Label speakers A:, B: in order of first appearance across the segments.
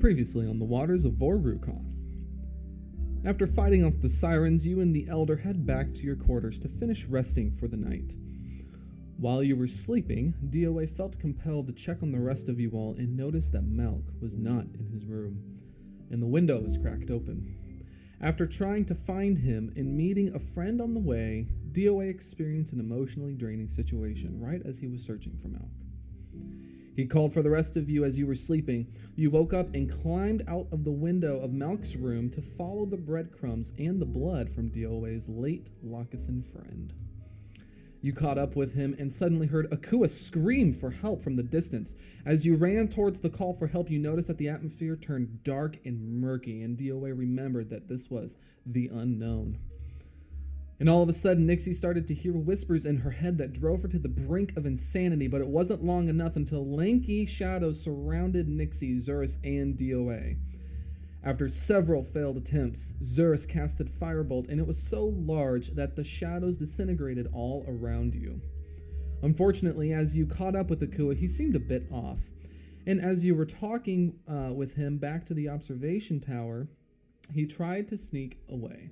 A: previously on the waters of Vorrukoth. After fighting off the sirens, you and the elder head back to your quarters to finish resting for the night. While you were sleeping, DOA felt compelled to check on the rest of you all and noticed that Melk was not in his room, and the window was cracked open. After trying to find him and meeting a friend on the way, DOA experienced an emotionally draining situation right as he was searching for Melk. He called for the rest of you as you were sleeping. You woke up and climbed out of the window of Malk's room to follow the breadcrumbs and the blood from DOA's late Lockethan friend. You caught up with him and suddenly heard Akua scream for help from the distance. As you ran towards the call for help, you noticed that the atmosphere turned dark and murky, and DOA remembered that this was the unknown. And all of a sudden, Nixie started to hear whispers in her head that drove her to the brink of insanity, but it wasn't long enough until lanky shadows surrounded Nixie, Zurus, and DOA. After several failed attempts, Zurus casted Firebolt, and it was so large that the shadows disintegrated all around you. Unfortunately, as you caught up with Akua, he seemed a bit off. And as you were talking uh, with him back to the observation tower, he tried to sneak away.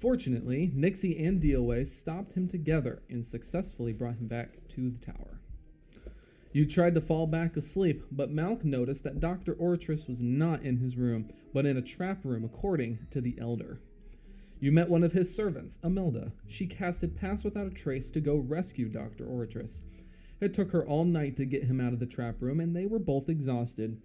A: Fortunately, Nixie and DOA stopped him together and successfully brought him back to the tower. You tried to fall back asleep, but Malk noticed that Dr. Ortrus was not in his room, but in a trap room, according to the elder. You met one of his servants, Amelda. She casted Pass Without a Trace to go rescue Dr. Ortrus. It took her all night to get him out of the trap room, and they were both exhausted.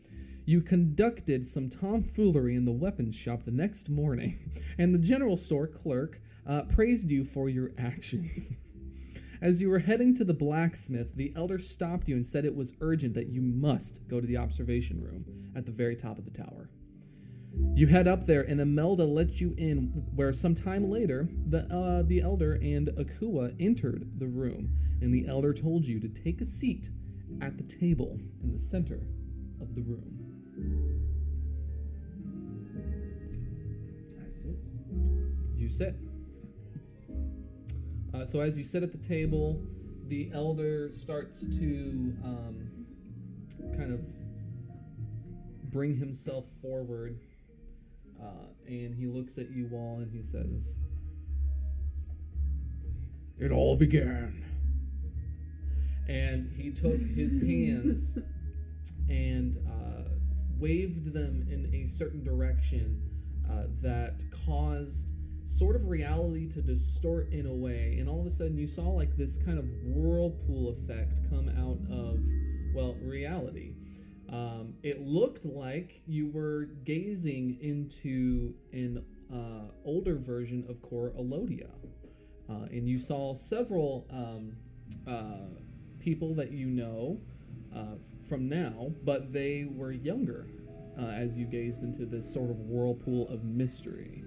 A: You conducted some tomfoolery in the weapons shop the next morning, and the general store clerk uh, praised you for your actions. As you were heading to the blacksmith, the elder stopped you and said it was urgent that you must go to the observation room at the very top of the tower. You head up there, and Imelda lets you in. Where sometime later, the uh, the elder and Akua entered the room, and the elder told you to take a seat at the table in the center of the room.
B: That's it.
A: You sit. Uh, so as you sit at the table, the elder starts to um, kind of bring himself forward, uh, and he looks at you all and he says, "It all began." And he took his hands and uh, waved them in a certain direction uh, that caused sort of reality to distort in a way. And all of a sudden, you saw like this kind of whirlpool effect come out of, well, reality. Um, it looked like you were gazing into an uh, older version of Core Elodia. Uh, and you saw several um, uh, people that you know uh, from now, but they were younger uh, as you gazed into this sort of whirlpool of mystery.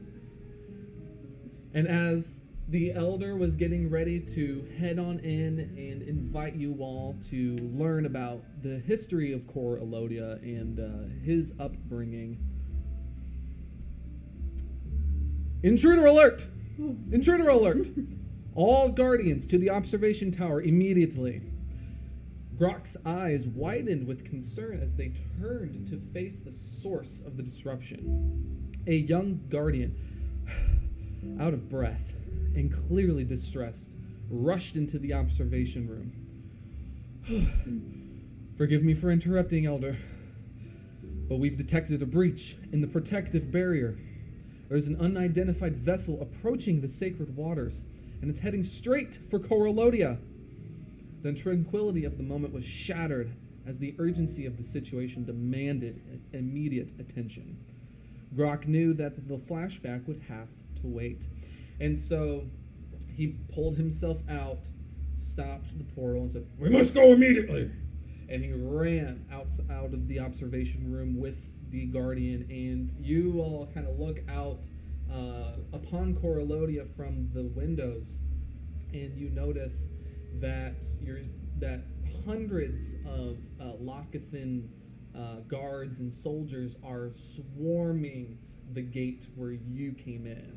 A: And as the elder was getting ready to head on in and invite you all to learn about the history of Cor Elodia and uh, his upbringing. Intruder alert! Intruder alert! All guardians to the observation tower immediately. Grok's eyes widened with concern as they turned to face the source of the disruption. A young guardian, out of breath and clearly distressed, rushed into the observation room. Forgive me for interrupting, Elder, but we've detected a breach in the protective barrier. There's an unidentified vessel approaching the sacred waters, and it's heading straight for Corolodia. The tranquility of the moment was shattered as the urgency of the situation demanded immediate attention. Grok knew that the flashback would have to wait. And so he pulled himself out, stopped the portal, and said, We must go immediately! And he ran out, out of the observation room with the Guardian, and you all kind of look out uh, upon Corolodia from the windows and you notice that you're, that hundreds of uh, Locathan uh, guards and soldiers are swarming the gate where you came in.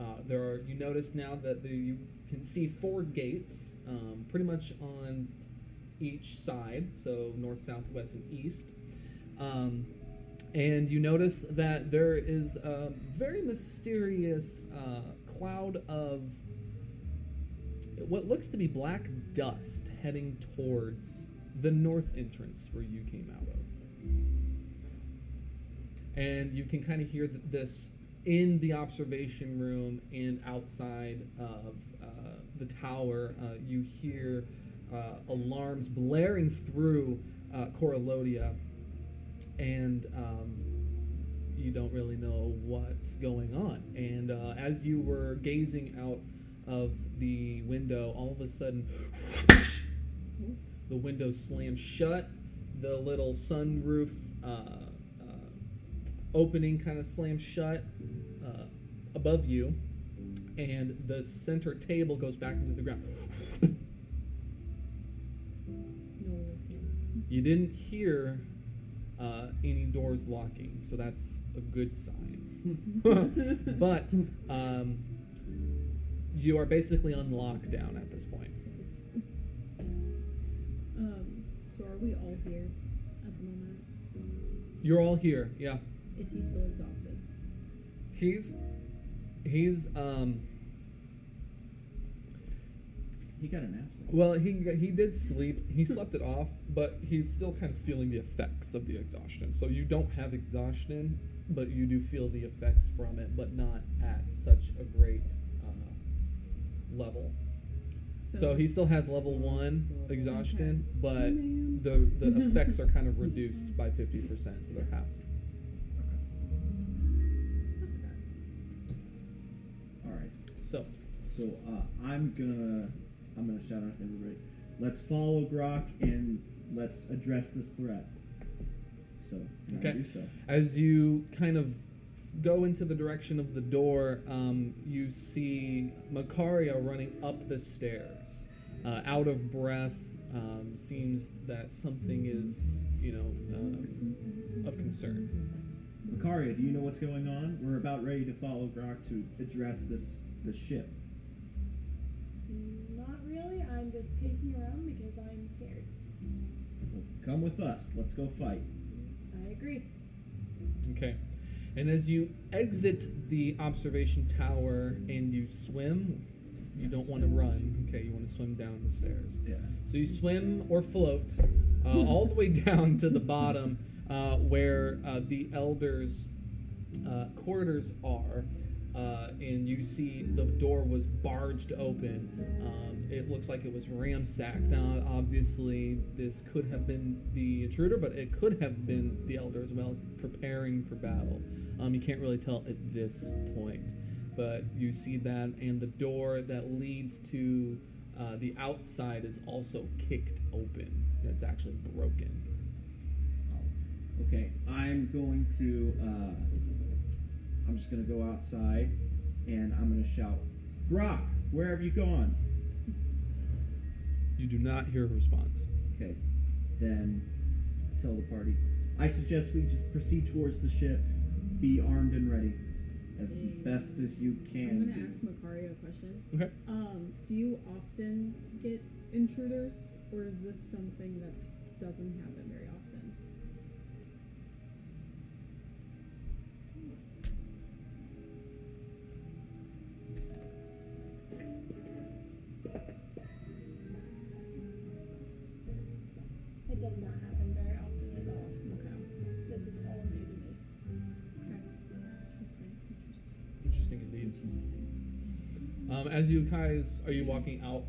A: Uh, there are you notice now that the, you can see four gates, um, pretty much on each side, so north, south, west, and east. Um, and you notice that there is a very mysterious uh, cloud of what looks to be black dust heading towards the north entrance where you came out of. And you can kind of hear th- this in the observation room and outside of uh, the tower. Uh, you hear uh, alarms blaring through uh, Coralodia and um, you don't really know what's going on. And uh, as you were gazing out of the window, all of a sudden, the window slams shut. The little sunroof uh, uh, opening kind of slams shut uh, above you, and the center table goes back into the ground.
C: No.
A: You didn't hear uh, any doors locking, so that's a good sign. but um, you are basically on lockdown at this point.
C: Um, so are we all here at the moment?
A: You're all here, yeah.
C: Is he still exhausted?
A: He's he's um
B: He got a nap.
A: well he he did sleep. He slept it off, but he's still kind of feeling the effects of the exhaustion. So you don't have exhaustion, but you do feel the effects from it, but not at such a great uh, level. So he still has level one exhaustion, but the the effects are kind of reduced by fifty percent, so they're half.
B: Okay.
C: Okay.
B: All right.
A: So
B: So uh, I'm gonna I'm gonna shout out to everybody. Let's follow Grok and let's address this threat. So and I
A: Okay.
B: do so.
A: as you kind of go into the direction of the door, um, you see Macaria running up the stairs, uh, out of breath. Um, seems that something is you know um, of concern.
B: Makaria, do you know what's going on? We're about ready to follow Grok to address this this ship.
D: Not really. I'm just pacing around because I'm scared.
B: Well, come with us. Let's go fight.
D: I agree.
A: Okay. And as you exit the observation tower and you swim, you don't want to run. Okay, you want to swim down the stairs.
B: Yeah.
A: So you swim or float uh, all the way down to the bottom uh, where uh, the elders' uh, quarters are, uh, and you see the door was barged open. Um, it looks like it was ransacked. Now, obviously, this could have been the intruder, but it could have been the elder as well, preparing for battle. Um, you can't really tell at this point, but you see that, and the door that leads to uh, the outside is also kicked open. It's actually broken.
B: Okay. I'm going to. Uh, I'm just gonna go outside, and I'm gonna shout, Grok, where have you gone?
A: You do not hear a response.
B: Okay. Then tell the party. I suggest we just proceed towards the ship. Be armed and ready. As
C: Mm.
B: best as you
C: I'm
B: can.
C: gonna ask Macario a question.
A: Okay.
C: Um, do you often get intruders, or is this something that doesn't happen very often?
D: It does not happen very often at all.
C: Okay.
D: This is all new to me.
C: Okay.
A: Interesting
C: Interesting. Interesting.
A: indeed. Um, as you guys are you walking out?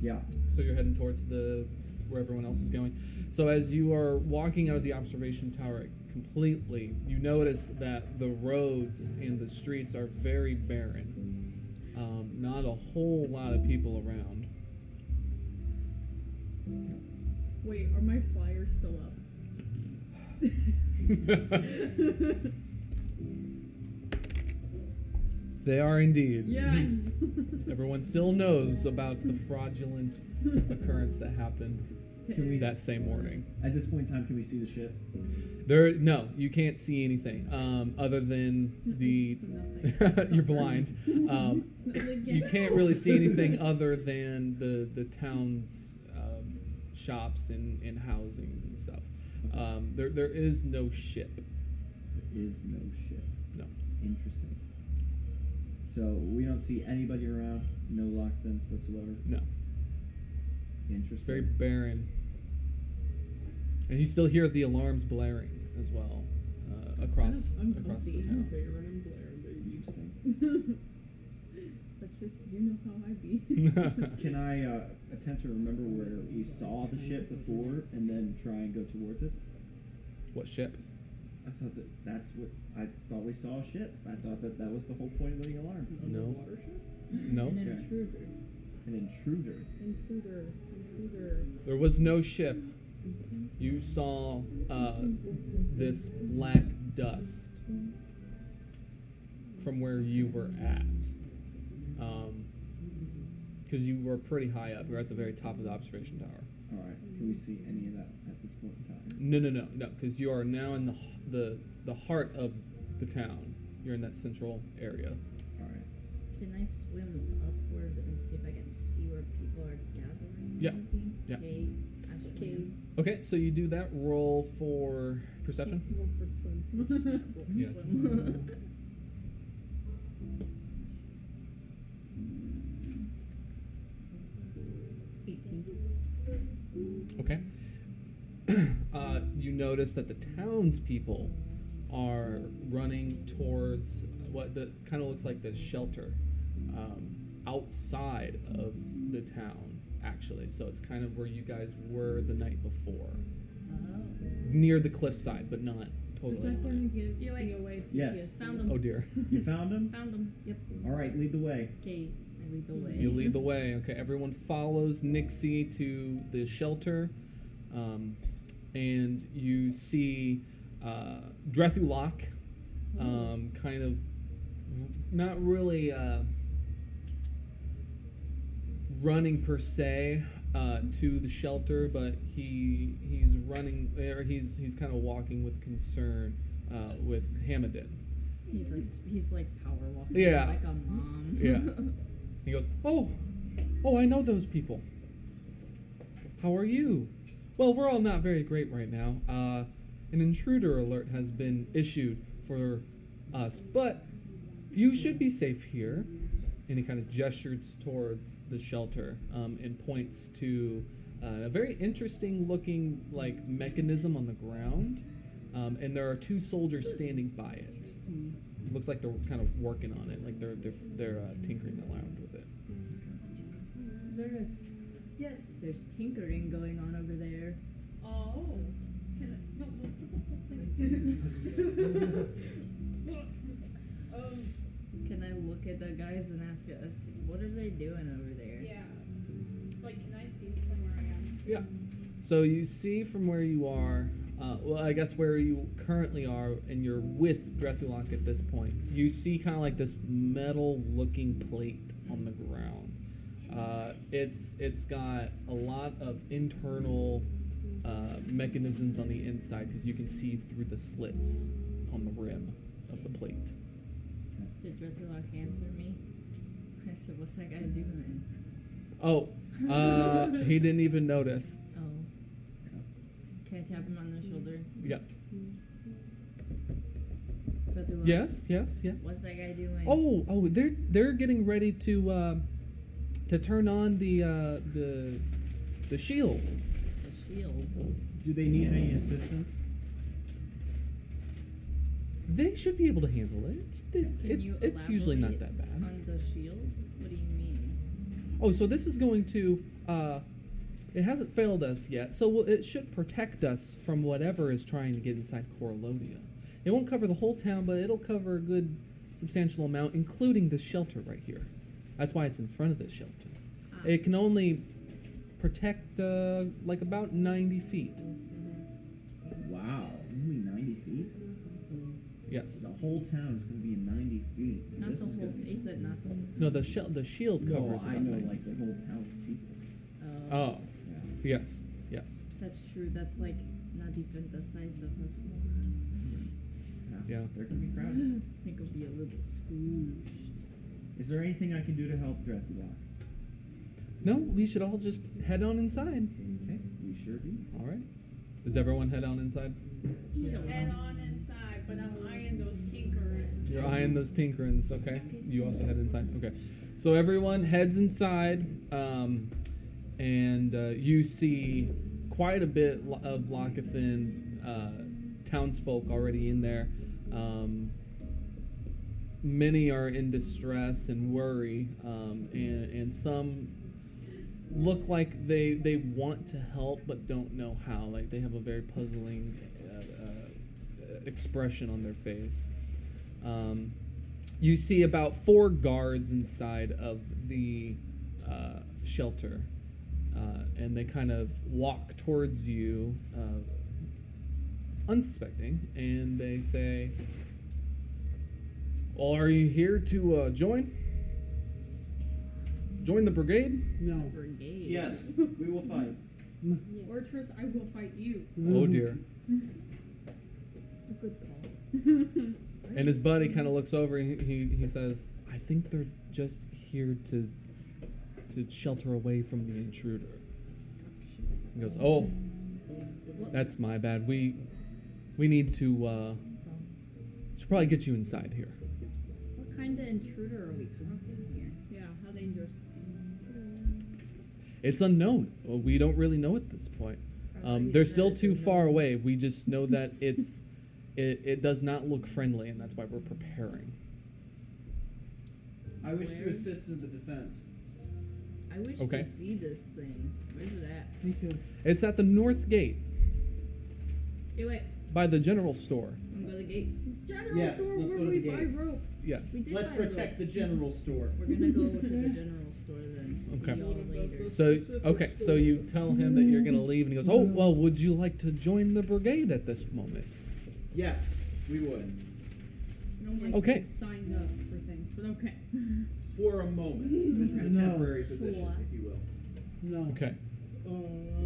B: Yeah.
A: So you're heading towards the where everyone else is going. So as you are walking out of the observation tower completely, you notice that the roads and the streets are very barren. Um, not a whole lot of people around.
C: Wait, are my flyers still up?
A: they are indeed.
C: yes.
A: Everyone still knows about the fraudulent occurrence that happened
B: Can we-
A: that same morning.
B: At this point in time, can we see the ship?
A: There, no, you can't see anything um, other than the.
C: So nothing.
A: you're blind. Um,
C: Nothing
A: you
C: yet.
A: can't really see anything other than the the town's um, shops and, and housings and stuff. Um, there, there is no ship.
B: is no ship.
A: No.
B: Interesting. So we don't see anybody around, no lockdowns whatsoever.
A: No. It's
B: Interesting.
A: very barren. And you still hear the alarms blaring as well uh, across
C: Kind of
A: across the
C: uncomfy
A: town.
C: and barren and blaring, baby.
B: interesting.
C: That's just you know how I be.
B: Can I uh, attempt to remember where we saw the ship before and then try and go towards it?
A: What ship?
B: I thought that that's what I thought we saw a ship. I thought that that was the whole point of the alarm.
A: Mm-hmm. No.
E: Underwater ship?
A: No.
C: An
B: Okay.
C: intruder.
B: An intruder.
C: Intruder. Intruder.
A: There was no ship. You saw uh, this black dust from where you were at. Because you were pretty high up. You were at the very top of the observation tower.
B: All right. Can we see any of that at this point in time?
A: No, no, no, no. Because you are now in the, h- the, the heart of the town. You're in that central area.
B: All right.
F: Can I swim upward and see if I can see where people are gathering?
A: Yeah.
F: Maybe?
A: Yeah.
F: Okay. I should
C: Okay.
A: Okay, so you do that roll for perception.
C: Roll for swim.
A: Yes.
C: Eighteen.
A: Okay. uh, you notice that the townspeople are running towards what the kind of looks like the shelter um, outside of the town, actually. So it's kind of where you guys were the night before,
F: Oh.
A: near the cliffside, but not
C: Is
A: totally.
C: that
A: on
C: going to give
F: You're like-
C: me away?
B: Yes.
C: PTSD?
A: it.
F: Found 'em.
A: Oh dear.
B: You found him.
F: Found them. Yep.
B: All right. Lead the way.
F: Okay. I lead the way.
A: You lead the way. Okay, everyone follows Nixie to the shelter, um, and you see uh, Drethulok, um, kind of r- not really uh, running per se uh, to the shelter, but he he's running or he's he's kind of walking with concern uh, with Hamadin.
F: He's like he's like power walking.
A: Yeah.
F: Like a mom.
A: Yeah. He goes, Oh, oh, I know those people. How are you? Well, we're all not very great right now. Uh, an intruder alert has been issued for us, but you should be safe here. And he kind of gestures towards the shelter um, and points to uh, a very interesting looking like mechanism on the ground. Um, and there are two soldiers standing by it. It looks like they're kind of working on it, like they're they're they're uh, tinkering around with it.
F: Zerus,
D: Yes.
F: there's tinkering going on over there.
D: Oh. Can I, no, no, put the whole thing. um,
F: Can I look at the guys and ask us what are they doing over there?
D: yeah. Like, can I see from where I am?
A: Yeah. So you see from where you are, uh, well, I guess where you currently are, and you're with Drethulok at this point. You see kind of like this metal-looking plate on the ground. Uh, it's it's got a lot of internal uh, mechanisms on the inside because you can see through the slits on the rim of the plate.
F: Did Drethulok answer me? I said, what's that guy doing?
A: Oh, uh, he didn't even notice.
F: Oh. Can I tap him on the shoulder?
A: Yeah.
F: Drethulok,
A: Yes, yes, yes.
F: What's that guy doing?
A: Oh, oh, they're they're getting ready to uh, to turn on the uh, the the shield.
F: The shield.
B: Do they need any assistance?
A: They should be able to handle it. It's, it,
F: Can
A: it-
F: you
A: it's usually not that
F: elaborate
A: bad.
F: On the shield? What do you mean?
A: Oh, so this is going to uh, it hasn't failed us yet. So we'll- it should protect us from whatever is trying to get inside Corallodia. It won't cover the whole town, but it'll cover a good substantial amount, including this shelter right here. That's why it's in front of this shelter.
F: Ah,
A: It can only protect uh, like about 90 feet.
B: Wow. Only 90 feet.
A: Yes.
B: The whole town is going to be in 90 feet.
F: not
B: This
F: the
B: is
F: whole.
B: gonna be-
F: He said not the whole.
A: No, the shell, the shield
B: No,
A: covers.
B: I
A: about
B: know
A: 90
B: like the
A: feet.
B: whole town's people.
F: Oh,
A: Oh,
B: Yeah.
A: yes, yes,
F: that's true. That's like not even the size of a small
A: Yeah.
B: They're going to be crowded.
F: house. I think it'll be a little squooshed.
B: Is there anything I can do to help Drethulok?
A: No, we should all just head on inside.
B: Okay, we sure do.
A: All right. Does everyone head on inside?
F: Yeah.
D: Head on inside, but I'm, I
A: You're eyeing those tinkerins, okay? You also head inside. Okay. So everyone heads inside, um, and uh, you see quite a bit lo- of Locathan uh, townsfolk already in there. Um, many are in distress and worry, um, and, and some look like they they want to help but don't know how. Like they have a very puzzling uh, uh, expression on their face. Um, you see about four guards inside of the uh, shelter, uh, and they kind of walk towards you, uh, unsuspecting, and they say, well, "Are you here to uh, join? Join the brigade?"
E: No.
F: Brigade.
B: Yes, we will fight.
F: Yes.
C: Or Tris, I will fight you.
A: Oh dear.
F: A good call.
A: And his buddy kind of looks over and he, he says, I think they're just here to to shelter away from the intruder. He goes, Oh, that's my bad. We we need to uh should probably get you inside here.
F: What kind of intruder are we talking here? Hmm.
C: Yeah, how dangerous.
A: It's unknown. Well, We don't really know at this point. Um, they're still too far away. We just know that it's it, it does not look friendly and that's why we're preparing.
B: I wish
F: Where?
B: to assist in the defense.
F: I wish
A: Okay.
F: we see this thing. Where's it at?
E: Me too.
A: It's at the north gate
F: Hey, wait.
A: by the general store.
F: I'm going to the gate.
C: General
B: Yes,
C: store
B: let's
C: where
B: go to
C: we
B: the
C: buy
B: gate.
C: rope.
A: Yes.
F: We did
B: Let's
F: buy rope.
B: protect the general store.
F: We're going to go to the general store then.
A: Okay.
F: See y'all later.
A: So okay, so you tell him that you're gonna leave, and he goes, "Oh well, would you like to join the brigade at this moment?"
B: Yes, we would.
C: I don't like
A: Okay.
C: being signed up for things, but okay.
B: For a moment. This is a
E: No.
B: temporary position,
D: Sure.
B: if you will.
E: No.
A: Okay,
E: Uh, I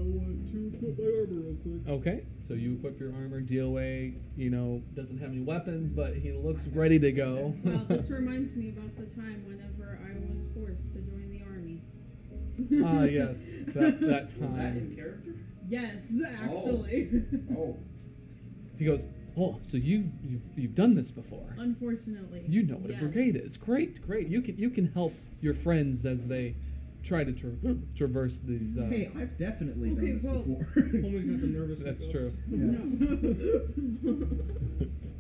E: want to put my armor real quick.
A: okay. So you equip your armor. DOA, you know, doesn't have any weapons, but he looks ready to go.
C: Well, this reminds me about the time whenever I was forced to join the army.
A: Ah yes, that that
B: Was that in
A: time.
B: character?
C: Yes, actually.
B: Oh.
A: He goes, "Oh, so you've you've you've done this before?
C: Unfortunately.
A: You know what a
C: yes.
A: brigade is? Great, great. You can you can help your friends as they try to tra- traverse these." Uh,
B: Hey, I've definitely
C: Okay,
B: done this
C: well-
B: before.
E: Homie's got the nervous.
A: That's
E: hiccups.
A: true.
B: Yeah.
C: No.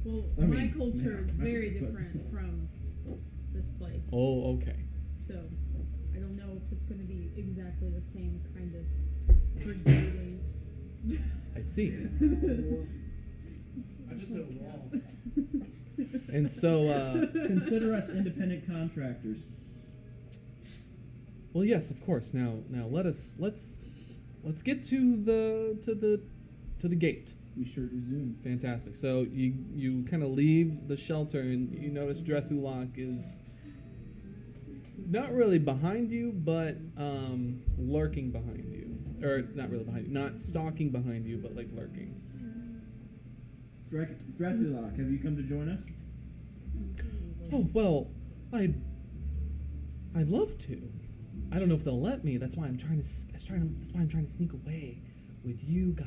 C: well,
B: I mean,
C: my culture is
B: yeah,
C: very
B: but-
C: different from this place.
A: Oh, okay.
C: So I don't know if it's going to be exactly the same kind of brigading.
A: I see.
E: I just hit a wall.
A: And so, uh,
B: Consider us independent contractors.
A: Well, yes, of course. Now, now let us let's let's get to the to the to the gate.
B: We sure do Zoom.
A: Fantastic. So you you kind of leave the shelter and you notice Drethulok is not really behind you, but um, lurking behind you, or not really behind you, not stalking behind you, but like lurking.
B: Drek- Draculok, have you come to join us?
A: Oh well, I I would love to. I don't know if they'll let me. That's why I'm trying to. s- That's trying. to- That's why I'm trying to sneak away with you guys.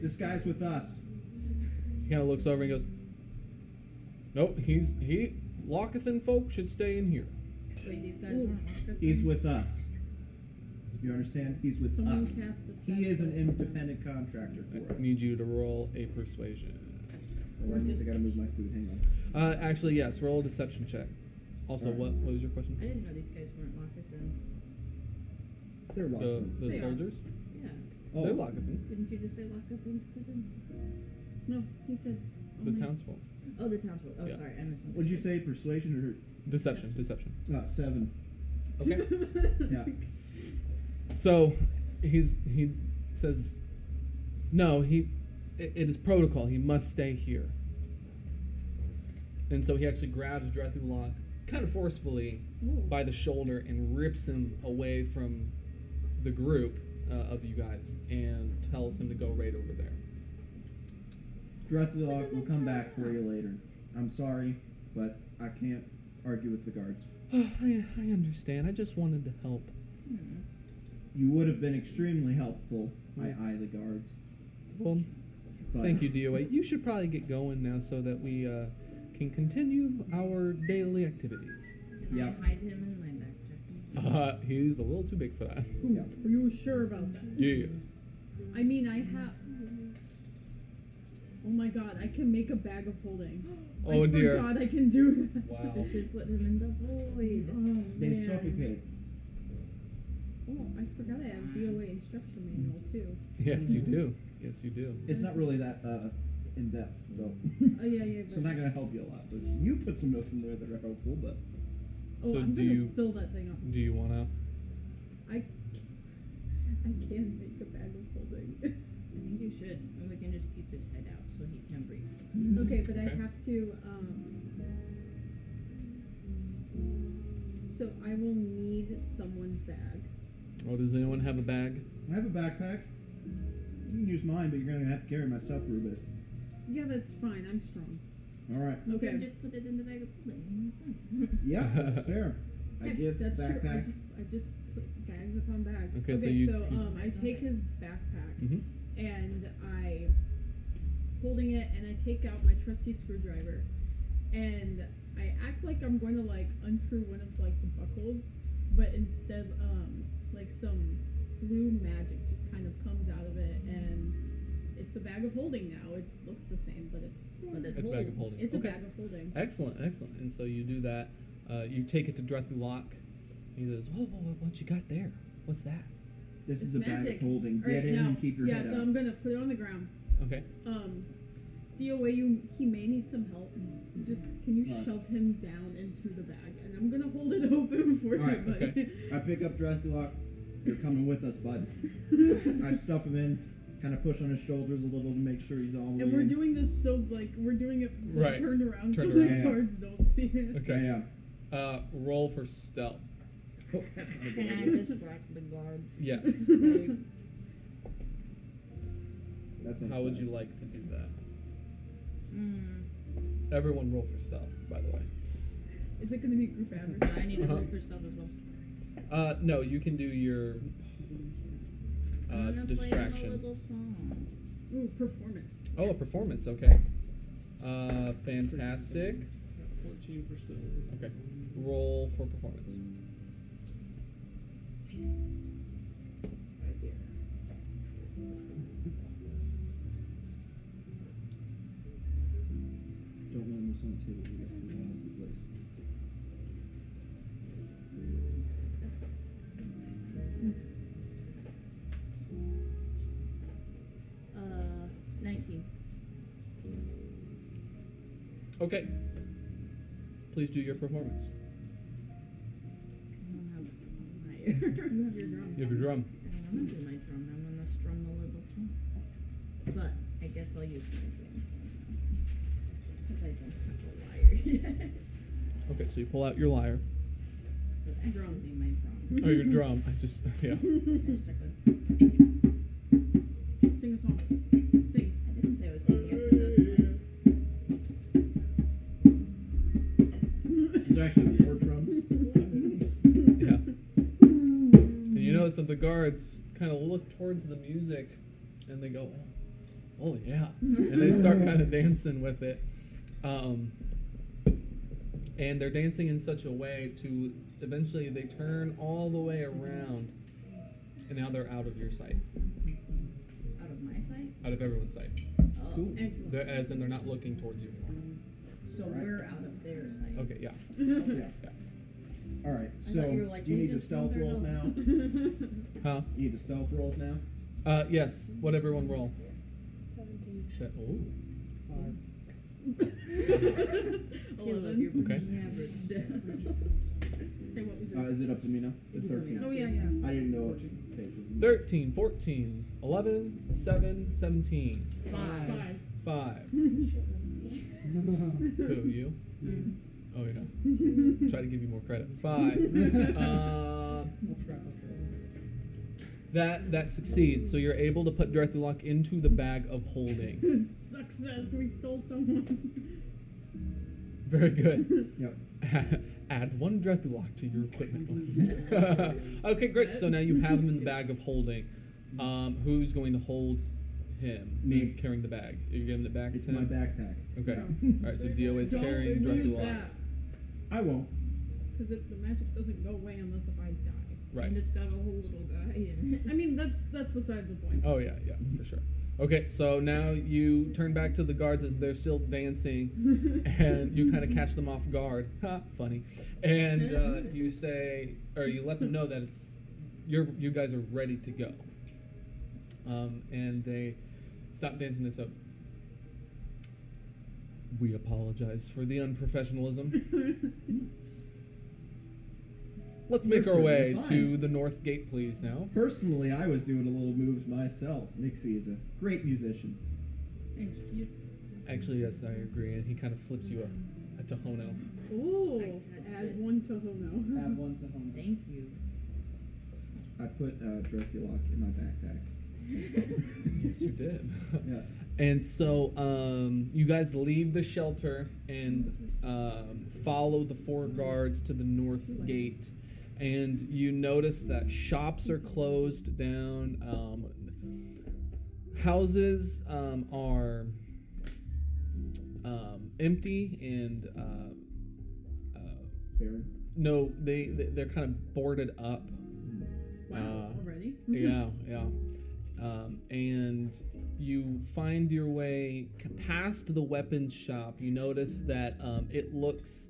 B: This guy's with us.
A: He kind of looks over and goes, "Nope, he's he Lockethan folk should stay in here."
F: Wait, these guys
C: Ooh.
F: aren't locked up?
B: He's with uh, us. You understand? He's with
C: Someone
B: us.
C: cast a
B: He is an
C: spell.
B: independent contractor for
A: I
B: us.
A: need you to roll a persuasion.
B: Oh, I need- I gotta move my food. Hang on.
A: Uh, actually, yes, roll a deception check. Also,
B: Alright.
A: what what was your
F: I
A: question?
F: didn't know these guys weren't locked up then.
B: They're locked
A: The
B: in.
A: the
C: They are.
A: soldiers?
F: Yeah.
A: They're
B: Oh,
A: Lockethan.
F: Didn't you just say locked up things prison?
C: No, he said.
A: The
C: only-
A: townsfolk.
F: Oh, the townsfolk. Oh,
A: Yeah.
F: sorry. I missed
B: what'd you say? Persuasion
A: Deception, deception.
B: or uh, seven?
A: Okay.
B: Yeah.
A: so, he's he says, "No, he it, it is protocol. He must stay here." And so he actually grabs Drethulok kind of forcefully
C: Ooh.
A: by the shoulder and rips him away from the group uh, of you guys and tells him to go right over there.
B: Drethlock, we'll come back for you later. I'm sorry, but I can't argue with the guards.
A: I, I understand. I just wanted to help.
F: Hmm.
B: You would have been extremely helpful. I eye the guards.
A: Well,
B: But
A: thank you, DOA. You should probably get going now so that we uh, can continue our daily activities.
C: Can
B: Yep.
C: I hide him in my backpack?
A: Uh, he's a little too big for that.
B: Yeah.
F: Are you sure about that?
A: Yes.
F: I mean, I have. Oh my god, I can make a bag of holding.
A: Oh
F: I
A: dear.
F: God, I can do that.
A: Wow.
C: I should put him in the void.
F: Oh,
B: They
F: man.
B: suffocate.
F: Oh, I forgot I have DOA instruction manual too.
A: Yes, you do. Yes, you do.
B: It's not really that uh, in depth though.
F: Oh yeah, yeah.
B: So
F: But,
B: not gonna help you a lot. But you put some notes in there that are helpful, but
F: oh,
A: So
F: I'm
A: do
F: gonna
A: you-
F: fill that thing up.
A: Do you want to?
F: I can make a bag of holding.
C: I think you should. And we can just keep his head out so he can breathe.
F: okay, but I
A: Mm-hmm. Okay.
F: have to. Um, so I will need someone's bag.
A: Oh, does anyone have a bag?
B: I have a backpack. You can use mine, but you're gonna have to carry my stuff for a bit.
F: Yeah, that's fine. I'm strong.
B: All right.
F: Okay.
C: You can just put it in the bag of holding. It's fine.
B: Yeah, that's fair.
F: Okay,
B: I give
F: that's True. I
B: backpack.
F: just I just put bags upon bags.
A: Okay, so you- you-
F: um, I take his backpack
B: Mm-hmm.
A: Mhm.
F: and I holding it and I take out my trusty screwdriver and I act like I'm going to like unscrew one of like the buckles, but instead um like some blue magic just kind of comes out of it and it's a bag of holding now. It looks the same, but it's
C: But it
A: It's a bag of
C: holds.
A: holding.
F: it's
A: okay.
F: a bag of holding.
A: Excellent, excellent. And so you do that. Uh, you take it to Drethy Locke. He says, whoa, whoa, whoa, what you got there? What's that?
B: This
F: It's
B: is a bag
F: magic.
B: of holding.
F: All right,
B: Get in
F: now-
B: and keep your
F: yeah,
B: head
F: no,
B: out.
F: I'm gonna put it on the ground.
A: Okay.
F: Um, DOA, you he may need some help. Just can you
B: Alright.
F: shove him down into the bag? And I'm gonna hold it open for
B: Alright,
F: you, but
B: I pick up Drathulok. You're coming with us, bud. I stuff him in, kind of push on his shoulders a little to make sure he's all the
F: and
B: way
F: we're
B: in.
F: doing this so like we're doing it like,
A: Right.
F: turned around
A: Turned
F: so
A: around.
B: Yeah, yeah.
F: the guards don't see it.
A: Okay.
B: Yeah,
A: Uh, roll for stealth.
B: yeah. Oh, that's not
C: Can I distract the guards?
A: Yes.
B: That's
A: How would you
B: upsetting.
A: like to do that?
C: Mm.
A: Everyone roll for stealth, by the way.
F: Is it gonna be group
C: No,
F: average?
C: I need to roll
A: Uh-huh.
C: for stealth as well.
A: Uh, no, you can do your uh,
C: I'm gonna play him a
A: distraction.
C: little song.
F: Ooh, performance.
A: Oh, a performance. Okay. Uh, fantastic.
E: 14 for stealth.
A: Okay. Roll for performance.
C: Right here.
B: Don't let him miss on too. We got to be all over the place.
C: Uh, 19.
A: Okay. Please do your performance.
C: I don't have my
F: You
C: ear.
F: have your drum.
A: You have your drum.
C: I don't want to do my drum. I'm gonna strum a little song. But I guess I'll use my drum. Because I don't have a wire yet.
A: Okay, so you pull out your lyre.
C: but I
F: Drum.
C: can do my drum.
A: Oh, your drum. I just, yeah.
F: Sing a song. Sing.
C: I didn't say I was singing. I said I was playing.
B: These are actually war drums.
A: Yeah. And
C: Mm-hmm.
A: you notice that the guards kind of look towards the music and they go, oh, oh yeah. And they start kind of dancing with it. Um, and they're dancing in such a way to eventually they turn all the way around and now they're out of your sight,
C: Out of my sight?
A: out of everyone's sight.
C: Oh.
B: Cool.
F: Excellent.
A: They're, as in, they're not looking towards you anymore.
C: So
B: Right.
C: we're out of their sight.
A: Okay, yeah.
B: Yeah. All right.
C: I
B: So,
C: thought you were like,
B: do you
C: we
B: need the
C: just
B: stealth
C: wondered
B: rolls now?
C: all-
B: You
A: Huh?
B: need the stealth rolls now.
A: Uh, yes. What everyone roll?
G: 17.
A: That- Oh,
E: Five.
F: Eleven.
C: Caleb, you're
A: Okay.
C: pushing average down.
F: Okay, what was
B: Uh,
F: it?
B: is it up to me now? The
E: It's up to you.
B: thirteen.
F: Oh yeah, yeah.
B: I didn't know what page was. in there.
A: 13, 14, 11, 7, 17,
C: Mm-hmm.
E: Five.
F: Five.
A: 5.
E: Five.
A: Who, you?
E: Mm.
A: Oh, yeah. Try to give you more credit. Five. Uh,
E: I'll try, I'll try.
A: that that succeeds, so you're able to put Dorothy Locke into the bag of holding.
F: Success. We stole someone.
A: Very good.
B: Yep.
A: Add one Dorothy Locke to your equipment list. okay, great. So now you have him in the bag of holding. Um, who's going to hold him
B: Me.
A: who's carrying the bag. You're giving it back
B: It's
A: to him?
B: my backpack.
A: Okay.
B: Yeah.
A: Alright, so DOA's
C: Don't
A: carrying
C: remove
A: directly
C: that,
A: alive.
B: I won't.
C: Because the magic doesn't go away unless if I die.
A: Right.
F: And it's got a whole little guy in it.
C: I mean, that's that's beside the point.
A: Oh yeah, yeah, for sure. Okay, so now you turn back to the guards as they're still dancing, and you kind of catch them off guard. Ha, funny. And uh, you say, or you let them know that it's you're you guys are ready to go. Um, and they stop dancing this up. We apologize for the unprofessionalism. Let's make
B: You're
A: our way
B: certainly
A: to
B: fine.
A: the north gate, please. Now,
B: Personally, I was doing a little moves myself. Nixie is a great musician.
F: Thanks, Chief.
A: actually, yes, I agree. And he kind of flips you a, a tohono.
C: Ooh,
F: I touched
C: add
F: it.
C: one to Hono.
E: Add one to home.
F: Thank you.
B: I put uh, Draculock in my backpack.
A: yes, you did.
B: Yeah.
A: And so um, you guys leave the shelter and um, follow the four guards to the north gate. And you notice that shops are closed down, um, houses um, are um, empty, and uh, uh,
B: Baron.
A: no, they they- they're kind of boarded up.
C: Wow,
A: Uh,
C: already?
A: yeah, yeah. Um, and you find your way c- past the weapons shop. You notice that um, it looks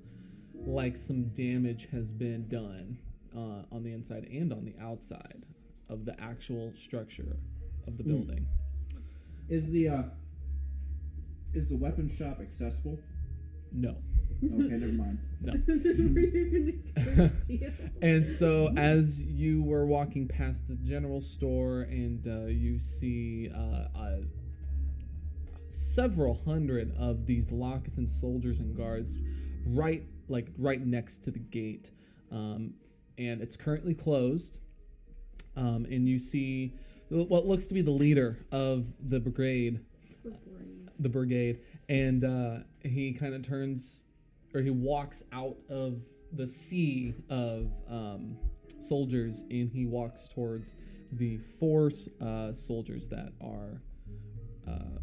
A: like some damage has been done uh, on the inside and on the outside of the actual structure of the
B: Hmm.
A: building.
B: Is the uh, is the weapon shop accessible?
A: No,
B: Okay, never mind.
A: no.
C: Were you gonna curse
A: And so, as you were walking past the general store, and uh, you see uh, uh, several hundred of these Lokathan soldiers and guards, right like right next to the gate, um, and it's currently closed. Um, and you see what looks to be the leader of the brigade
C: you?
A: the brigade, and uh, he kind of turns or he walks out of the sea of um, soldiers and he walks towards the four uh, soldiers that are uh,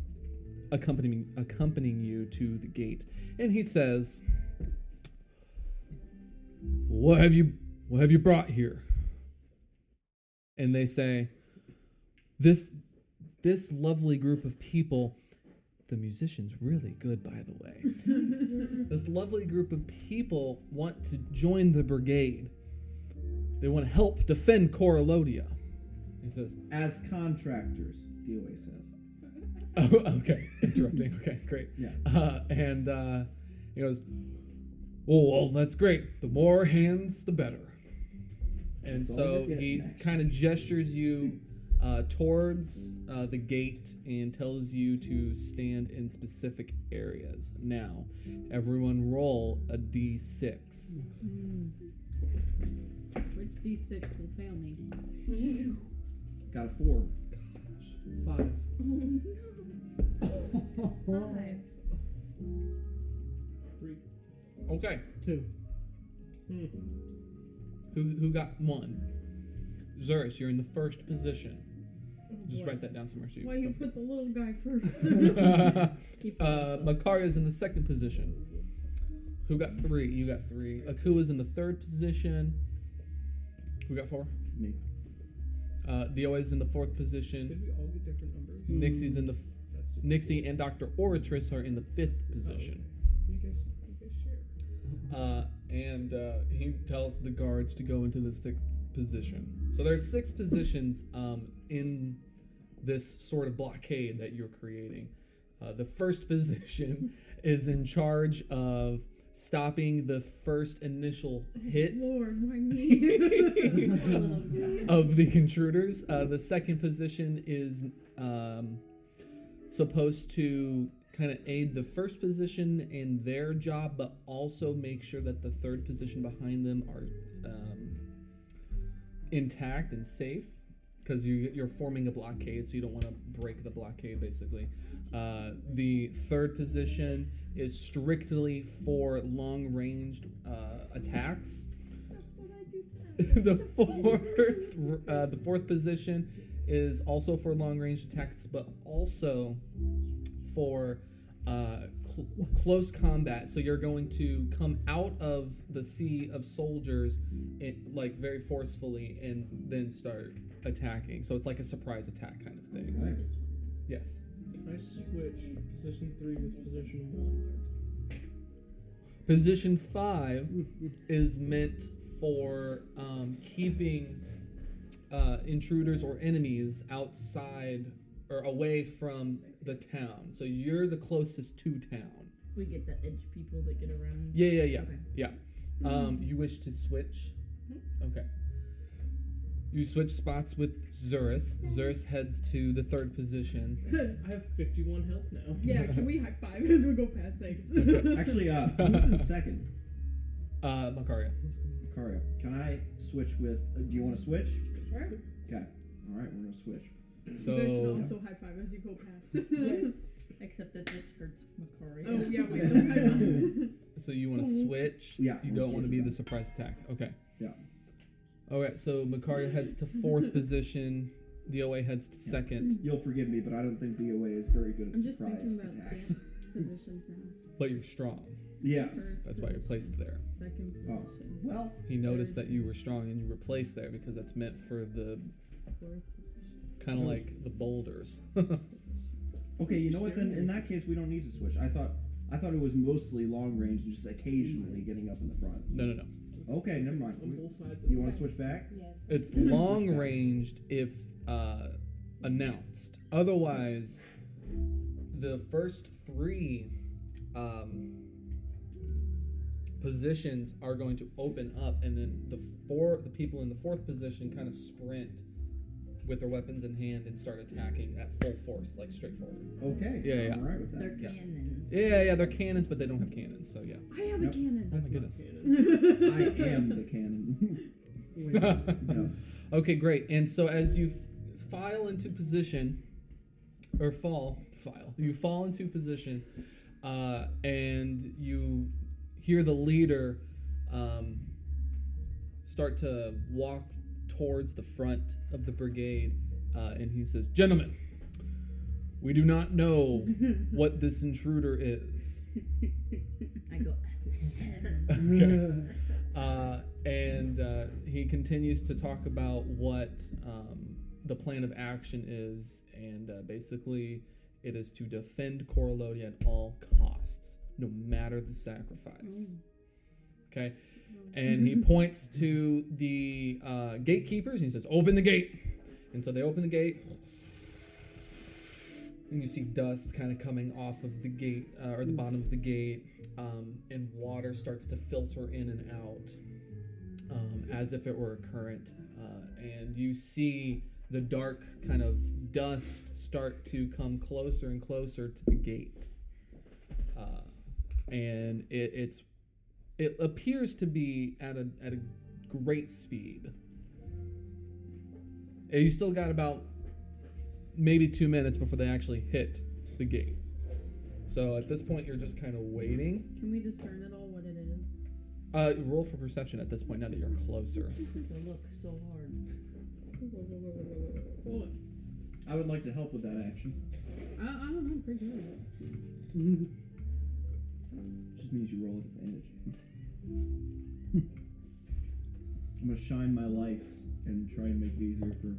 A: accompanying accompanying you to the gate, and he says, "What have you What have you brought here?" And they say, "This." This lovely group of people the musician's really good, by the way. this lovely group of people want to join the brigade. They want to help defend Corolodia. He says,
B: As contractors, DOA says.
A: Oh, okay. Interrupting. Okay, great.
B: Yeah.
A: Uh, and uh, he goes, Oh, well, that's great. The more hands, the better. And
B: That's all
A: so
B: you're getting
A: he
B: next.
A: kind of gestures you uh, towards uh, the gate and tells you to stand in specific areas. Now, everyone roll a d6.
F: Hmm.
C: Hmm. Which D6 will fail me?
B: Got a four.
E: Five.
D: Five.
E: Three.
A: Okay.
E: Two.
A: Hmm. Who, who got one? Zurus, you're in the first position. Just write that down somewhere so you
C: Why you
A: don't
C: put the little guy first?
A: forget.
F: Keep it
A: Uh,
F: up.
A: Makaria's in the second position. Who got three? You got three. Akua's in the third position. Who got four?
B: Me.
A: Uh, Dioa's in the fourth
E: Did
A: position.
E: we all get different numbers?
A: Nixie's in the.
E: That's super
A: Nixie and Dr. Oratrice are in the fifth position.
E: cool. Oh, You guys, you guys share.
A: Uh, and uh, he tells the guards to go into the sixth position. So there are six positions um, in this sort of blockade that you're creating. Uh, the first position is in charge of stopping the first initial hit
C: Lord, why me?
A: of the intruders. Uh, the second position is um, supposed to kind of aid the first position in their job, but also make sure that the third position behind them are um, intact and safe. Because you, you're forming a blockade, so you don't want to break the blockade, basically. Uh, the third position is strictly for long ranged uh, attacks
D: That's what I do.
A: the fourth, uh, the fourth position is also for long range attacks, but also for uh, cl- close combat. So you're going to come out of the sea of soldiers, in, like very forcefully, and then start attacking. So it's like a surprise attack kind of thing.
B: Okay.
A: Yes.
E: Can I switch position three with position one?
A: Position five is meant for um, keeping uh, intruders or enemies outside or away from the town. So you're the closest to town.
F: We get the edge people that get around.
A: Yeah, yeah, yeah,
F: Okay.
A: yeah. Um, you wish to switch? Okay. You switch spots with Zurus. Zurus heads to the third position.
E: I have 51 health now.
C: Yeah, can we high five as we go past things?
A: Okay.
B: Actually, uh, who's in second?
A: Uh, Makaria.
B: Kario, can I switch with? Uh, do you want to switch?
C: Sure.
B: Okay. All right, we're gonna switch.
A: So
C: you guys should also high five as you go past.
F: Except that this hurts Makari.
C: oh yeah, wait, don't high five.
A: So you want to switch?
B: Mm-hmm. Yeah,
A: You
B: I'm
A: don't want to
B: switching
A: be the
B: back.
A: surprise attack. Okay.
B: Yeah.
A: All right. So Makaria heads to fourth position. DOA heads to
B: Yeah.
A: second,
B: You'll forgive me, but I don't think BOA is very good at
C: I'm just
B: surprise
C: thinking about
B: attacks.
C: dance positions now.
A: but you're strong.
B: yes.
C: First
A: That's why you're placed there.
C: Second
B: Oh.
C: position.
B: Well,
A: He noticed that you were strong and you were placed there because that's meant for the
C: Fourth position.
A: kind
B: Mm-hmm.
A: of like the boulders.
B: okay. You know what? Then in that case, we don't need to switch. I thought I thought it was mostly long range and just occasionally getting up in the front.
A: No, no, no.
B: Okay, never
E: On
B: mind.
E: both sides of
B: You want to switch back?
D: Yes.
A: It's
B: Yeah, that's
A: long
B: respect.
A: ranged if uh, announced. Otherwise, the first three um, positions are going to open up, and then the four the people in the fourth position kind of sprint with their weapons in hand and start attacking at full force, like straight forward.
B: Okay.
A: Yeah, yeah.
B: I'm all right with
F: They're
B: that.
A: Yeah.
F: cannons.
A: Yeah, yeah, they're cannons, but they don't have cannons, so yeah.
C: I have
B: Yep.
C: a cannon.
A: Oh my goodness.
B: I am the cannon. no.
A: Okay, great. And so as you f- file into position, or fall, file, you fall into position, uh, and you hear the leader um, start to walk towards the front of the brigade, uh, and he says, Gentlemen, we do not know what this intruder is.
F: I go.
A: Okay. Uh, and uh, he continues to talk about what um, the plan of action is, and uh, basically, it is to defend Corellodia at all costs, no matter the sacrifice. Okay, and he points to the uh, gatekeepers and he says, "Open the gate." And so they open the gate, and you see dust kind of coming off of the gate uh, or the bottom of the gate, um, and water starts to filter in and out um, as if it were a current. Uh, and you see the dark kind of dust start to come closer and closer to the gate. Uh, and it, it's it appears to be at a at a great speed. And You still got about maybe two minutes before they actually hit the gate. So at this point, you're just kind of waiting.
C: Can we discern at all what it is?
A: Uh, roll for perception at this point now that you're closer.
F: to look so hard.
C: Well,
B: I would like to help with that action.
C: I, I don't know. Pretty good.
B: Just means you roll at advantage. I'm gonna shine my lights and try and make it easier for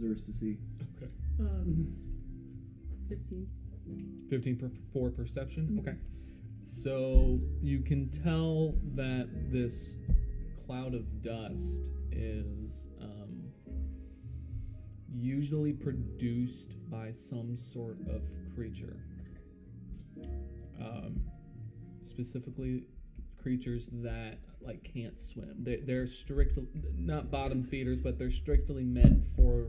B: Zerus to see.
A: Okay.
C: Um,
A: Mm-hmm.
C: fifteen.
A: 15 per, for perception.
F: Mm-hmm.
A: Okay. So you can tell that this cloud of dust is um, usually produced by some sort of creature. Um, specifically, creatures that like can't swim. They, they're strict, not bottom feeders, but they're strictly meant for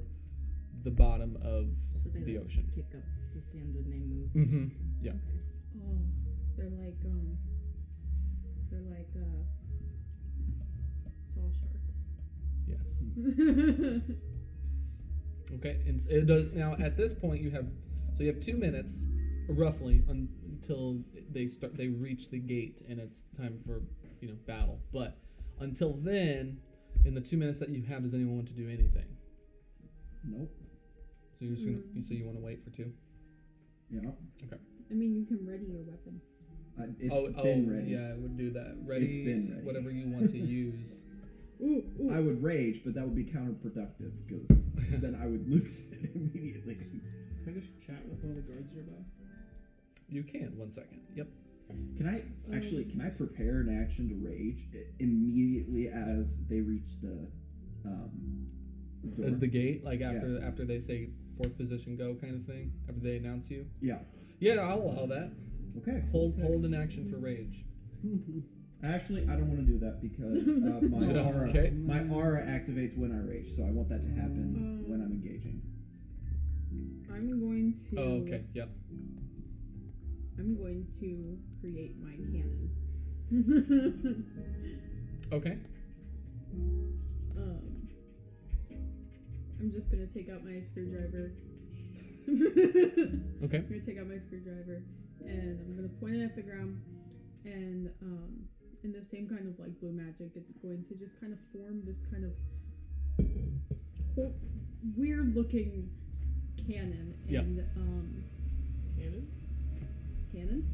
A: the bottom of
F: So they
A: the
F: like,
A: ocean.
F: kick up the sand when they move.
A: Mm-hmm. Yeah.
C: Oh, they're like um, they're like uh, saw sharks.
A: Yes. Okay, and s- it does now. At this point, you have so you have two minutes, roughly, un, until they start. They reach the gate, and it's time for you know battle. But until then, in the two minutes that you have, does anyone want to do anything?
B: Nope.
A: So you're just gonna.
B: Mm.
C: Mhm.
A: You say you want to wait for two.
B: Yeah.
C: I mean, you can ready your weapon.
B: Uh, it's
A: oh,
B: been
A: oh,
B: ready.
A: yeah, I would do that. Ready,
B: been ready.
A: whatever you want to use.
C: Ooh, ooh.
B: I would rage, but that would be counterproductive because then I would lose it immediately.
E: Can I just chat with one of the guards nearby?
A: you can. One second. Yep.
B: Can
A: Um.
B: I actually? Can I prepare an action to rage i- immediately as they reach the? Um, door?
A: As the gate, like after after they say fourth position go kind of thing. After they announce you.
B: yeah.
A: Yeah, I'll allow that.
B: Okay.
A: Hold hold an action for rage.
B: Actually, I don't want to do that because uh, my aura
A: Okay.
B: my aura activates when I rage, so I want that to happen when I'm engaging.
C: I'm going to.
A: Oh, okay. Yep.
C: I'm going to create my cannon.
A: Okay.
C: um, I'm just gonna take out my screwdriver.
A: Okay.
C: I'm gonna take out my screwdriver and I'm gonna point it at the ground and um, in the same kind of like blue magic it's going to just kind of form this kind of ho- weird looking cannon
A: Yeah.
C: and um,
E: Cannon?
C: cannon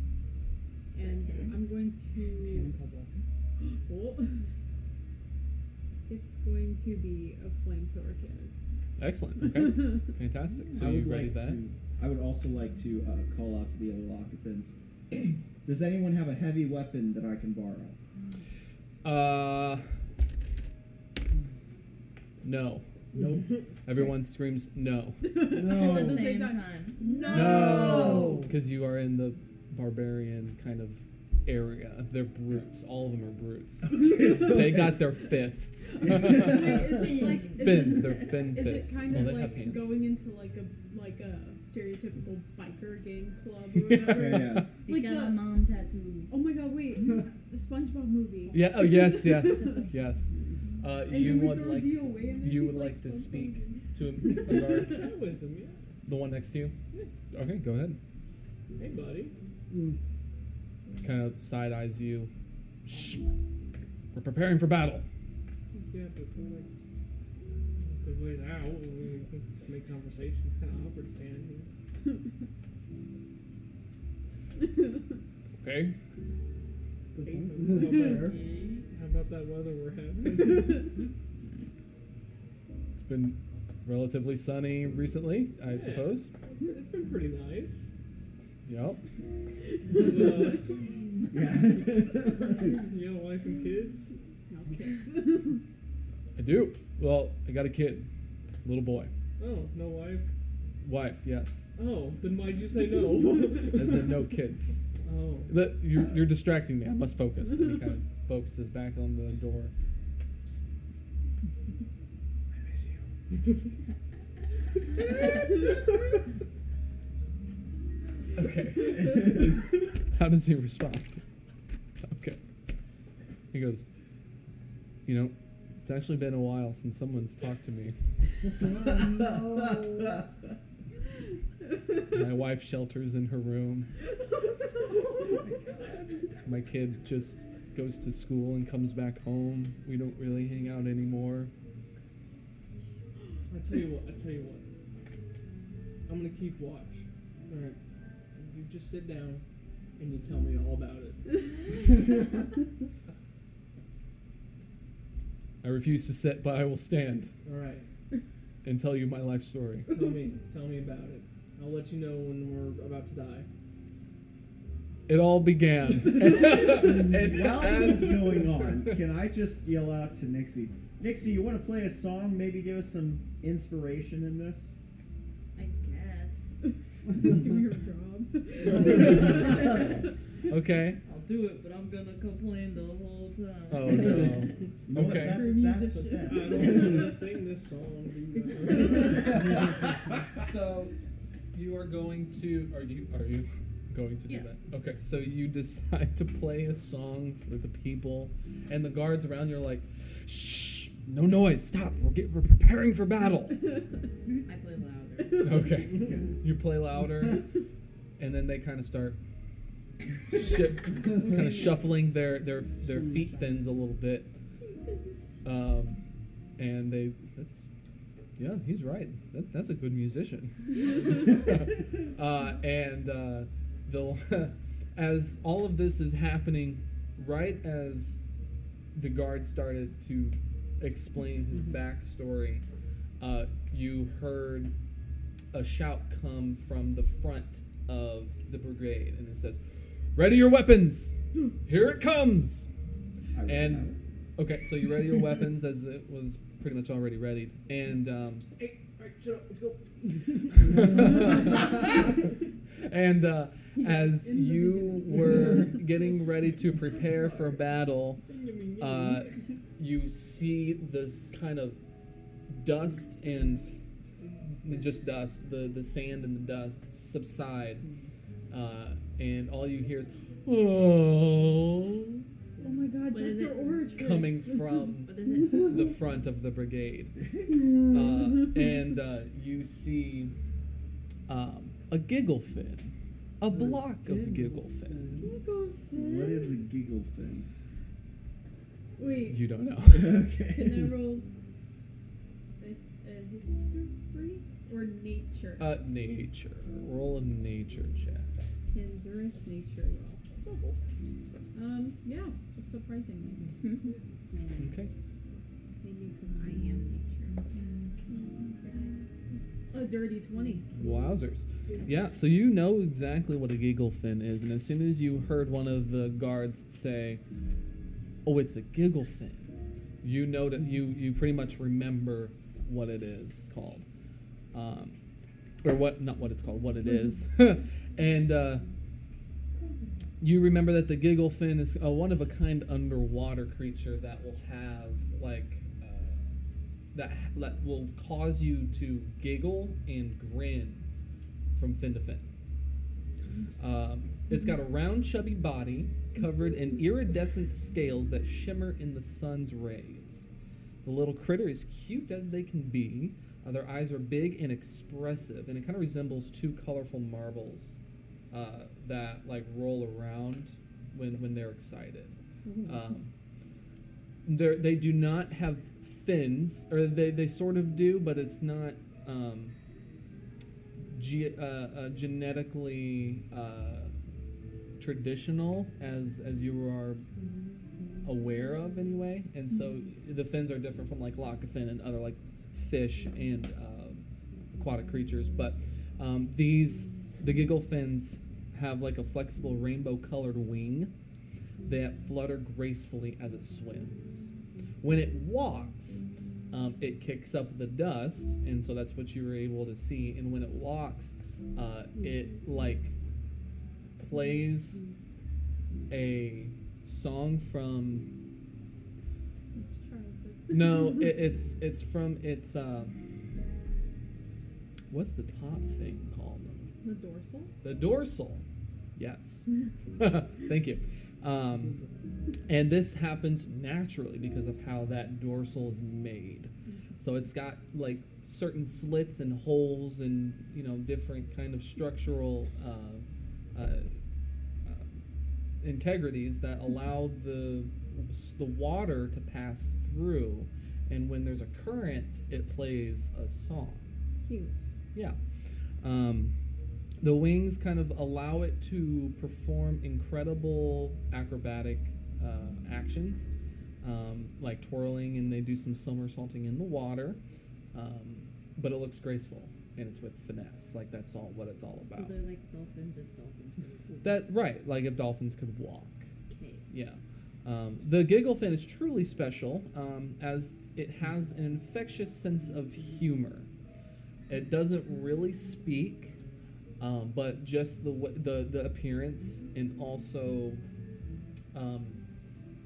F: that
C: and
F: cannon?
C: I'm going to
E: Cannon calls off.
C: well, it's going to be a flamethrower cannon
A: Excellent. Okay. Fantastic. So
B: I
A: you
B: would
A: ready
B: like
A: that?
B: To, I would also like to uh, call out to the other Lockathans. Does anyone have a heavy weapon that I can borrow?
A: Uh, no.
B: Nope.
A: Everyone screams no
E: No.
F: At the
E: At the
F: same
C: same
F: time.
C: No.
E: No.
A: because you are in the barbarian kind of area. They're brutes. All of them are brutes. They got their fists.
C: Is
A: fins.
C: it like is
F: Fins,
C: it-
A: They're fin
C: Is
A: fists.
C: it kind
A: well,
C: of
A: they
C: like
A: have hands.
C: going into like a like a stereotypical biker gang club or whatever?
B: Yeah, yeah.
F: He's
C: Like
F: got a
C: the-
F: mom tattoo.
C: Oh my god, wait, the SpongeBob movie.
A: yeah. Oh yes. Yes. Yes. Uh,
C: And
A: you
C: then we
A: would
C: throw
A: like
C: Dio away and then
A: you
C: he's
A: would like to
C: SpongeBob
A: speak
C: Movie.
A: to a guard,
E: Chat with him, yeah.
A: the one next to you. Okay, go ahead.
E: Hey, buddy.
A: Kind of side eyes you. Shh. We're preparing for battle.
E: Yeah, but we're like a good ways out. We can just make conversation. It's kind of awkward standing here.
A: Okay.
E: Hey, How about that weather we're having?
A: It's been relatively sunny recently, I
E: Yeah.
A: suppose.
E: it's been pretty nice.
A: Yep.
B: yeah.
E: You got a wife and kids?
C: Okay.
A: I do. Well, I got a kid, little boy,
E: Oh, no wife?
A: wife. Yes.
E: Oh, then why'd you say no?
A: As in no kids.
E: Oh.
A: The, you're, you're distracting me. I must focus. And he kind of focuses back on the door. Okay. How does he respond? Okay. He goes, You know, it's actually been a while since someone's talked to me. My wife shelters in her room. My kid just goes to school and comes back home. We don't really hang out anymore.
E: I tell you what, I tell you what. I'm gonna keep watch. Alright. You just sit down and you tell me all about it.
A: I refuse to sit, but I will stand
E: Alright.
A: and tell you my life story.
E: Tell me. Tell me about it. I'll let you know when we're about to die.
A: It all began. And
B: While
A: as-
B: this is going on, can I just yell out to Nixie? Nixie, you want to play a song? Maybe give us some inspiration in this.
F: I guess.
C: Do your job.
A: Okay.
F: I'll do it, but I'm gonna complain the whole time.
A: Oh, no.
B: You know what?
A: Okay.
B: That's, that's the
E: I
B: best.
E: don't wanna sing this song. do you?
A: So you are going to are you are you going to
F: Yeah.
A: do that? Okay, so you decide to play a song for the people and the guards around you are like, Shh, no noise, stop. We're get, we're preparing for battle.
F: I play louder.
A: Okay. You play louder and then they kind of start ship, kind of shuffling their their their feet fins a little bit. Um, and they that's Yeah, he's right. That, that's a good musician. uh, and uh, the as all of this is happening, right as the guard started to explain his
E: Mhm.
A: backstory, uh, you heard a shout come from the front of the brigade, and it says, "Ready your weapons! Here it comes!"
B: I was-
A: And- Okay, so you ready your weapons as it was pretty much already readied, and. Um,
E: Hey, all right, shut up. Let's go.
A: and uh, as you were getting ready to prepare for battle, uh, you see the kind of dust and f- just dust, the, the sand and the dust subside, uh, and all you hear is oh
C: Oh my god,
F: What is
C: Dr.
F: it?
C: Orridge.
A: coming from
F: What is it?
A: the front of the brigade uh,
C: Uh,
A: and uh, you see um, a giggle fin, a block of giggle fins.
B: what is a giggle thing?
C: Wait,
A: You don't know.
C: can I
B: okay.
C: roll a, a history or nature?
A: uh, nature. Roll a nature check.
C: Can Zurich nature roll? Um, yeah, it's surprising.
A: Okay.
F: Maybe because I am nature.
C: A Oh, dirty 20.
A: Wowzers. Yeah, so you know exactly what a giggle fin is, and as soon as you heard one of the guards say, "Oh, it's a giggle fin," you know that you you pretty much remember what it is called, um, or what not what it's called, what it is, and uh, you remember that the giggle fin is a one of a kind underwater creature that will have like. Uh, that that will cause you to giggle and grin from fin to fin. Um, it's got a round, chubby body covered in iridescent scales that shimmer in the sun's rays. The little critter is cute as they can be. Uh, their eyes are big and expressive, and it kind of resembles two colorful marbles uh, that like roll around when when they're excited. Um, they're- they do not have fins, or they, they sort of do, but it's not um, ge- uh, uh, genetically uh, traditional as as you are aware of anyway. And so the fins are different from like lockfin and other like fish and um aquatic creatures. But um, these the giggle fins have like a flexible rainbow colored wing that flutter gracefully as it swims. When it walks, um, it kicks up the dust, and so that's what you were able to see. And when it walks, uh, it like plays a song from
C: It's childhood.
A: no, it, it's it's from it's uh, what's the top thing called?
C: The dorsal?
A: The dorsal. Yes. Thank you. Um, and this happens naturally because of how that dorsal is made. So it's got like certain slits and holes and you know different kind of structural uh, uh, uh, integrities that allow the the water to pass through. And when there's a current, it plays a song.
C: Cute.
A: Yeah. Um, the wings kind of allow it to perform incredible acrobatic uh, actions, um, like twirling, and they do some somersaulting in the water. Um, but it looks graceful, and it's with finesse. Like that's all what it's all
F: So
A: about.
F: they're like dolphins if dolphins were
A: That right? Like if dolphins could walk.
F: okay.
A: Yeah. Um, the giggle fin is truly special um, as it has an infectious sense of humor. It doesn't really speak, um, but just the wa- the the appearance and also um,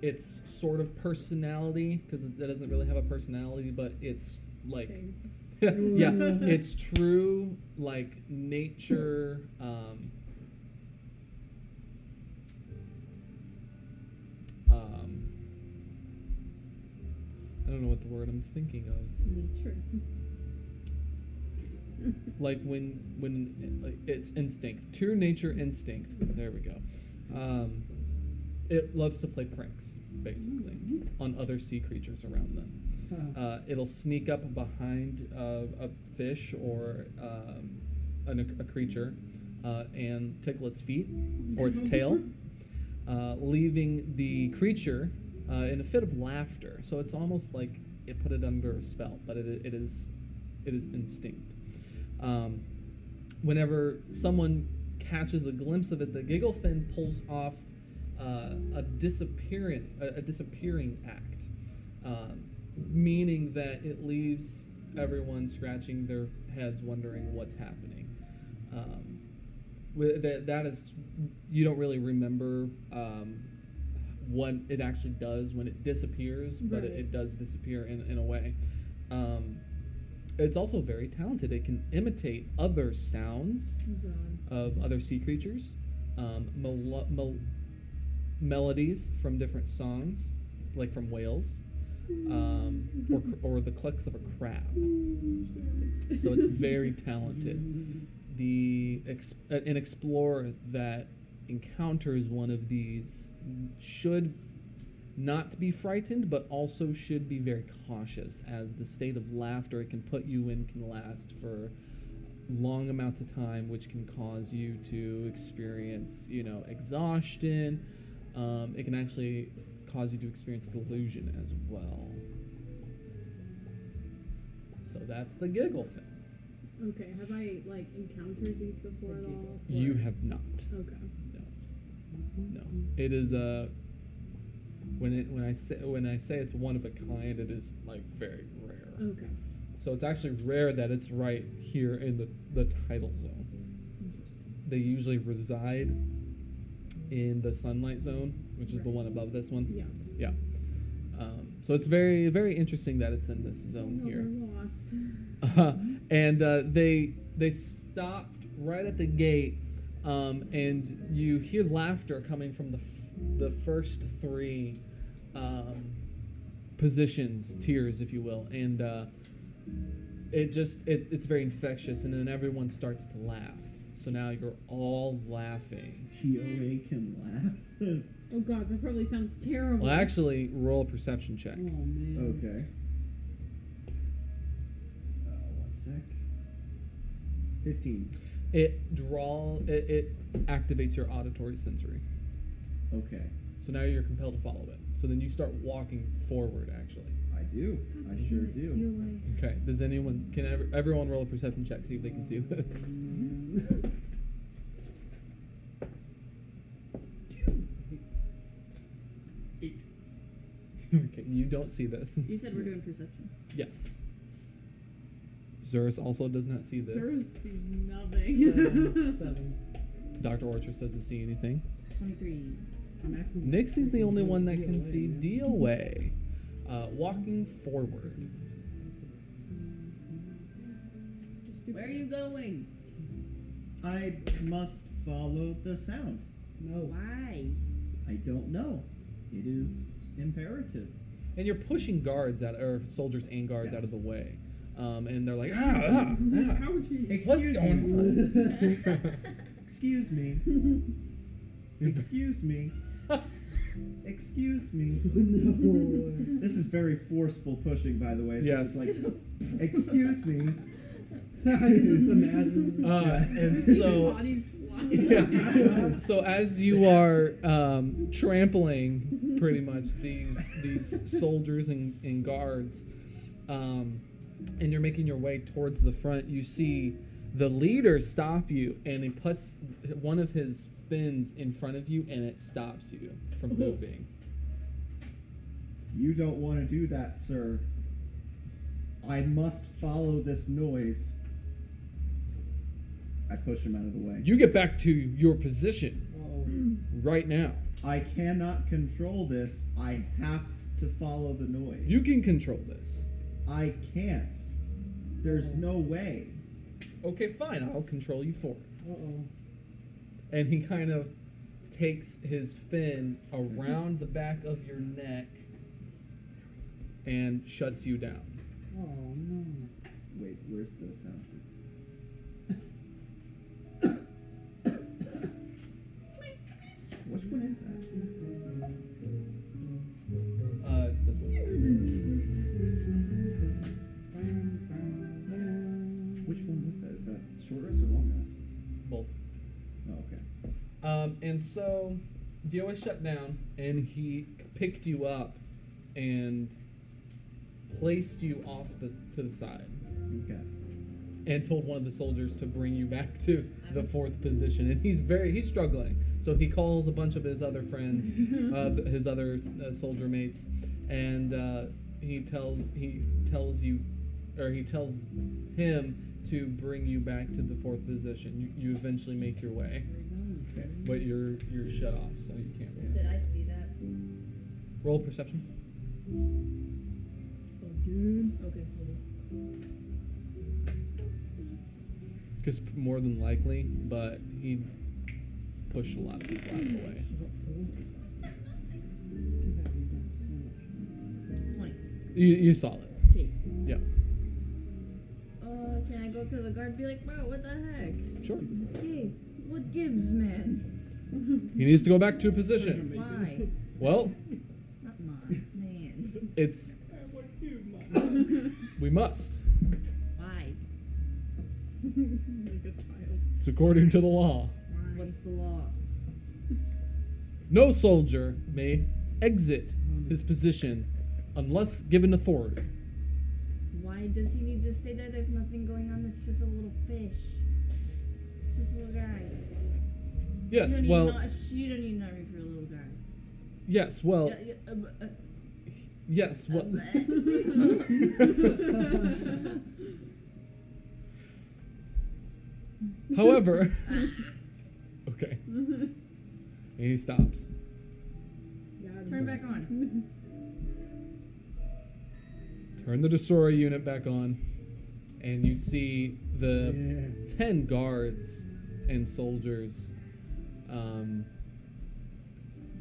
A: its sort of personality because it doesn't really have a personality, but it's like
C: Shame.
A: yeah, it's true like nature. Um, um, I don't know what the word I'm thinking of.
C: Nature.
A: Like when when like it's instinct, true nature instinct. There we go. Um, it loves to play pranks, basically, on other sea creatures around them. Uh, it'll sneak up behind uh, a fish or um, an, a creature uh, and tickle its feet or its tail, uh, leaving the creature uh, in a fit of laughter. So it's almost like it put it under a spell, but it, it is it is instinct. Um, whenever someone catches a glimpse of it, the giggle fin pulls off uh, a disappearing a, a disappearing act, um, meaning that it leaves everyone scratching their heads, wondering what's happening. Um, wi- that that is, you don't really remember um, what it actually does when it disappears, but it,
C: Right.
A: it does disappear in, in a way. Um, it's also very talented. It can imitate other sounds
C: God.
A: of other sea creatures, um, melo- mel- melodies from different songs, like from whales, um, or, cr- or the clucks of a crab. So it's very talented. The ex- uh, an explorer that encounters one of these should not be frightened, but also should be very cautious, as the state of laughter it can put you in can last for long amounts of time, which can cause you to experience, you know, exhaustion. Um, it can actually cause you to experience delusion as well. So that's the giggle thing.
C: Okay, have I like encountered these before at all?
A: You have not.
C: Okay.
A: No. No. It is a. When it when I say when I say it's one of a kind, it is like very rare.
C: Okay.
A: So it's actually rare that it's right here in the, the tidal zone. They usually reside in the sunlight zone, which is the
C: Right.
A: one above this one.
C: Yeah.
A: Yeah. Um, so it's very, very interesting that it's in this zone
C: No,
A: here.
C: They're lost.
A: and uh, they they stopped right at the gate, um, and you hear laughter coming from the f- the first three um, positions, tiers, if you will, and uh, it just it, it's very infectious, and then everyone starts to laugh. So now you're all laughing.
B: TOA can laugh.
C: Oh God, that probably sounds terrible.
A: Well, actually, roll a perception check.
E: Oh
C: Mm.
E: man.
B: okay. Uh, one sec. Fifteen.
A: It draw it, it activates your auditory sensory.
B: Okay.
A: So now you're compelled to follow it. So then you start walking forward. Actually.
B: I do. I sure do.
A: Okay. Does anyone can ever, everyone roll a perception check see if they can see this?
E: Eight.
A: okay. You don't see this.
F: You said we're doing perception.
A: Yes. Zerus also does not see this.
C: Zero sees
E: Seven.
C: nothing.
E: seven.
A: Dr. Orchis doesn't see anything.
F: Twenty-three.
E: I'm actually.
A: Nixie's the only one that can
E: DOA,
A: see
E: man.
A: DOA. Uh, walking forward.
F: Where are you going?
B: I must follow the sound.
E: No.
F: Why?
B: I don't know. It is imperative.
A: And you're pushing guards out, or soldiers and guards
B: Yeah.
A: out of the way. Um, and they're like, ah, ah, ah."
C: How would you?
A: What's
B: Excuse
A: going
B: me. Excuse me. Excuse me. Excuse me.
E: no.
B: This is very forceful pushing, by the way. So
A: Yes.
B: It's like, excuse me.
E: I can just imagine.
A: Uh, and so.
C: Bodies flying.
A: Yeah. so as you are um, trampling pretty much these these soldiers and, and guards um, and you're making your way towards the front you see the leader stop you and he puts one of his fins in front of you and it stops you from moving
B: You don't want to do that, sir. I must follow this noise. I push him out of the way.
A: you get back to your position
E: Oh.
A: right now
B: I cannot control this. I have to follow the noise.
A: you can control this
B: I can't. There's no way.
A: okay fine i'll control you for it
E: Uh oh.
A: and he kind of takes his fin around the back of your neck and shuts you down.
E: Oh no.
B: Wait, where's the sound? Which one is that?
A: Uh,
B: Oh,
A: Um, And so DOA shut down, and he picked you up and placed you off the to the side,
B: Okay.
A: and told one of the soldiers to bring you back to the
F: I'm-
A: fourth position. And he's very he's struggling, so he calls a bunch of his other friends, uh, th- his other uh, soldier mates, and uh, he tells he tells you, or he tells him to bring you back to the fourth position. You, you eventually make your way,
B: Okay.
A: but you're you're shut off, so you can't roll.
F: Did I see that?
A: Roll perception.
F: Okay, hold on.
A: Because more than likely, but he pushed a lot of people out of the way.
F: Twenty.
A: You, you saw it.
F: Okay.
A: Yeah.
F: Uh, can I go to the guard and be like, bro, what the heck?
A: Sure.
F: Hey, what gives, man?
A: He needs to go back to a position.
F: Why?
A: Well,
F: Not mine, man.
A: it's we must.
F: Why?
C: like a child.
A: It's according to the law.
F: What's the law?
A: No soldier may exit his position unless given authority.
F: Why does he need to stay there? There's nothing going on. That's just a little fish. It's just a little guy.
A: Yes.
F: You don't need
A: Well.
F: an ar- you don't need an army for a little guy.
A: Yes. Well.
F: Yeah, yeah, um, uh,
A: Yes. Well.
F: um,
A: However.
F: Ah.
A: Okay. And he stops.
F: Turn back on.
A: Turn the destroyer unit back on, and you see the
B: Yeah.
A: 10 guards and soldiers um,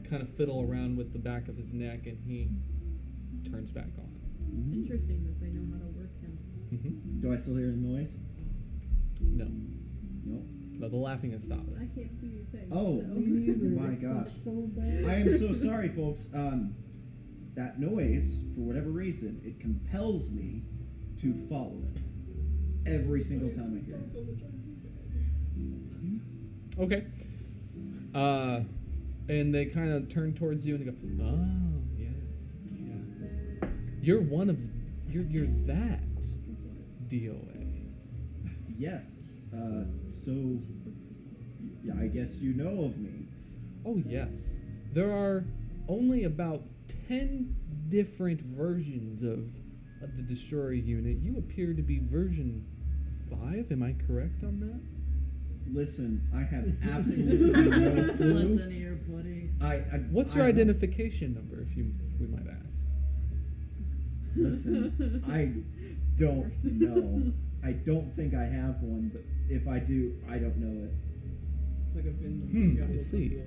A: kind of fiddle around with the back of his neck and he turns back on.
C: Interesting that they know how to work him.
A: Mhm.
B: Do I still hear the noise?
A: No,
B: Nope.
A: no, the laughing has stopped.
C: I can't see you saying
B: Oh,
C: so.
B: me neither. My That sucks gosh. I am so sorry, folks. Um, that noise, for whatever reason, it compels me to follow it every single time I hear it.
A: Okay. Uh, and they kind of turn towards you and they go, "Oh, yes, yes. You're one of, you're you're that DOA."
B: Yes. Uh, so, yeah, I guess you know of me.
A: Oh, yes. There are only about 10 different versions of, of the destroyer unit. You appear to be version 5. Am I correct on that?
B: Listen, I have absolutely no clue.
F: Listen here, buddy.
B: I, I,
A: What's
B: I
A: your
B: don't-
A: identification number, if, you, if we might ask?
B: Listen, I don't know. I don't think I have one, but if I do, I don't know it.
E: It's like a Venn
A: Hmm,
E: diagram.
A: I see.
E: Under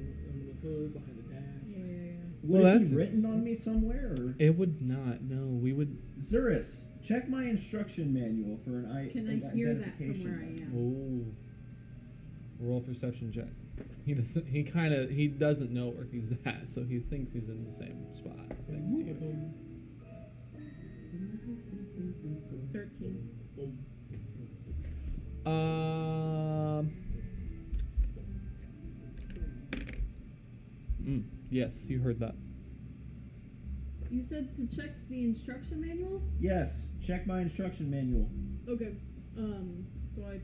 E: the hood, behind the dash.
C: Yeah, yeah,
B: Would
A: Well,
B: it
A: that's
B: be written
A: interesting.
B: on me somewhere? Or?
A: It would not. No, we would.
B: Zurus, check my instruction manual for an I.
C: yeah. Can I
B: an
C: hear that from
B: identification.
C: where I am?
A: Oh. Roll perception check. He doesn't. He kind of. He doesn't know where he's at, so he thinks he's in the same spot next to you.
C: Thirteen.
A: Um. Mm, yes, you heard that.
C: You said to check the instruction manual.
B: Yes, check my instruction manual.
C: Okay. Um. So I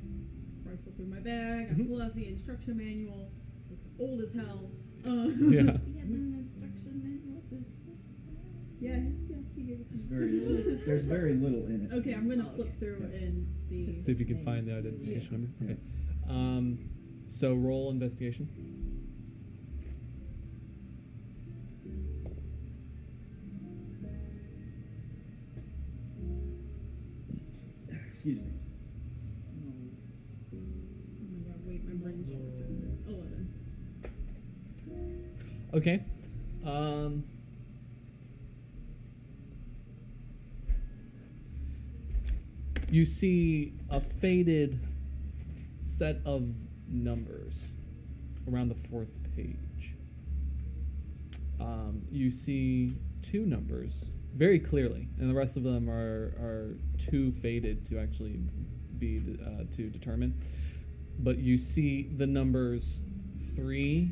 C: rifle through my bag. I
A: Mhm.
C: pull out the instruction manual. It's old as hell. Um,
A: Yeah.
D: We had an instruction manual at this point.
C: yeah. Yeah. He gave it to
B: There's very
C: me.
B: little. There's very little in it.
C: Okay, I'm gonna
F: Oh,
C: flip
F: okay.
C: through
B: Yeah.
C: and see.
A: See if you can find the identification
B: Yeah.
A: number. Okay. Um, so roll investigation.
B: Excuse me.
C: Oh my god, wait, my brain's short. Eleven.
A: Okay. Um. You see a faded set of numbers around the fourth page. Um, you see two numbers very clearly, and the rest of them are, are too faded to actually be uh, to determine. But you see the numbers three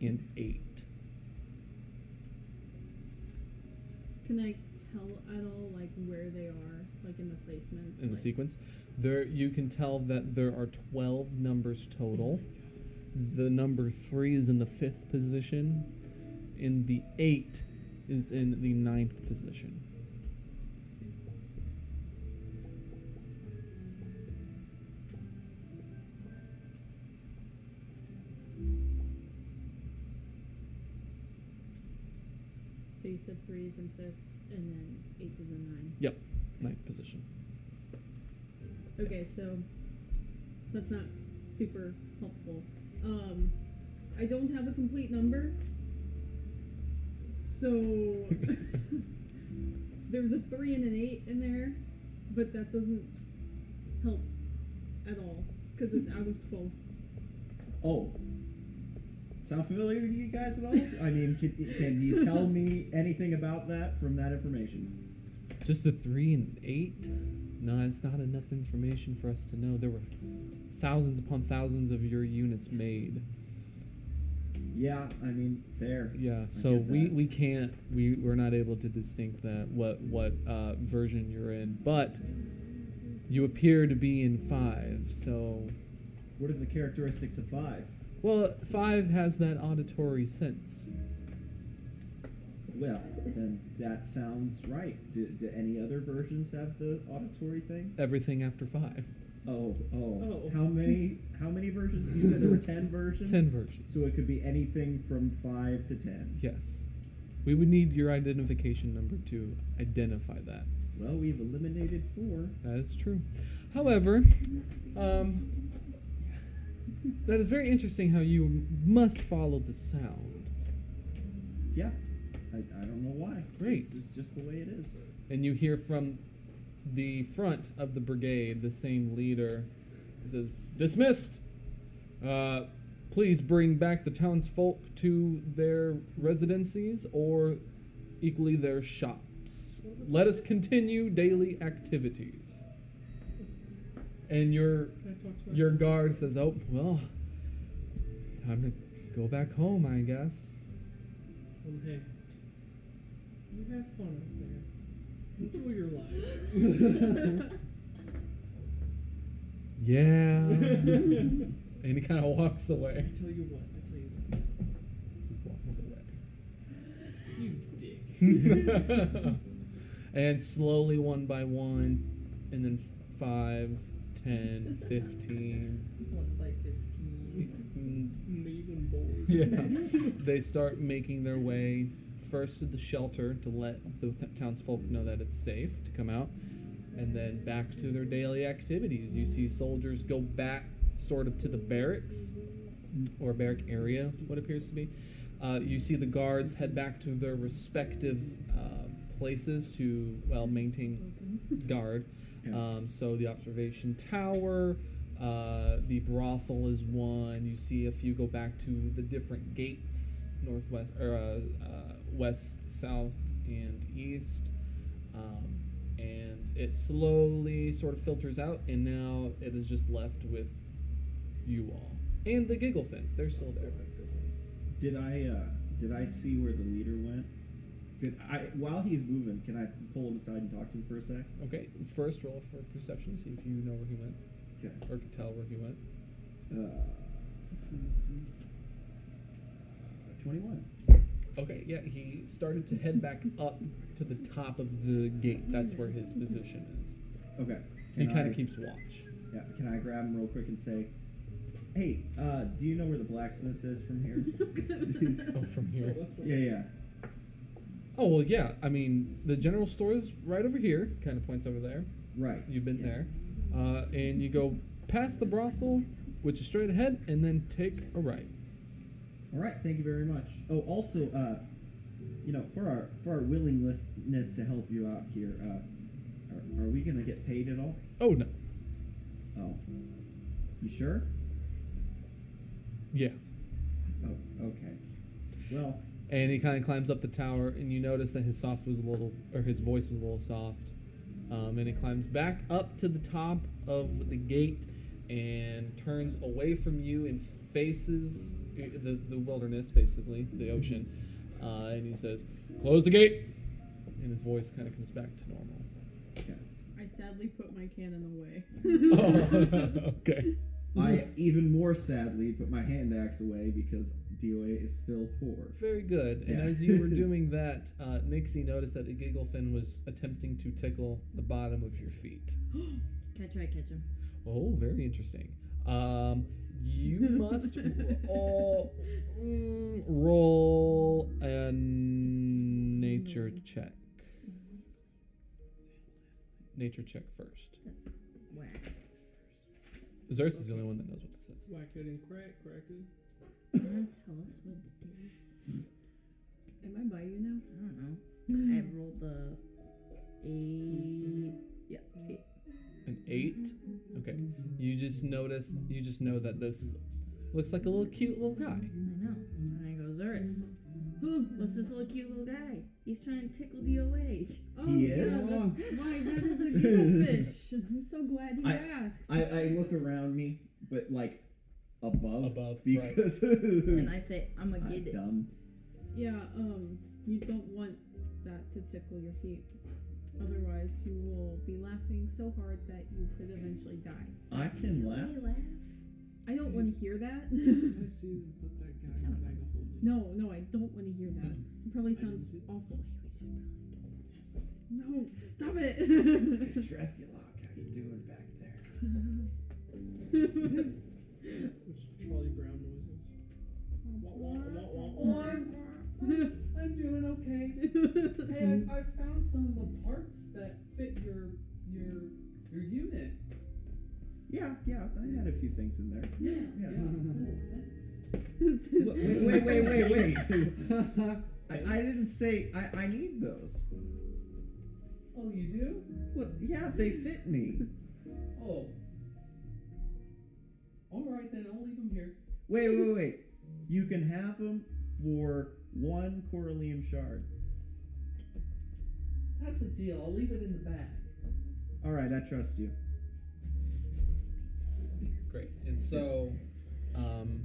A: and eight.
C: Can I tell at all like where they are, like in the placements?
A: in the
C: like,
A: sequence. There, you can tell that there are 12 numbers total. The number 3 is in the 5th position, and the 8 is in the ninth position.
C: So you said three is in fifth, and then eight is in nine.
A: Yep, ninth position.
C: Okay, so that's not super helpful. Um, I don't have a complete number, so there's a three and an eight in there, but that doesn't help at all because it's out of twelve.
B: Oh. Sound familiar to you guys at all? I mean, can, can you tell me anything about that from that information?
A: Just a 3 and 8? No, that's not enough information for us to know. There were thousands upon thousands of your units made.
B: Yeah, I mean, fair.
A: Yeah,
B: I
A: so
B: get
A: we,
B: that.
A: we can't we we're not able to distinct that what what uh, version you're in, but you appear to be in five. So
B: What are the characteristics of five?
A: well, five has that auditory sense.
B: Well, then that sounds right. Do, do any other versions have the auditory thing?
A: Everything after five,
B: Oh, oh.
E: Oh.
B: How many? How many versions? You said there were ten versions.
A: ten versions.
B: So it could be anything from five to ten.
A: yes, we would need your identification number to identify that.
B: Well, we've eliminated four.
A: That is true. However, um, that is very interesting how you must follow the sound.
B: Yeah. I, I don't know why.
A: Great.
B: This is just the way it is.
A: and you hear from the front of the brigade the same leader he says dismissed uh, please bring back the townsfolk to their residencies or equally their shops let us continue daily activities and your
E: Can I talk to my
A: your
E: son?
A: guard says oh well time to go back home i guess
E: Um, hey, you have fun out there. Enjoy your life.
A: yeah and
E: I
A: he kind of walks away
E: tell you what. I tell you what.
A: walks away
E: You dick.
A: and slowly, one by one, and then 5, 10, 15.
F: One by fifteen.
A: mm,
E: Maiden board.
A: Yeah. They start making their way first to the shelter to let the th- townsfolk know that it's safe to come out, and then back to their daily activities. You see soldiers go back sort of to the barracks or barrack area, what appears to be. Uh, you see the guards head back to their respective um places to, well, maintain guard.
B: Yeah.
A: Um, so the observation tower, uh, the brothel is one. You see a few go back to the different gates, northwest or uh, uh, west, south, and east. Um, and it slowly sort of filters out, and now it is just left with you all and the giggle fence. They're still there.
B: Did I uh, did I see where the leader went? Could I while he's moving, can I pull him aside and talk to him for a sec?
A: Okay, first roll for perception. See if you know where he went
B: Okay.
A: or could tell where he went.
B: Uh, Twenty-one.
A: Okay, yeah, he started to head back up to the top of the gate. That's where his position is.
B: Okay.
A: He
B: Can
A: kind
B: I-
A: of keeps watch.
B: Yeah, can I grab him real quick and say, "Hey, uh, do you know where the blacksmith is from here?"
A: Oh, from
E: Oh,
A: here.
E: that's what
B: yeah, yeah.
A: Oh well, yeah. I mean, the general store is right over here. Kind of points over there.
B: Right.
A: You've been there, uh, and you go past the brothel, which is straight ahead, and then take a right.
B: All right. Thank you very much. Oh, also, uh, you know, for our for our willingness to help you out here, uh, are, are we gonna get paid at all?
A: Oh no.
B: Oh, you sure?
A: Yeah.
B: Oh, okay. Well,
A: And he kind of climbs up the tower, and you notice that his soft was a little, or his voice was a little soft. Um, and he climbs back up to the top of the gate and turns away from you and faces eh, the, the wilderness, basically, the ocean. Uh, and he says, Close the gate! And his voice kind of comes back to normal.
C: I sadly put my cannon away.
A: Oh, okay.
B: I even more sadly put my hand axe away because DOA is still poor.
A: Very good. And
B: Yeah.
A: as you were doing that, uh, Nixie noticed that a gigglefin was attempting to tickle the bottom of your feet.
F: Catch her, I catch him.
A: Oh, very interesting. Um, you must all mm, roll a nature check. Nature check first.
F: That's whack.
A: Xerxes is the only one that knows what this is.
E: Whack it and crack, crack it.
F: You wanna tell us what it is?
C: Am I by you now?
F: I don't know. I rolled the eight. Yeah, eight.
A: An eight. Okay. You just notice. You just know that this looks like a little cute little guy.
F: I know. And I go, Zurus. Who? What's this little cute little guy? He's trying to tickle the OA.
C: Oh,
B: Yes.
C: yeah, that- why, that is a gigglefish. I'm so glad you
B: I-
C: asked.
B: I, I look around me, but like above,
A: Above, right.
B: because
F: And I say, I'm gonna
B: I'm
F: get it.
B: dumb.
C: Yeah, um, you don't want that to tickle your feet. Otherwise, you will be laughing so hard that you could eventually die.
B: I can laugh.
C: I don't want to hear that.
E: I see them put that guy in a bag of holding.
C: no, no, I don't want to hear that.
A: Hmm.
C: It probably sounds awful. No, stop it.
B: Draculoc, how you doing back there?
E: Which Charlie Brown noises. Wah, wah, wah, wah, wah.
H: I'm doing okay. Hey, I, I found some of the parts that fit your your your unit.
B: Yeah, yeah, I had a few things in there.
H: Yeah.
B: Yeah.
H: yeah.
B: Wha- wait, wait, wait, wait, wait. I, I didn't say I, I need those.
H: oh, you do?
B: Well, yeah, they fit me.
H: Oh. All right then, I'll leave them here.
B: Wait, wait, wait. You can have them for one Corallium shard.
H: That's a deal. I'll leave it in the bag.
B: All right, I trust you.
A: Great. And so, um,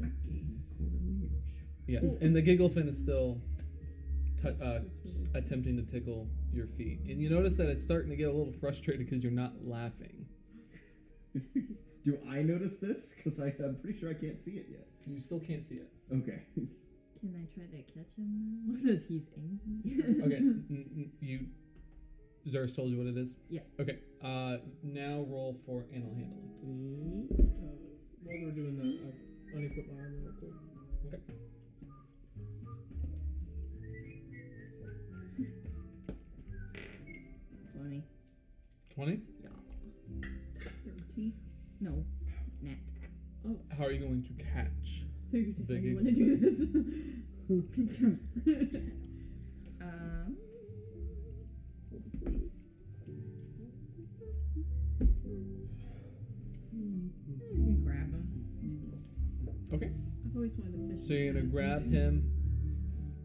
B: I gained a Corallium shard.
A: yes. And the gigglefin is still t- uh, attempting to tickle your feet, and you notice that it's starting to get a little frustrated because you're not laughing.
B: Do I notice this? Because I'm pretty sure I can't see it yet.
A: You still can't see it.
B: Okay.
F: Can I try to catch him now? That he's angry.
A: Okay. n- n- you, Zerus told you what it is.
F: Yeah.
A: Okay. Uh, now roll for animal handling.
F: Eight.
E: Uh, while we're doing that, I unequip my armor real quick.
F: Twenty.
A: Twenty.
F: Yeah.
C: Thirty.
F: No. Nat.
C: Oh,
A: How are you going to catch?
C: you
A: The
C: said you want to do this.
F: Um.
A: Hmm.
F: I'm just gonna grab him.
C: I've always wanted to fish.
A: So you're gonna grab him.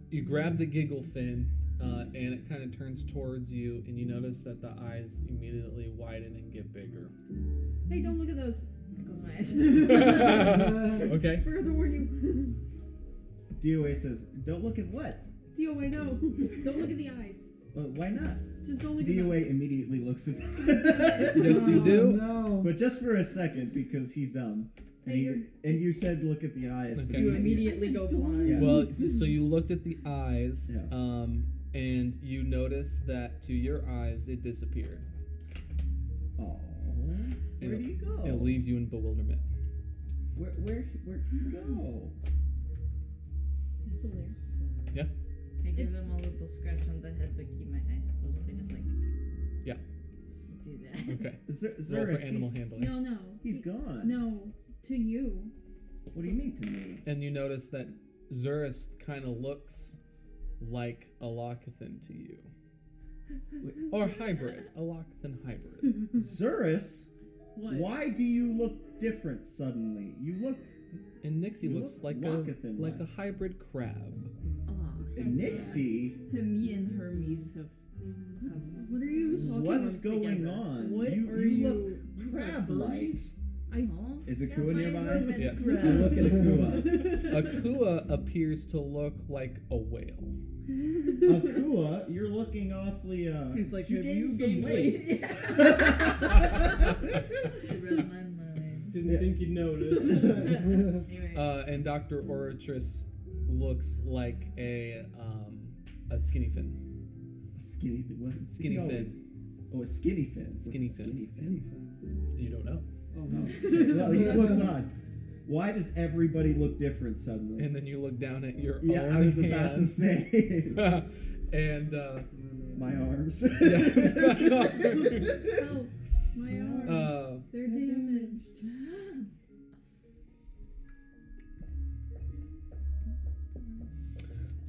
A: You grab the giggle fin, uh, and it kind of turns towards you, and you notice that the eyes immediately widen and get bigger.
C: Hey, don't look at those.
F: There goes my eyes.
A: okay.
C: Forgot to warn you.
B: DOA says, don't look at what?
C: DOA, no. Don't look at the eyes.
B: But why not?
C: Just don't look at the
B: DOA immediately looks at
A: Yes,
F: Oh,
A: you do.
E: No.
B: But just for a second, because he's dumb. And,
C: Hey,
B: he,
C: you're-
B: and you said look at the eyes. but
A: Okay.
B: he-
F: You immediately go blind.
B: Yeah.
A: Well, so you looked at the eyes,
B: Yeah.
A: um, and you notice that to your eyes it disappeared.
B: Aw, where do you go?
A: It leaves you in bewilderment.
B: Where, where, where do you go?
C: He's still there.
F: I give him a little scratch on the head, but keep my eyes closed. I just like.
A: Yeah.
F: Do that.
A: Okay.
B: Zer-
A: Roll for
B: Zerus,
A: animal
B: he's,
A: handling.
C: No, no.
B: he's gone.
C: No, to you.
B: What do you mean to me?
A: And you notice that Zerus kind of looks like a Lokathan to you. Or hybrid. A Lokathan hybrid.
B: Mm-hmm. Zerus,
C: What?
B: why do you look different suddenly? You look.
A: And Nixie
B: You
A: looks
B: look
A: like
B: Lokathan-like.
A: a like a hybrid crab.
F: Aw.
B: Nixie,
F: Me and Hermes have. have
C: What are you talking
B: what's
C: about?
B: going
F: together.
B: on?
C: What
B: you
C: are
B: you
C: you-
B: look crab like.
C: I
F: Huh?
B: Is
F: Yeah,
B: Akua
F: mine
B: nearby?
F: would've
A: Yes.
F: been
A: I
B: look at
A: Akua appears to look like a whale.
B: Akua, you're looking awfully. Uh,
E: He's like,
B: you
E: "Have
B: gained
E: you
B: some
E: gained
B: weight.
F: Read my mind.
E: Didn't
B: Yeah.
E: think you'd notice.
F: Anyway.
A: Uh, and Dr. Oratrice looks like a um, a skinny fin.
B: Skinny, what?
A: Skinny
B: He always-
A: fin.
B: Oh, a skinny fin. What's a
A: Skinny fin.
B: Skinny fin.
A: You don't know.
E: oh
B: Oh,
E: no.
B: okay. well, he looks odd. Why does everybody look different suddenly?
A: And then you look down at your
B: yeah,
A: own
B: I was about to
A: hands.
B: say
A: and uh,
B: my arms.
A: Yeah.
C: Oh, my arms.
A: uh,
C: They're damaged.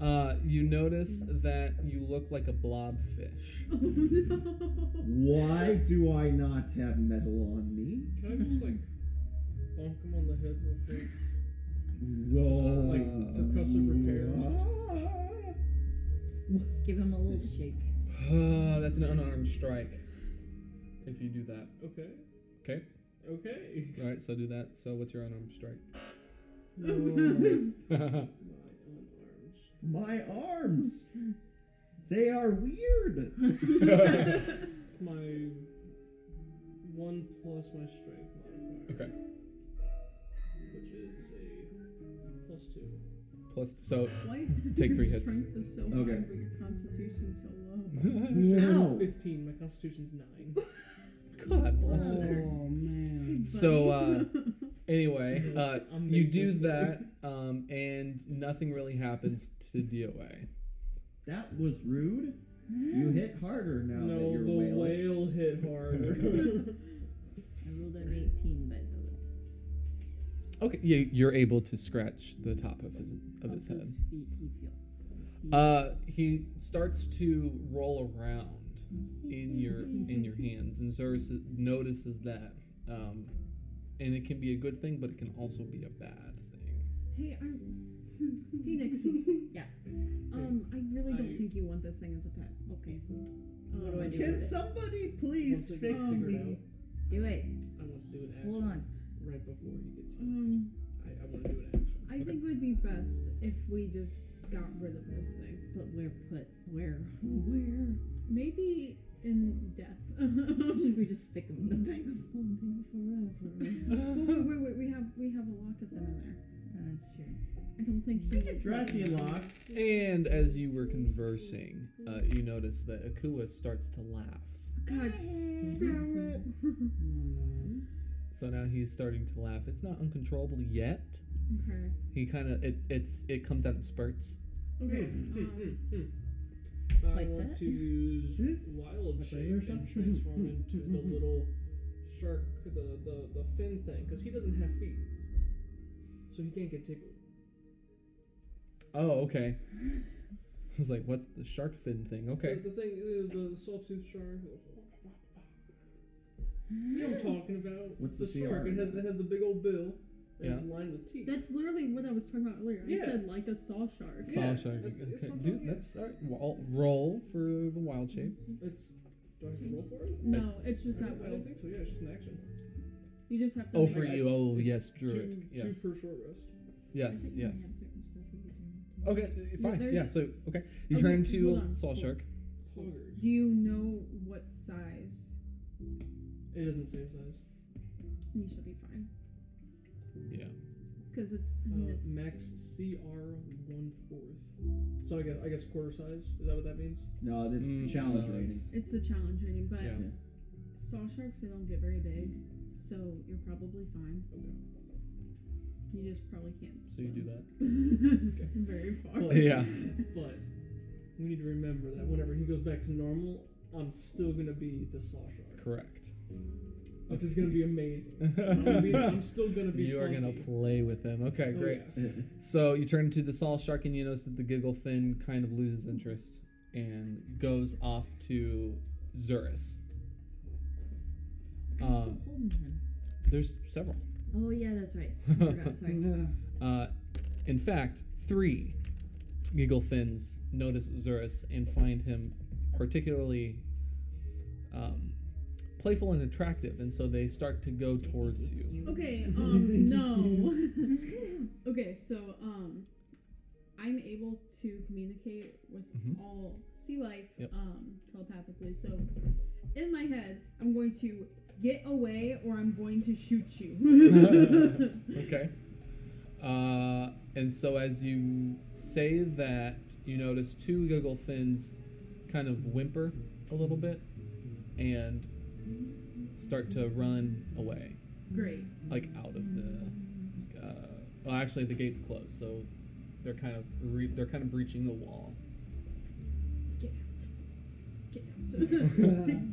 A: uh, you notice that you look like a blobfish.
C: Oh no.
B: Why do I not have metal on me?
E: Can I just like bonk him on the head real quick?
B: Whoa.
E: like percussive
B: repair.
F: Give him a little shake.
A: Ah, that's an unarmed strike. If you do that,
E: Okay.
A: Okay.
E: Okay.
A: all right. So do that. So what's your unarmed strike?
B: My arms. They are weird.
E: my one plus my strength modifier.
A: Okay.
E: Which is a plus two.
A: Plus, so
C: Why?
A: Take
C: your
A: three hits.
C: Strength is so
B: Okay.
C: high, but your constitution's so low.
B: Ow.
E: Fifteen. My constitution's nine.
A: God bless
F: Oh,
A: it.
F: man.
A: So uh,
C: Funny.
A: anyway, uh,
E: I'm
A: you
E: big
A: do
E: just-
A: that, um, and nothing really happens to DOA.
B: That was rude.
C: Hmm?
B: You hit harder now
E: No,
B: that you're
E: the
B: whalish.
E: whale hit harder.
F: I rolled an 18, by the way.
A: Okay, yeah, you're able to scratch the top of his of his
F: How does
A: head.
F: Feet, he feel? Does he-
A: Uh, he starts to roll around in your in your hands, and Zerus notices that, um, and it can be a good thing, but it can also be a bad thing.
C: hey, I. Phoenix.
F: Yeah.
C: Um, I really don't
E: I-
C: think you want this thing as a pet.
F: okay.
C: Um,
F: What do I do?
B: Can somebody please
E: Once I
B: fix
E: figure it
B: me?
E: out,
F: Do it.
E: I want to do an action
F: Hold on.
E: right before he gets fixed.
C: Um,
E: I, I want to do an action.
C: I think it would be best if we just got rid of this thing.
F: But where put? Where? Where?
C: Maybe in death.
F: Should we just stick him in the bag of holding forever?
C: wait, wait, wait, wait, we have we have a locket then in there.
F: That's true.
C: I don't think he.
B: Drathilock.
A: And as you were conversing, uh, you notice that Akua starts to laugh.
C: God damn it.
B: Hmm.
A: So now he's starting to laugh. It's not uncontrollable yet.
C: okay.
A: He kind of it it's it comes out in spurts.
C: Okay.
E: Hmm,
C: Um,
E: hmm, hmm. I
F: Like
E: want
F: that?
E: to use wild
B: Like
E: shape
B: laser
E: and
B: something?
E: transform into the little shark, the, the, the fin thing, because he doesn't have feet. So he can't get tickled.
A: Oh, okay. I was like, what's the shark fin thing? Okay.
E: The, the thing, the, the sawtooth shark. You know what I'm talking about.
B: What's
E: the,
B: the CR?
E: shark. It has, it has the big old bill. And
A: Yeah.
E: It's lined with teeth.
C: that's literally what I was talking about earlier. I
E: Yeah.
C: said like a saw shark.
A: Saw
E: Yeah,
A: shark.
E: that's- that's
A: Okay.
E: what I'm
A: Dude,
E: talking about.
A: that's all right. Well, roll for the wild shape.
E: It's. Do I have to roll for it?
C: No, it's just
E: I
C: that
E: don't, I don't
C: will.
E: think so. Yeah, it's just an action.
C: You just have to.
A: Oh,
C: make
A: for
C: it.
A: you. Oh,
E: It's
A: yes,
E: Two,
A: druid. Yes,
E: two per short rest.
A: yes, yes.
F: yes.
A: Okay, fine.
C: there's-
A: Yeah. So, okay, you
C: Oh,
A: turn
C: wait, hold
A: into
C: on,
A: saw
C: hold on.
A: shark.
E: Hoggers.
C: Do you know what size?
E: It doesn't say size.
C: You should be fine.
A: Yeah.
C: Because it's. I mean,
E: Uh,
C: it's
E: max CR one fourth. So I guess I guess quarter size. Is that what that means?
B: No, that's
A: Mm,
B: challenge
A: no,
B: rating.
A: it's-
C: It's the challenge rating, but
A: Yeah.
C: saw sharks they don't get very big, so you're probably fine.
E: Okay.
C: You just probably can't.
A: So you do that.
C: swim very far.
E: Well,
A: Yeah.
E: But we need to remember that whenever he goes back to normal, I'm still gonna be the saw shark,
A: Correct.
E: which is gonna be amazing. I'm, gonna be, I'm still gonna be.
A: You are gonna
E: funky.
A: play with them. Okay,
E: Oh,
A: great.
E: yeah.
A: So you turn into the saw shark, and you notice that the giggle fin kind of loses interest and goes off to Zurus.
F: I'm still
A: Um,
F: holding him.
A: There's several.
F: Oh yeah, that's right. I forgot, Sorry.
A: Uh, in fact, three giggle fins notice Zurus and find him particularly um, playful and attractive, and so they start to go towards you.
C: Okay, um, no. okay, so, um, I'm able to communicate with
A: Mhm.
C: all sea life,
A: Yep.
C: um, telepathically. So, in my head, I'm going to get away or I'm going to shoot you.
A: Okay. Uh, and so as you say that, you notice two giggle fins kind of whimper a little bit and start to run away,
C: Great.
A: like out of the. Uh, well, actually, the gate's closed, so they're kind of re- they're kind of breaching the wall.
C: Get out. Get out. get away.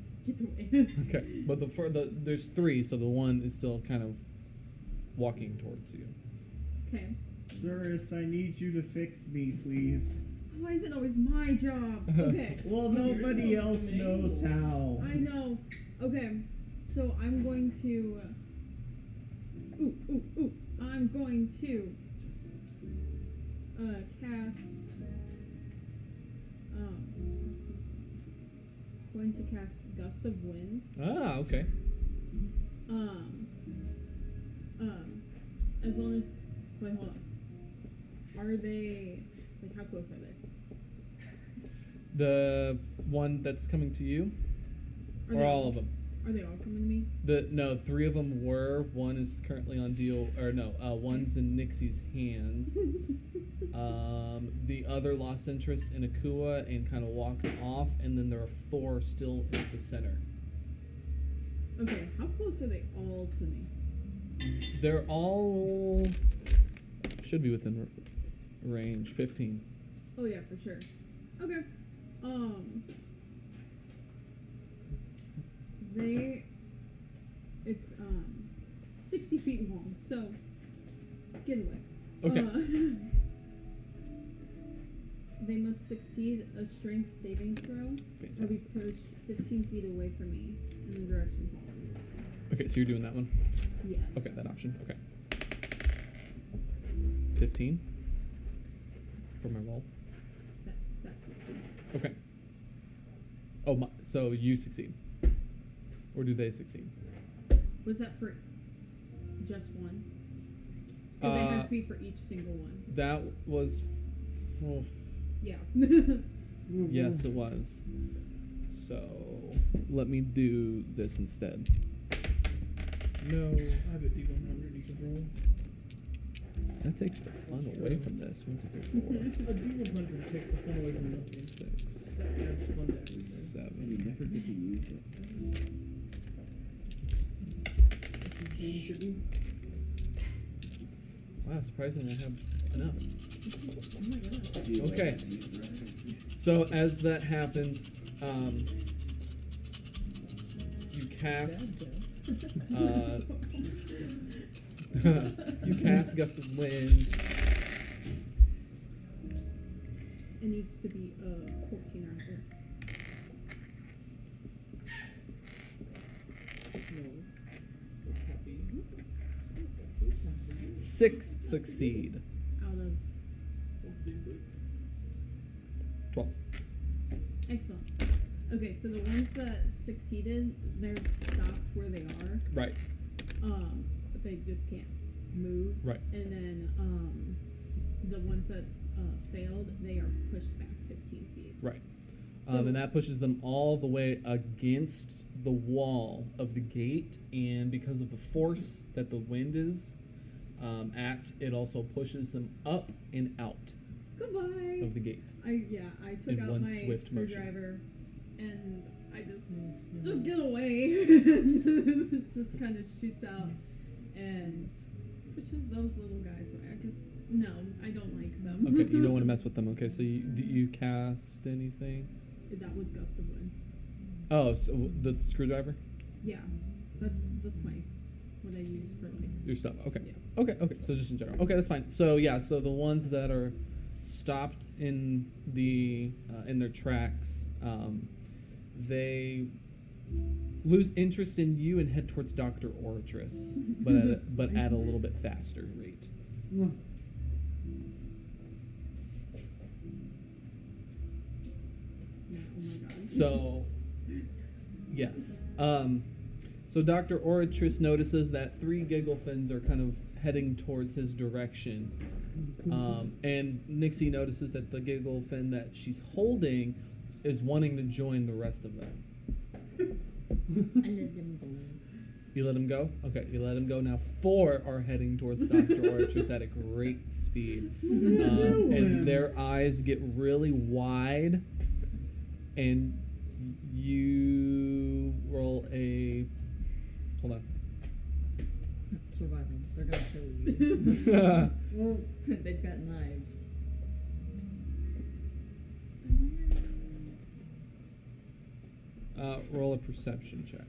A: Okay, but the, fir- the there's three, so the one is still kind of walking towards you.
C: Okay.
B: Zurus, I need you to fix me, please.
C: Why is it always my job? Okay.
B: Well,
E: Oh, you're
B: nobody
E: not
B: else
E: able.
B: knows how.
C: I know. Okay, so I'm going to. Uh, ooh, ooh, ooh. I'm going to uh, cast. Um, let's see. going to cast Gust of Wind.
A: Ah, okay.
C: Um, um, as long as. Wait, hold on. Are they. Like, how close are they?
A: The one that's coming to you,
C: Are
A: or
C: they
A: all of them.
C: Are they all coming to me?
A: The no, three of them were. One is currently on deal, or no, uh, one's in Nixie's hands. um, the other lost interest in Akua and kind of walked off, and then there are four still at the center.
C: Okay, how close are they all to me?
A: They're all should be within r- range, fifteen.
C: Oh yeah, for sure. Okay. Um. They. It's um, sixty feet long. So, get away.
A: Okay.
C: Uh, they must succeed a strength saving throw or be
A: Fantastic.
C: pushed fifteen feet away from me in the direction following.
A: Okay, so you're doing that one.
C: Yes.
A: Okay, that option. Okay. Fifteen for my roll.
C: That, that succeeds.
A: Okay. Oh, my, so you succeed, or do they succeed?
C: Was that for just one? Because it has
A: Uh,
C: to be for each single one.
A: That was. oh,
C: Yeah.
A: yes, it was. So let me do this instead.
E: No, I have a D100 you can roll.
A: That takes the fun away from this. One, two, three, four,
E: A D100 takes the fun away from nothing.
A: six,
E: That adds fun to everything.
B: And you
A: seven.
B: never get to use it.
A: Wow, surprisingly, I have enough.
B: Do you like
A: Okay.
B: to use it?
A: So as that happens, um, you cast. Uh, you cast gust of wind.
C: It needs to be uh, 14 or higher.
E: No. Happy.
A: Six succeed.
C: Out of.
A: Twelve.
C: Excellent. Okay, so the ones that succeeded, they're stopped where they are.
A: Right.
C: Um, but they just can't move.
A: Right.
C: And then um, the ones that uh, failed, they are pushed back 15 feet.
A: Right.
C: So,
A: Um, and that pushes them all the way against the wall of the gate. And because of the force that the wind is um, at, it also pushes them up and out
C: goodbye.
A: of the gate.
C: I yeah, I took
A: In
C: out
A: one
C: my
A: swift motion.
C: screwdriver, and I just
B: Mm-hmm.
C: just get away. it just kind of shoots out and pushes those little guys away. I just no, I don't like them.
A: Okay, you don't want to mess with them. Okay, so you, do you cast anything?
C: that was gust of wind.
A: Oh, so the screwdriver?
C: Yeah, that's that's my what I use for like
A: Your stuff. Okay.
C: Yeah.
A: Okay, okay. So just in general. Okay, that's fine. So yeah, so the ones that are stopped in the uh, in their tracks, um, they lose interest in you and head towards Doctor Oratress, but at a, but at a little bit faster rate.
C: oh my god. oh
A: So yes, um, So Dr. Oratrice notices that three giggle fins are kind of heading towards his direction. Um, and Nixie notices that the giggle fin that she's holding is wanting to join the rest of them.
F: I let them go.
A: You let him go? Okay, you let him go. Now four are heading towards Dr. Oratrice at a great speed. Um, and their eyes get really wide, and you roll a. Hold
F: Survival. They're gonna kill
A: on.
F: you. They've got knives.
A: uh, roll a perception check.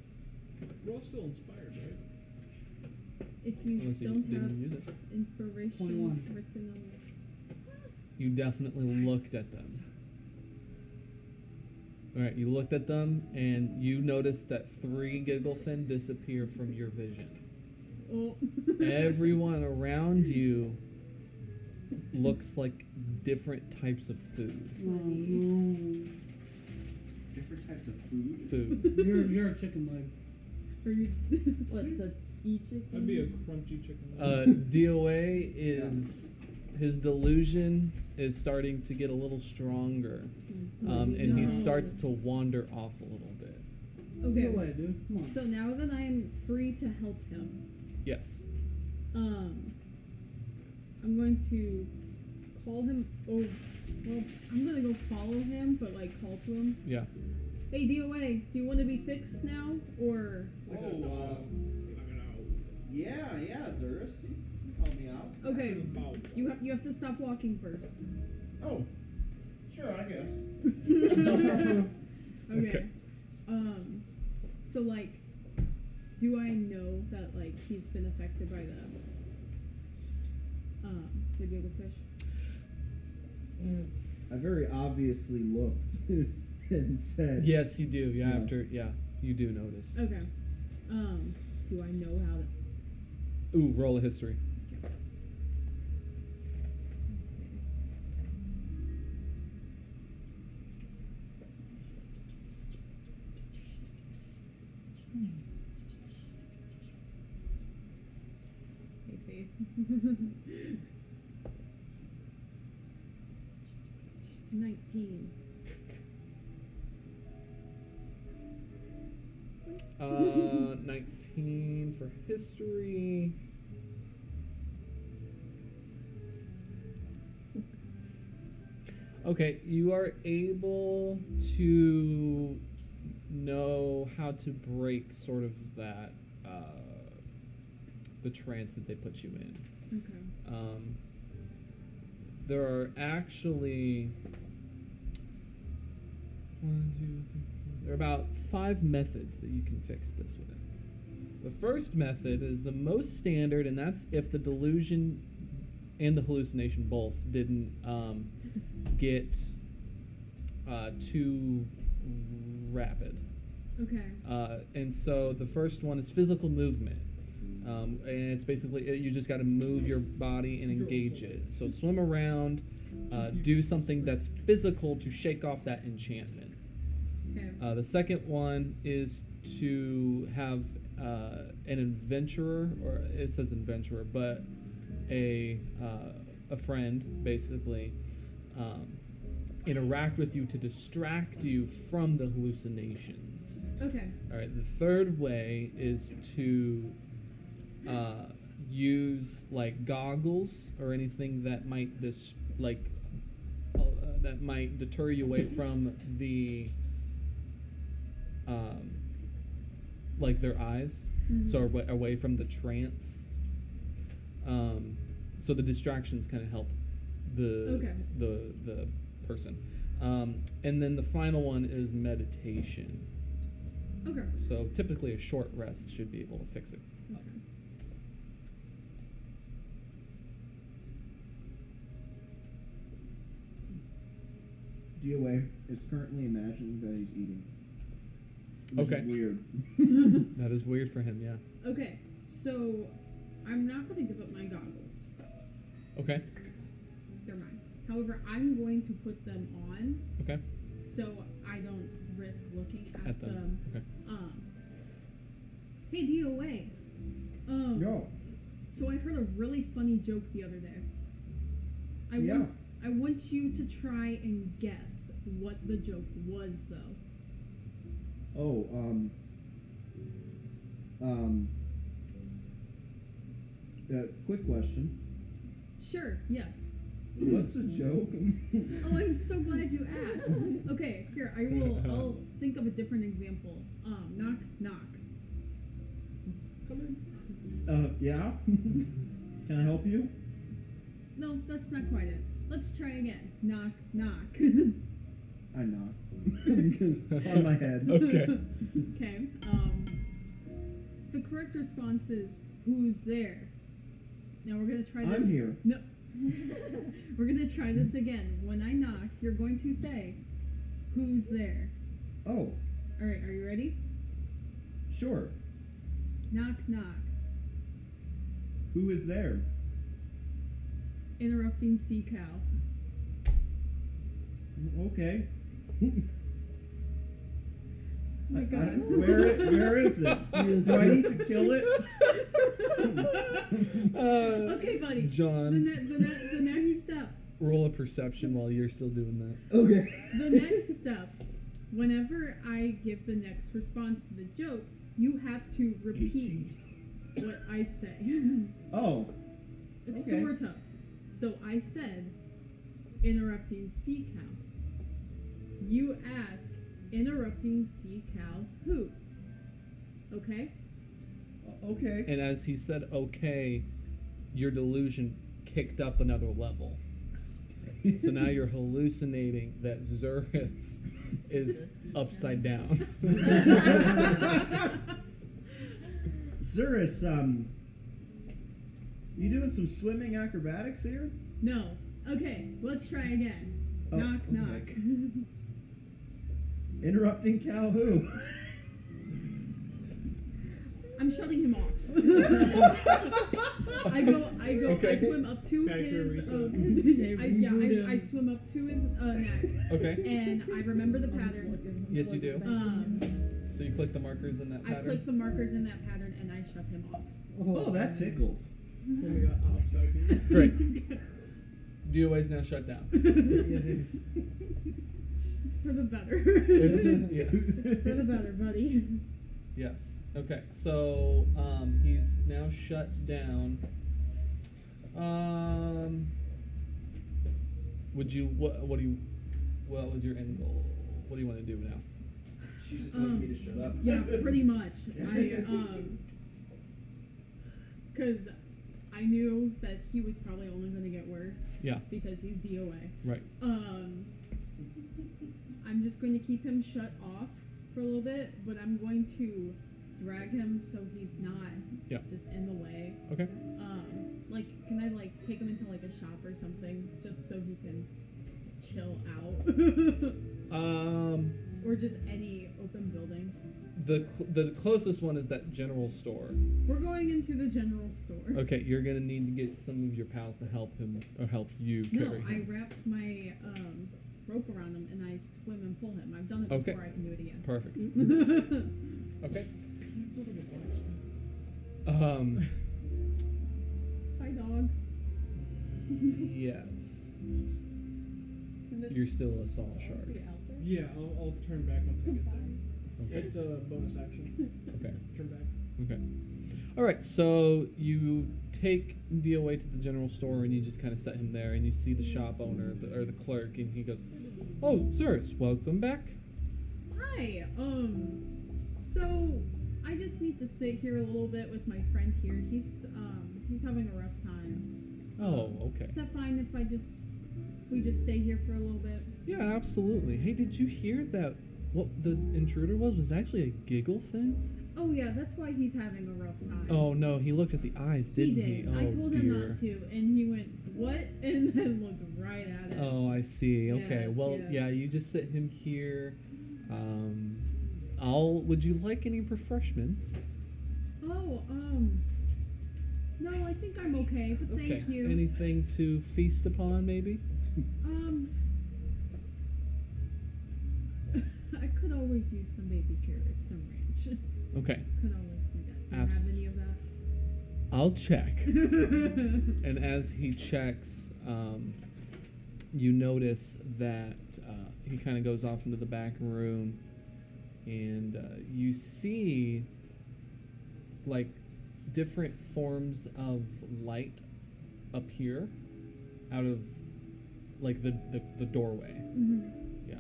E: We're all still inspired, right?
C: If you
A: Unless you
C: don't have
A: didn't use it.
C: inspiration
H: 21.
C: written on it.
A: You definitely looked at them. Alright, you looked at them, and you noticed that three Gigglefin disappear from your vision.
C: Oh.
A: everyone around you looks like different types of food.
H: Oh, no.
B: Different types of food.
A: Food.
H: You're,
C: Hmm.
H: you're a chicken leg.
C: Are you-
F: What the sea chicken?
E: That'd be a crunchy chicken.
A: Uh, DOA is his delusion is starting to get a little stronger, um, and he
C: No.
A: starts to wander off a little bit.
C: Okay.
H: Go away, dude. Come on.
C: So now that I am free to help him,
A: Yes.
C: um, I'm going to call him. Oh, well, I'm gonna go follow him, but like call to him.
A: Yeah.
C: Hey, DOA, do you want to be fixed now, or
B: Like a, uh, yeah, yeah, Zerus. You can call me out.
C: okay? You have you have to stop walking first.
B: Oh, sure, I guess.
C: okay.
A: Okay.
C: Um, so like, do I know that like he's been affected by the um the giggle fish?
B: I very obviously looked and said,
A: Yes, you do. Yeah,
B: Yeah.
A: After yeah, you do notice.
C: Okay. Um, do I know how to?
A: Ooh, roll a history.
C: Hey, Faith. Nineteen.
A: Uh, nineteen for history. Okay, you are able to know how to break sort of that uh, the trance that they put you in.
C: Okay.
A: Um, there are actually one, two, three, four, there are about five methods that you can fix this with. The first method is the most standard, and that's if the delusion and the hallucination both didn't um, get uh, too rapid.
C: Okay.
A: Uh, and so the first one is physical movement. Um, and it's basically it, you just got to move your body and engage it. So swim around, uh, do something that's physical to shake off that enchantment.
C: Okay.
A: Uh, the second one is to have uh, an adventurer, or it says adventurer, but a uh, a friend basically um, interact with you to distract you from the hallucinations.
C: Okay.
A: All right. The third way is to uh, use like goggles or anything that might dis- like uh, that might deter you away from the um, like their eyes, so awa- away from the trance. Um, so the distractions kind of help the
C: Okay.
A: the the person. Um, and then the final one is meditation.
C: Okay.
A: So typically, a short rest should be able to fix it.
C: Okay.
B: DOA is currently imagining that he's eating. Which
A: Okay.
B: Is weird.
A: That is weird for him, yeah.
C: Okay. So I'm not going to give up my goggles.
A: Okay,
C: They're mine. However, I'm going to put them on
A: okay,
C: so I don't risk looking at,
A: at them.
C: them.
A: Okay,
C: Um, Hey, DOA. Um,
B: No.
C: So I heard a really funny joke the other day. I
B: yeah.
C: want I want you to try and guess what the joke was, though.
B: Oh, um, um, uh, quick question.
C: Sure. Yes.
B: What's a joke?
C: Oh, I'm so glad you asked. Okay, here I will. I'll think of a different example. Um, knock, knock.
E: Come in.
B: Uh, yeah. Can I help you?
C: No, that's not quite it. Let's try again. Knock, knock.
B: I knock on my head.
A: Okay.
C: okay. Um, the correct response is who's there. Now we're gonna try this.
B: I'm here.
C: No. we're gonna try this again. When I knock, you're going to say, "Who's there?"
B: Oh,
C: All right. Are you ready?
B: sure.
C: Knock, knock.
B: Who is there?
C: Interrupting Oh sea cow.
B: Okay.
C: Oh my
B: I- I
C: God.
B: don't- where, where is it? Do I need to kill it?
C: Okay, buddy. The,
A: Uh, John,
C: ne- the, ne- the next step.
A: roll a perception while you're still doing that.
B: Okay.
C: The next step. Whenever I give the next response to the joke, you have to repeat what I say.
B: Oh,
C: It's
B: Okay.
C: Sort of. So I said, interrupting sea cow. You ask, interrupting sea cow who? Okay?
B: okay.
A: And as he said, okay, your delusion kicked up another level. So now you're hallucinating that Zurus is upside down.
B: Zurus, um, you doing some swimming acrobatics here?
C: No. Okay, let's try again.
B: Oh,
C: knock,
B: okay.
C: knock.
B: Interrupting Calhoun.
C: I'm shutting him off. I go, I go, I
A: Okay.
C: swim up to
E: Back to
C: his,
E: reset.
C: uh,
E: Okay,
C: I, yeah,
E: reboot
C: I, I
E: him.
C: swim up to his uh, neck,
A: Okay,
C: and I remember the pattern.
A: Yes, you do.
C: Um,
A: so you click the markers in that
C: I
A: pattern.
C: click the markers in that pattern, and I shut him off.
B: Oh, that tickles.
E: Oh my god, oh, I'm sorry.
A: Great. DOA is now shut down.
C: For the better.
A: It's- yes.
C: For the better, buddy.
A: Yes. Okay. So um, he's now shut down. Um, would you? What? What do you? What was your end goal? What do you want to do now?
B: She just
C: wanted Um, me to
B: shut up.
C: Yeah, pretty much. I um, because I knew that he was probably only going to get worse
A: Yeah.
C: because he's DOA.
A: Right.
C: Um, I'm just going to keep him shut off for a little bit, but I'm going to drag him so he's not
A: Yeah.
C: just in the way.
A: Okay.
C: Um, like, can I like take him into like a shop or something just so he can chill out,
A: Um,
C: or just any open building?
A: the cl- the closest one is that general store.
C: We're going into the general store.
A: Okay, you're gonna need to get some of your pals to help him or help you
C: No,
A: carry
C: I
A: him.
C: wrap my um, rope around him and I swim and pull him. I've done it
A: Okay.
C: before. I can do it again.
A: Perfect. Okay. Um.
C: Hi, dog.
A: yes.
H: And then-
A: You're still a salt shark.
E: Yeah, I'll, I'll turn back once I get there.
A: Okay.
E: It's a bonus action.
A: Okay.
E: Turn back.
A: Okay. All right. So you take DOA to the general store and you just kind of set him there, and you see the shop owner the, or the clerk, and he goes, "Oh, sirs, welcome back."
C: Hi. Um. So, I just need to sit here a little bit with my friend here. He's um he's having a rough time.
A: Oh, okay.
C: Is that fine if I just if we just stay here for a little bit?
A: Yeah, absolutely. Hey, did you hear that? What the intruder was was actually a giggle thing.
C: Oh yeah, that's why he's having a rough time.
A: Oh no, he looked at the eyes,
C: he
A: didn't he?
C: did.
A: Oh
C: I told
A: dear.
C: him not to, and he went what? And then looked right at it.
A: Oh, I see. Okay.
C: Yes,
A: well,
C: yes.
A: yeah, you just sit him here. Um, I'll. Would you like any refreshments?
C: Oh, um. No, I think I'm okay. But
A: okay.
C: thank you.
A: Anything to feast upon, maybe?
C: um. I could always use some baby carrots and ranch.
A: Okay,
C: Could always do that. Do you
A: Abs-
C: have any of that?
A: I'll check. And as he checks, um, you notice that uh, he kind of goes off into the back room, and uh, you see like different forms of light appear out of like the the, the doorway.
C: Mhm.
A: Yeah.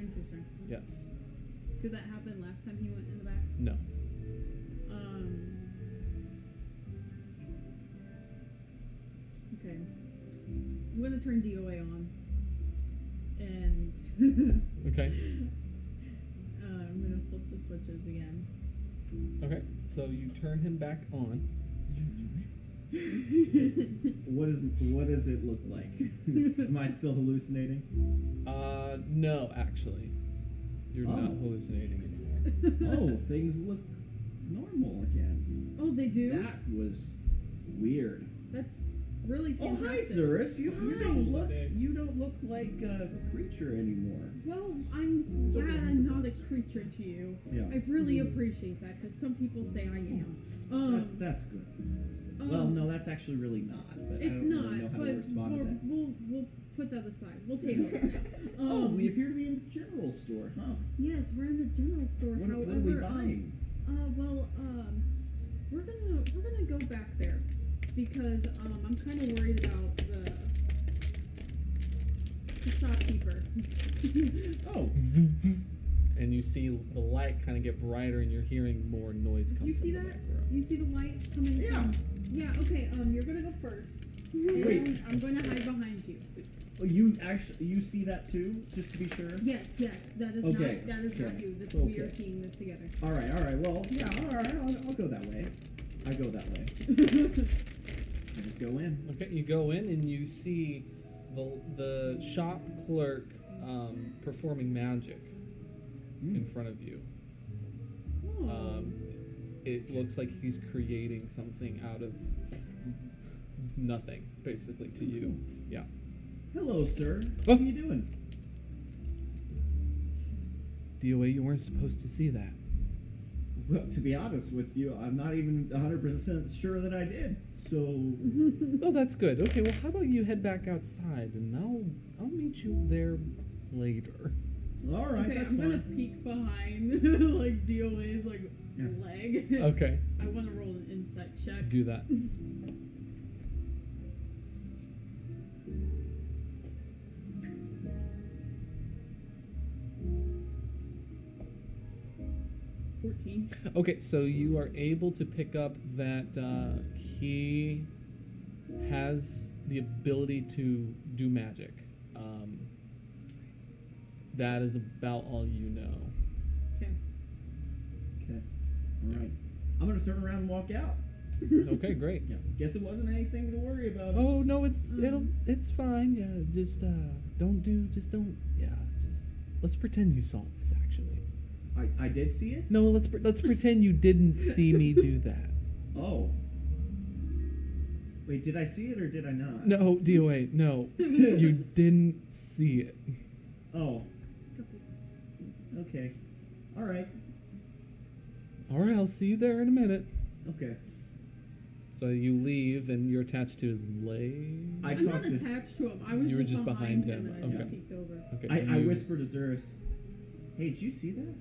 C: Interesting.
A: Yes.
C: Did that happen last time he went in the back?
A: No.
C: Um. Okay. I'm gonna turn DOA on. And.
A: Okay.
C: uh, I'm gonna flip the switches again.
A: Okay. So you turn him back on.
B: What is what does it look like? Am I still hallucinating?
A: Uh, no, actually, you're not
B: Oh.
A: hallucinating anymore.
B: Oh, things look normal again.
C: Oh, they do?
B: That was weird.
C: That's really
B: Oh hi,
C: fantastic.
B: Zerus. You, you
C: Hi.
B: don't look you don't look like a creature anymore.
C: Well, I'm glad I'm not a creature to you.
B: Yeah,
C: I really appreciate that because some people say I am. Um,
B: that's that's good. That's good. well,
C: um,
B: no, that's actually really not. But I
C: it's
B: don't
C: not,
B: really know how to
C: but
B: respond to
C: we're-
B: that.
C: we'll we'll put that aside. We'll take it. now. Um,
B: oh, we appear to be in the general store, huh?
C: yes, we're in the general store.
B: What, what
C: however,
B: are we
C: um,
B: buying?
C: Uh, well, um, we're gonna we're gonna go back there because um, I'm kind of worried about the, the shopkeeper.
B: Oh,
A: and you see the light kind of get brighter, and you're hearing more noise come
C: You
A: from
C: see
A: the
C: that?
A: back room.
C: you see the light coming?
B: Yeah.
C: From? Yeah. Okay. Um, you're gonna go first. And
B: Wait.
C: I'm going to hide behind you.
B: oh, you actually you see that too? Just to be sure.
C: Yes, yes, that is
B: Okay,
C: not that is not
B: okay,
C: you. This we are
B: okay.
C: seeing this together.
B: All right, all right. Well, yeah, all right. I'll, I'll go that way. I go that way. I just go in.
A: Okay, you go in and you see the the shop clerk um, performing magic
B: Hmm.
A: in front of you.
C: Oh.
A: Um, it looks like he's creating something out of nothing, basically, to you. Yeah.
B: Hello, sir.
A: Oh.
B: What are you doing?
A: DOA, you weren't supposed to see that.
B: Well, to be honest with you, I'm not even 100% sure that I did. So,
A: Oh, that's good. Okay, well, how about you head back outside, and I'll I'll meet you there later.
B: all right,
C: okay,
B: that's
C: I'm gonna
B: fine.
C: peek behind like DOA's like
B: Yeah.
C: leg.
A: Okay,
C: I want to roll an insight check.
A: do that.
C: Fourteen.
A: Okay, so you are able to pick up that uh, he has the ability to do magic. Um, that is about all you know.
C: Okay.
B: Okay. All right. I'm gonna turn around and walk out.
A: Okay, great.
B: Yeah. Guess it wasn't anything to worry about.
A: Oh no, it's it'll it's fine. Yeah, just uh, don't do, just don't. Yeah, just let's pretend you saw this actually.
B: I, I did see it.
A: No, let's pre- let's pretend you didn't see me do that.
B: Oh. Wait, did I see it or did I not?
A: No, DOA, no, you didn't see it.
B: Oh. Okay. All right.
A: All right, I'll see you there in a minute.
B: Okay.
A: So you leave, and you're attached to his leg.
B: I
C: I'm not
B: talked to.
C: attached to him. I was
A: You were
C: just,
A: just behind him,
C: and I just
A: okay.
C: peeked over.
A: okay,
B: I, I
A: you-
B: whispered to Zerus, "Hey, did you see that?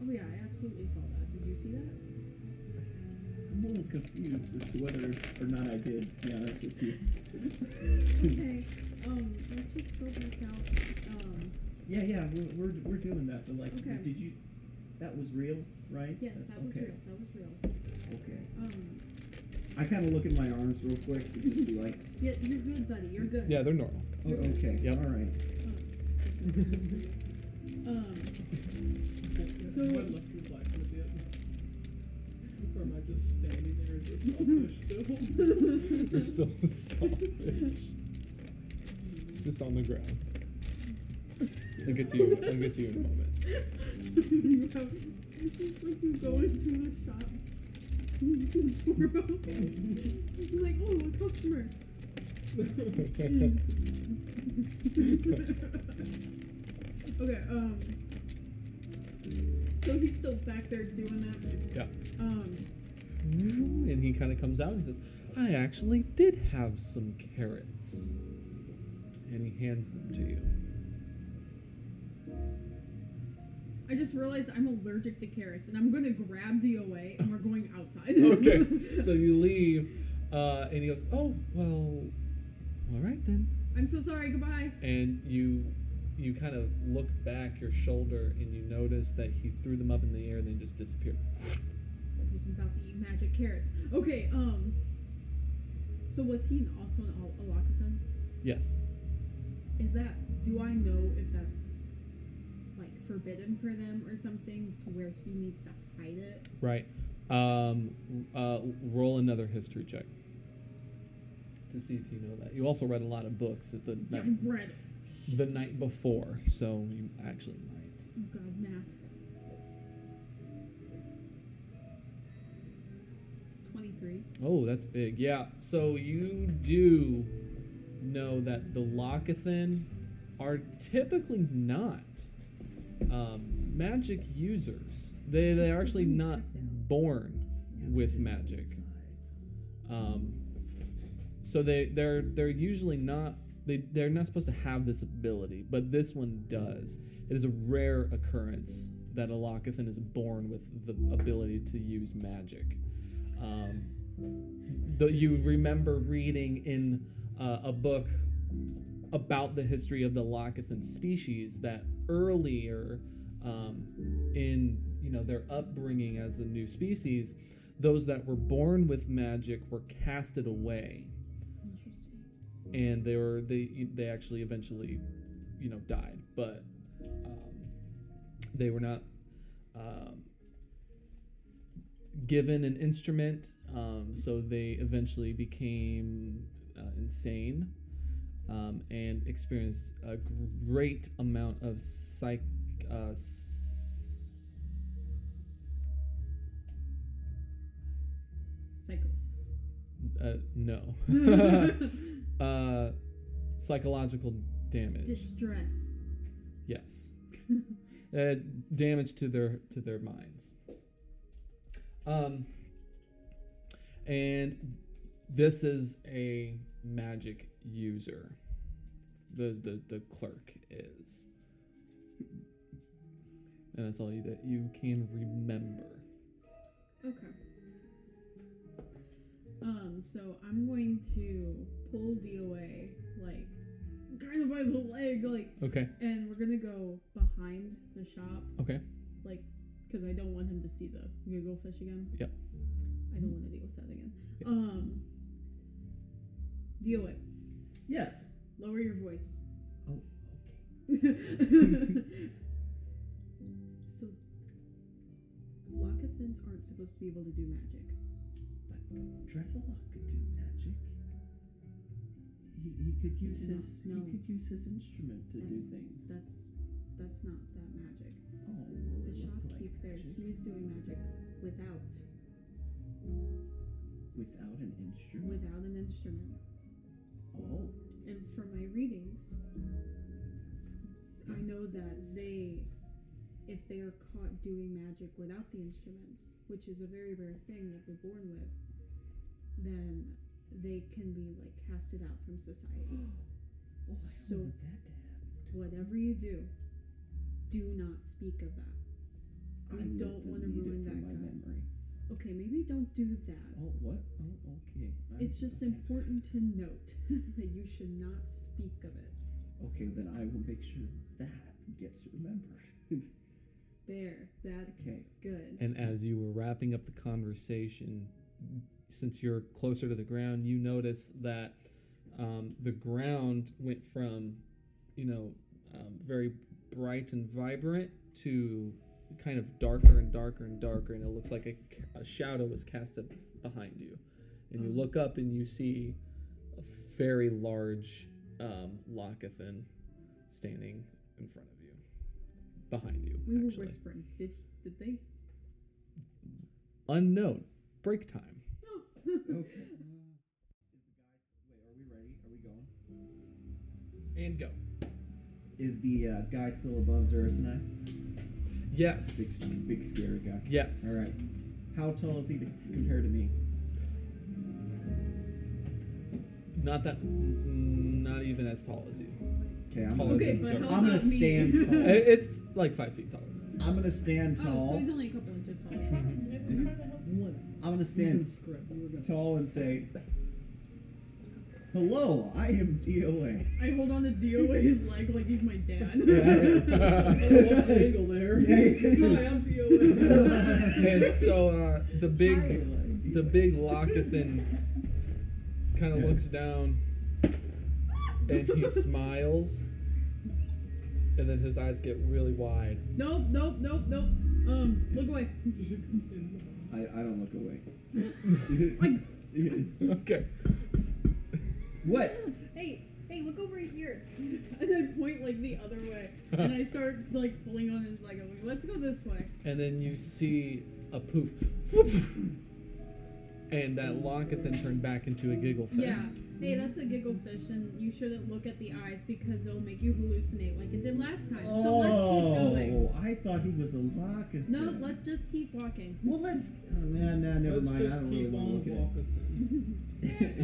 C: Oh yeah, I absolutely saw that. Did you see that?
B: I'm a little confused as to whether or not I did. To be honest with you.
C: Okay. Um, let's just go back out. Um,
B: yeah, yeah, we're, we're, we're doing that. But like,
C: Okay.
B: did you? That was real, right?
C: yes, that was
B: okay.
C: real. That was real.
B: Okay.
C: Um,
B: I kind of look at my arms real quick to just be like,
C: yeah, you're good, buddy. You're good.
A: Yeah, they're normal.
B: oh, okay,
A: Yep.
B: all right.
C: Um,
E: So
C: So-
E: I left you black with it. Or am I just standing there as a selfish
A: You're
E: still?
A: still selfish. Just on the ground. I'll get to you. I'll get to you in a moment.
C: you have, it's just like you go into a shop. You're like, oh, a customer. okay, um. So he's still back there doing that.
A: Yeah.
C: Um,
A: And he kind of comes out and he says, I actually did have some carrots. And he hands them to you.
C: I just realized I'm allergic to carrots, and I'm gonna grab DOA, and we're going outside.
A: okay. So you leave, uh, and he goes, "Oh well, all right then."
C: I'm so sorry. Goodbye.
A: And you, you kind of look back your shoulder, and you notice that he threw them up in the air and then just disappeared.
C: He's about to eat magic carrots. Okay. Um. So was he an- also an Al- Alakathan?
A: Yes.
C: Is that? Do I know if that's like forbidden for them or something to where he needs to hide it?
A: Right. Um, uh, roll another history check to see if you know that. You also read a lot of books at the
C: Yeah,
A: night,
C: I read. it.
A: the night before, so you actually might.
C: Oh God, math. Twenty-three.
A: Oh, that's big. Yeah. So you do know that the Lockathan are typically not um, magic users. They they are actually not born with magic. Um, so they they're they're usually not they they're not supposed to have this ability, but this one does. It is a rare occurrence that a Lockathan is born with the ability to use magic. Um, the, you remember reading in uh, a book about the history of the Lockathan species that earlier um, in you know their upbringing as a new species, those that were born with magic were casted away,
D: Interesting.
A: and they were they they actually eventually you know died, but um, they were not um, given an instrument, um, so they eventually became uh, insane um, and experienced a great amount of psych. Uh, s-
C: Psychosis.
A: uh, no. uh, psychological damage.
C: Distress.
A: Yes. uh, damage to their to their minds. Um, and this is a magic user. The the, the clerk is. And that's all you, that you can remember.
C: Okay. Um, so I'm going to pull DOA, like, kind of by the leg, like,
A: Okay.
C: and we're gonna go behind the shop,
A: Okay.
C: like, because I don't want him to see the googlefish again.
A: Yep.
C: I don't want to deal with that again.
A: Yep.
C: Um, DOA,
B: Yes.
C: lower your voice.
B: Oh, okay.
C: so, Lockathans aren't supposed to be able to do magic.
B: But Dreadlock could do magic. He, he could use
C: No,
B: his
C: no.
B: he could use his instrument to do
C: That's-
B: things.
C: That's that's not that magic.
B: oh, well,
C: The
B: it looked like
C: shopkeep there,
B: magic
C: he was doing magic without
B: without an instrument.
C: without an instrument.
B: Oh,
C: And from my readings, I know that they, if they are caught doing magic without the instruments, which is a very rare thing that they're born with, then they can be like casted out from society.
B: well, I
C: Oh, So-
B: don't want that to happen.
C: Whatever you do, do not speak of that. We
B: I need
C: don't wanna
B: delete it
C: ruin
B: from
C: that
B: my
C: guy.
B: memory.
C: Okay, maybe don't do that.
B: Oh, what? Oh, okay. I'm-
C: It's just
B: okay.
C: important to note that you should not speak of it.
B: Okay, then I will make sure that gets remembered.
C: There, that's
B: okay.
C: good.
A: And as you were wrapping up the conversation, since you're closer to the ground, you notice that um, the ground went from, you know, um, very bright and vibrant to kind of darker and darker and darker, and it looks like a, ca- a shadow was casted behind you. And you look up and you see a very large um, Lockathan standing in front of you, behind you.
C: We were
A: actually
C: whispering. Did did they?
A: unknown break time
C: No.
B: Okay. Wait, are we ready? Are we going?
A: and go
B: Is the uh, guy still above Zerus and I?
A: Yes.
B: Big, big scary guy.
A: Yes.
B: All right. How tall is he compared to me?
A: Not that. n- Not even as tall as you.
B: Okay, I'm
A: Taller
B: gonna,
A: Okay,
C: Okay, but
A: sorry.
C: how
B: I'm gonna
C: about me?
B: stand
A: I-
B: tall.
A: It's like five feet taller.
B: I'm gonna stand
C: Oh, so
B: tall. Mm-hmm.
C: he's only a couple inches taller.
E: One.
B: I'm gonna
E: You can
B: stand
E: scrap. You were gonna.
B: tall and say, "Hello, I am DOA."
C: I hold on to DOA's leg like he's my dad.
E: Oh, what's the angle there?
B: Yeah, yeah.
E: Hi, I'm DOA.
A: And so uh, the big, the big Loctithan kind of
B: Yeah.
A: looks down and he smiles, and then his eyes get really wide.
C: nope, nope, nope, nope. Um, look away.
B: I, I don't look away.
A: Okay.
B: what?
C: Hey, hey, look over here. And I point like the other way. And I start like pulling on his leg. I'm like, let's go this way.
A: And then you see a poof, and that Loctithan turned back into a giggle fit.
C: Yeah. Hey, that's a giggle fish, and you shouldn't look at the eyes because it'll make you hallucinate like it did last time. So let's keep going.
B: Oh, I thought he was a locket.
C: No, let's just keep walking.
B: Well, let's. Oh, man, nah, never
E: Let's
B: mind. I
E: just
B: don't really
E: keep
B: want to
E: on
B: look at it.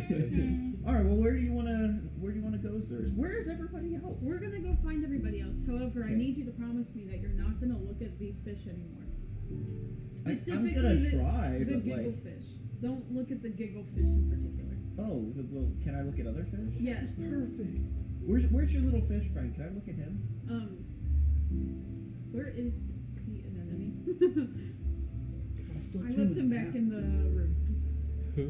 E: walking.
B: All right. Well, where do you wanna where do you wanna go, sirs? Where is everybody else?
C: We're gonna go find everybody else. However,
B: Okay.
C: I need you to promise me that you're not gonna look at these fish anymore.
B: I, I'm
C: Specifically,
B: gonna
C: the,
B: try,
C: the
B: but
C: giggle
B: like,
C: fish. Don't look at the giggle fish in particular.
B: oh, the- well, can I look at other fish?
C: Yes.
B: Perfect. Where's where's your little fish friend? Can I look at him?
C: Um. Where is sea anemone?
E: I'm still
C: I left
E: chewing.
C: him back in the room.
A: Who?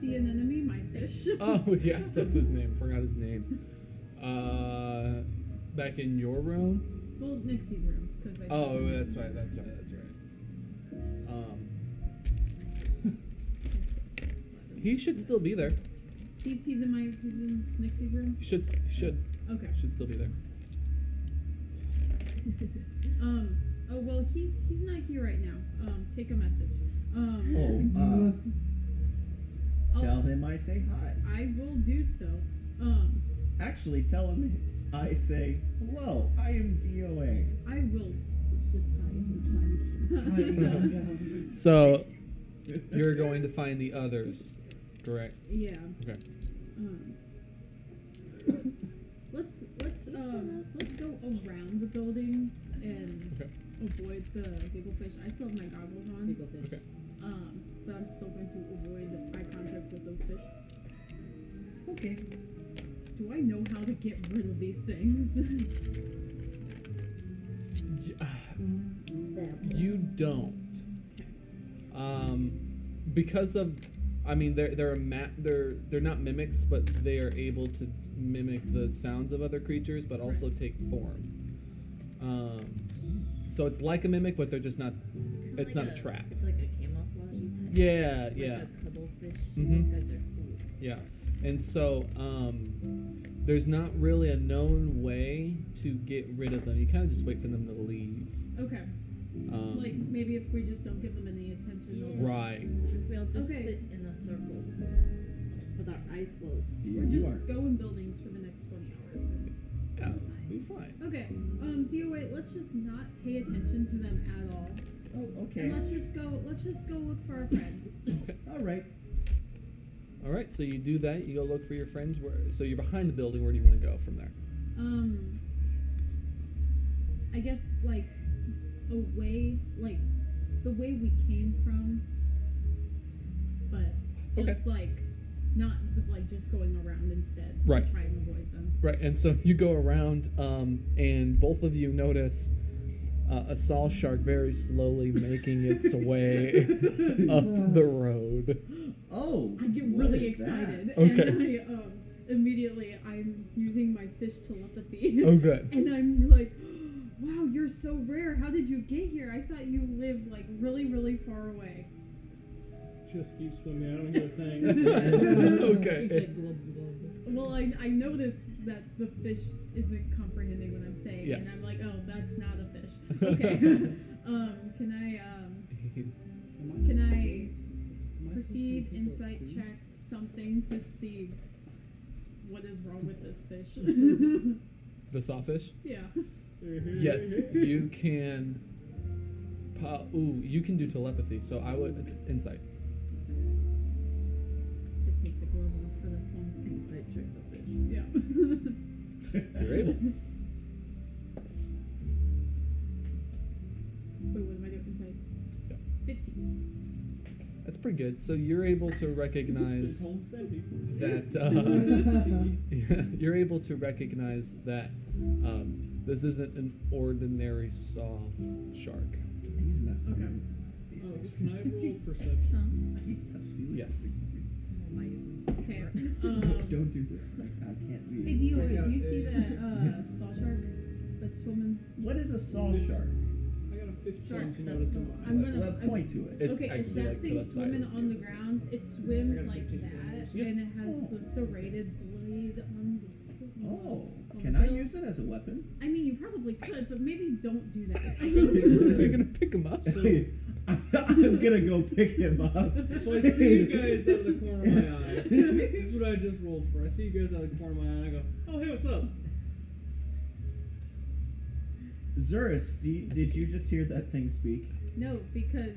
C: Sea anemone, my fish.
A: Oh yes, that's his name. Forgot his name. Uh, back in your room.
C: Well, Nixie's room, because I.
A: Oh, that's right. That's right. That's right. Um, he should still be there.
C: He's he's in my he's in Nixie's room.
A: He should should
C: Okay.
A: should still be there.
C: Um. Oh well, he's he's not here right now. Um. Take a message. Um.
B: Oh, uh,
C: I'll-
B: tell him I say hi.
C: I will do so. Um.
B: Actually, tell him I say hello. I am DOA.
C: I will.
A: So
E: Hi.
A: you're going to find the others, correct?
C: yeah.
A: Okay.
C: Um. Let's let's um let's go around the buildings and
A: Okay.
C: avoid the gigglefish. I still have my goggles on.
A: Okay.
C: Um, but I'm still going to avoid eye contact with those fish.
B: Okay.
C: Do I know how to get rid of these things?
A: You don't. Um, because of, I mean, they're they're a ma- they're they're not mimics, but they are able to mimic the sounds of other creatures, but also take form. Um, so it's like a mimic, but they're just not.
F: Kinda
A: It's
F: like
A: not a trap.
F: It's like a camouflage type.
A: Yeah,
F: Like
A: yeah,
F: a cuttlefish.
A: Mhm.
F: Those guys are cool.
A: yeah. And so um, there's not really a known way to get rid of them. You kind of just wait for them to leave.
C: okay.
A: Um,
C: Like maybe if we just don't give them any attention, they'll-
F: Yeah.
A: right.
F: If we all just
C: Okay.
F: sit in a circle with our eyes closed.
B: Yeah,
C: we're
B: you
C: just
B: are.
C: going buildings for the next twenty hours.
A: Yeah, be fine.
C: Okay. Um, DOA, let's just not pay attention to them at all,
B: Oh, okay.
C: and let's just go. Let's just go look for our friends.
B: All right.
A: All right, so you do that. You go look for your friends. Where, so you're behind the building. Where do you want to go from there?
C: Um, I guess like a way, like the way we came from, but
A: Okay.
C: just like not like just going around instead.
A: Right.
C: To try and avoid them.
A: Right, and so you go around, um, and both of you notice uh, a saw shark very slowly making its way up the road.
B: Oh.
C: I get
B: what
C: really
B: is that?
C: excited. And
A: Okay.
C: I, um, immediately I'm using my fish telepathy.
A: Oh, good.
C: And I'm like, wow, you're so rare. How did you get here? I thought you lived like really, really far away.
E: Just keep swimming. I don't hear a thing.
A: okay.
F: You said glub, glub.
C: Well, I, I noticed that the fish isn't comprehending what I'm saying.
A: Yes.
C: And I'm like, oh, that's not a fish. Okay. um, can I, um, can I perceive, insight, check something to see what is wrong with this fish?
A: the sawfish.
C: yeah.
A: Yes, you can Po- Ooh, you can do telepathy, so I would insight.
F: Should take the glove off for this one. Insight check the fish.
C: Yeah.
A: You're able.
C: Wait, what am I doing inside?
A: Yeah.
C: Fifteen.
A: That's pretty good. So you're able to recognize that uh,
E: That,
A: you're able to recognize that um, this isn't an ordinary soft shark.
B: He's messing
C: Okay.
B: with these things.
E: Oh, Can I roll perception?
B: He's substituting
A: Yes.
B: things.
C: Okay.
B: Don't-
C: Um,
B: Don't do this. I, I can't
C: hey,
B: leave.
C: do you,
E: Check out
C: do you
E: the-
C: see that uh, saw shark that's swimming?
B: What is a saw shark?
E: I got a 15
C: Sure,
E: to
F: that's
E: notice
F: the
E: them.
F: one.
C: I'm
B: Let-
C: gonna-
B: let-
C: I'm-
B: point to it.
A: It's
C: okay, it's
A: actually
C: that
A: like to
C: thing
A: the side
C: swimming
A: of
C: on
A: you.
C: the ground. It
E: I
C: swims
E: gotta
C: like
E: continue.
C: that,
E: Yeah.
C: and it has
B: Oh.
C: the serrated blade on the.
B: Oh,
C: on
B: can
C: the
B: I
C: bill.
B: use it as a weapon?
C: I mean, you probably could, but maybe don't do that. I
A: you're
C: think.
A: gonna pick him up.
E: So-
B: I'm gonna go pick him up.
E: So I see you guys out of the corner of my eye. This is what I just rolled for. I see you guys out of the corner of my eye and I go, oh, hey, what's up?
B: Zurus, do you- did you just hear that thing speak?
C: no, because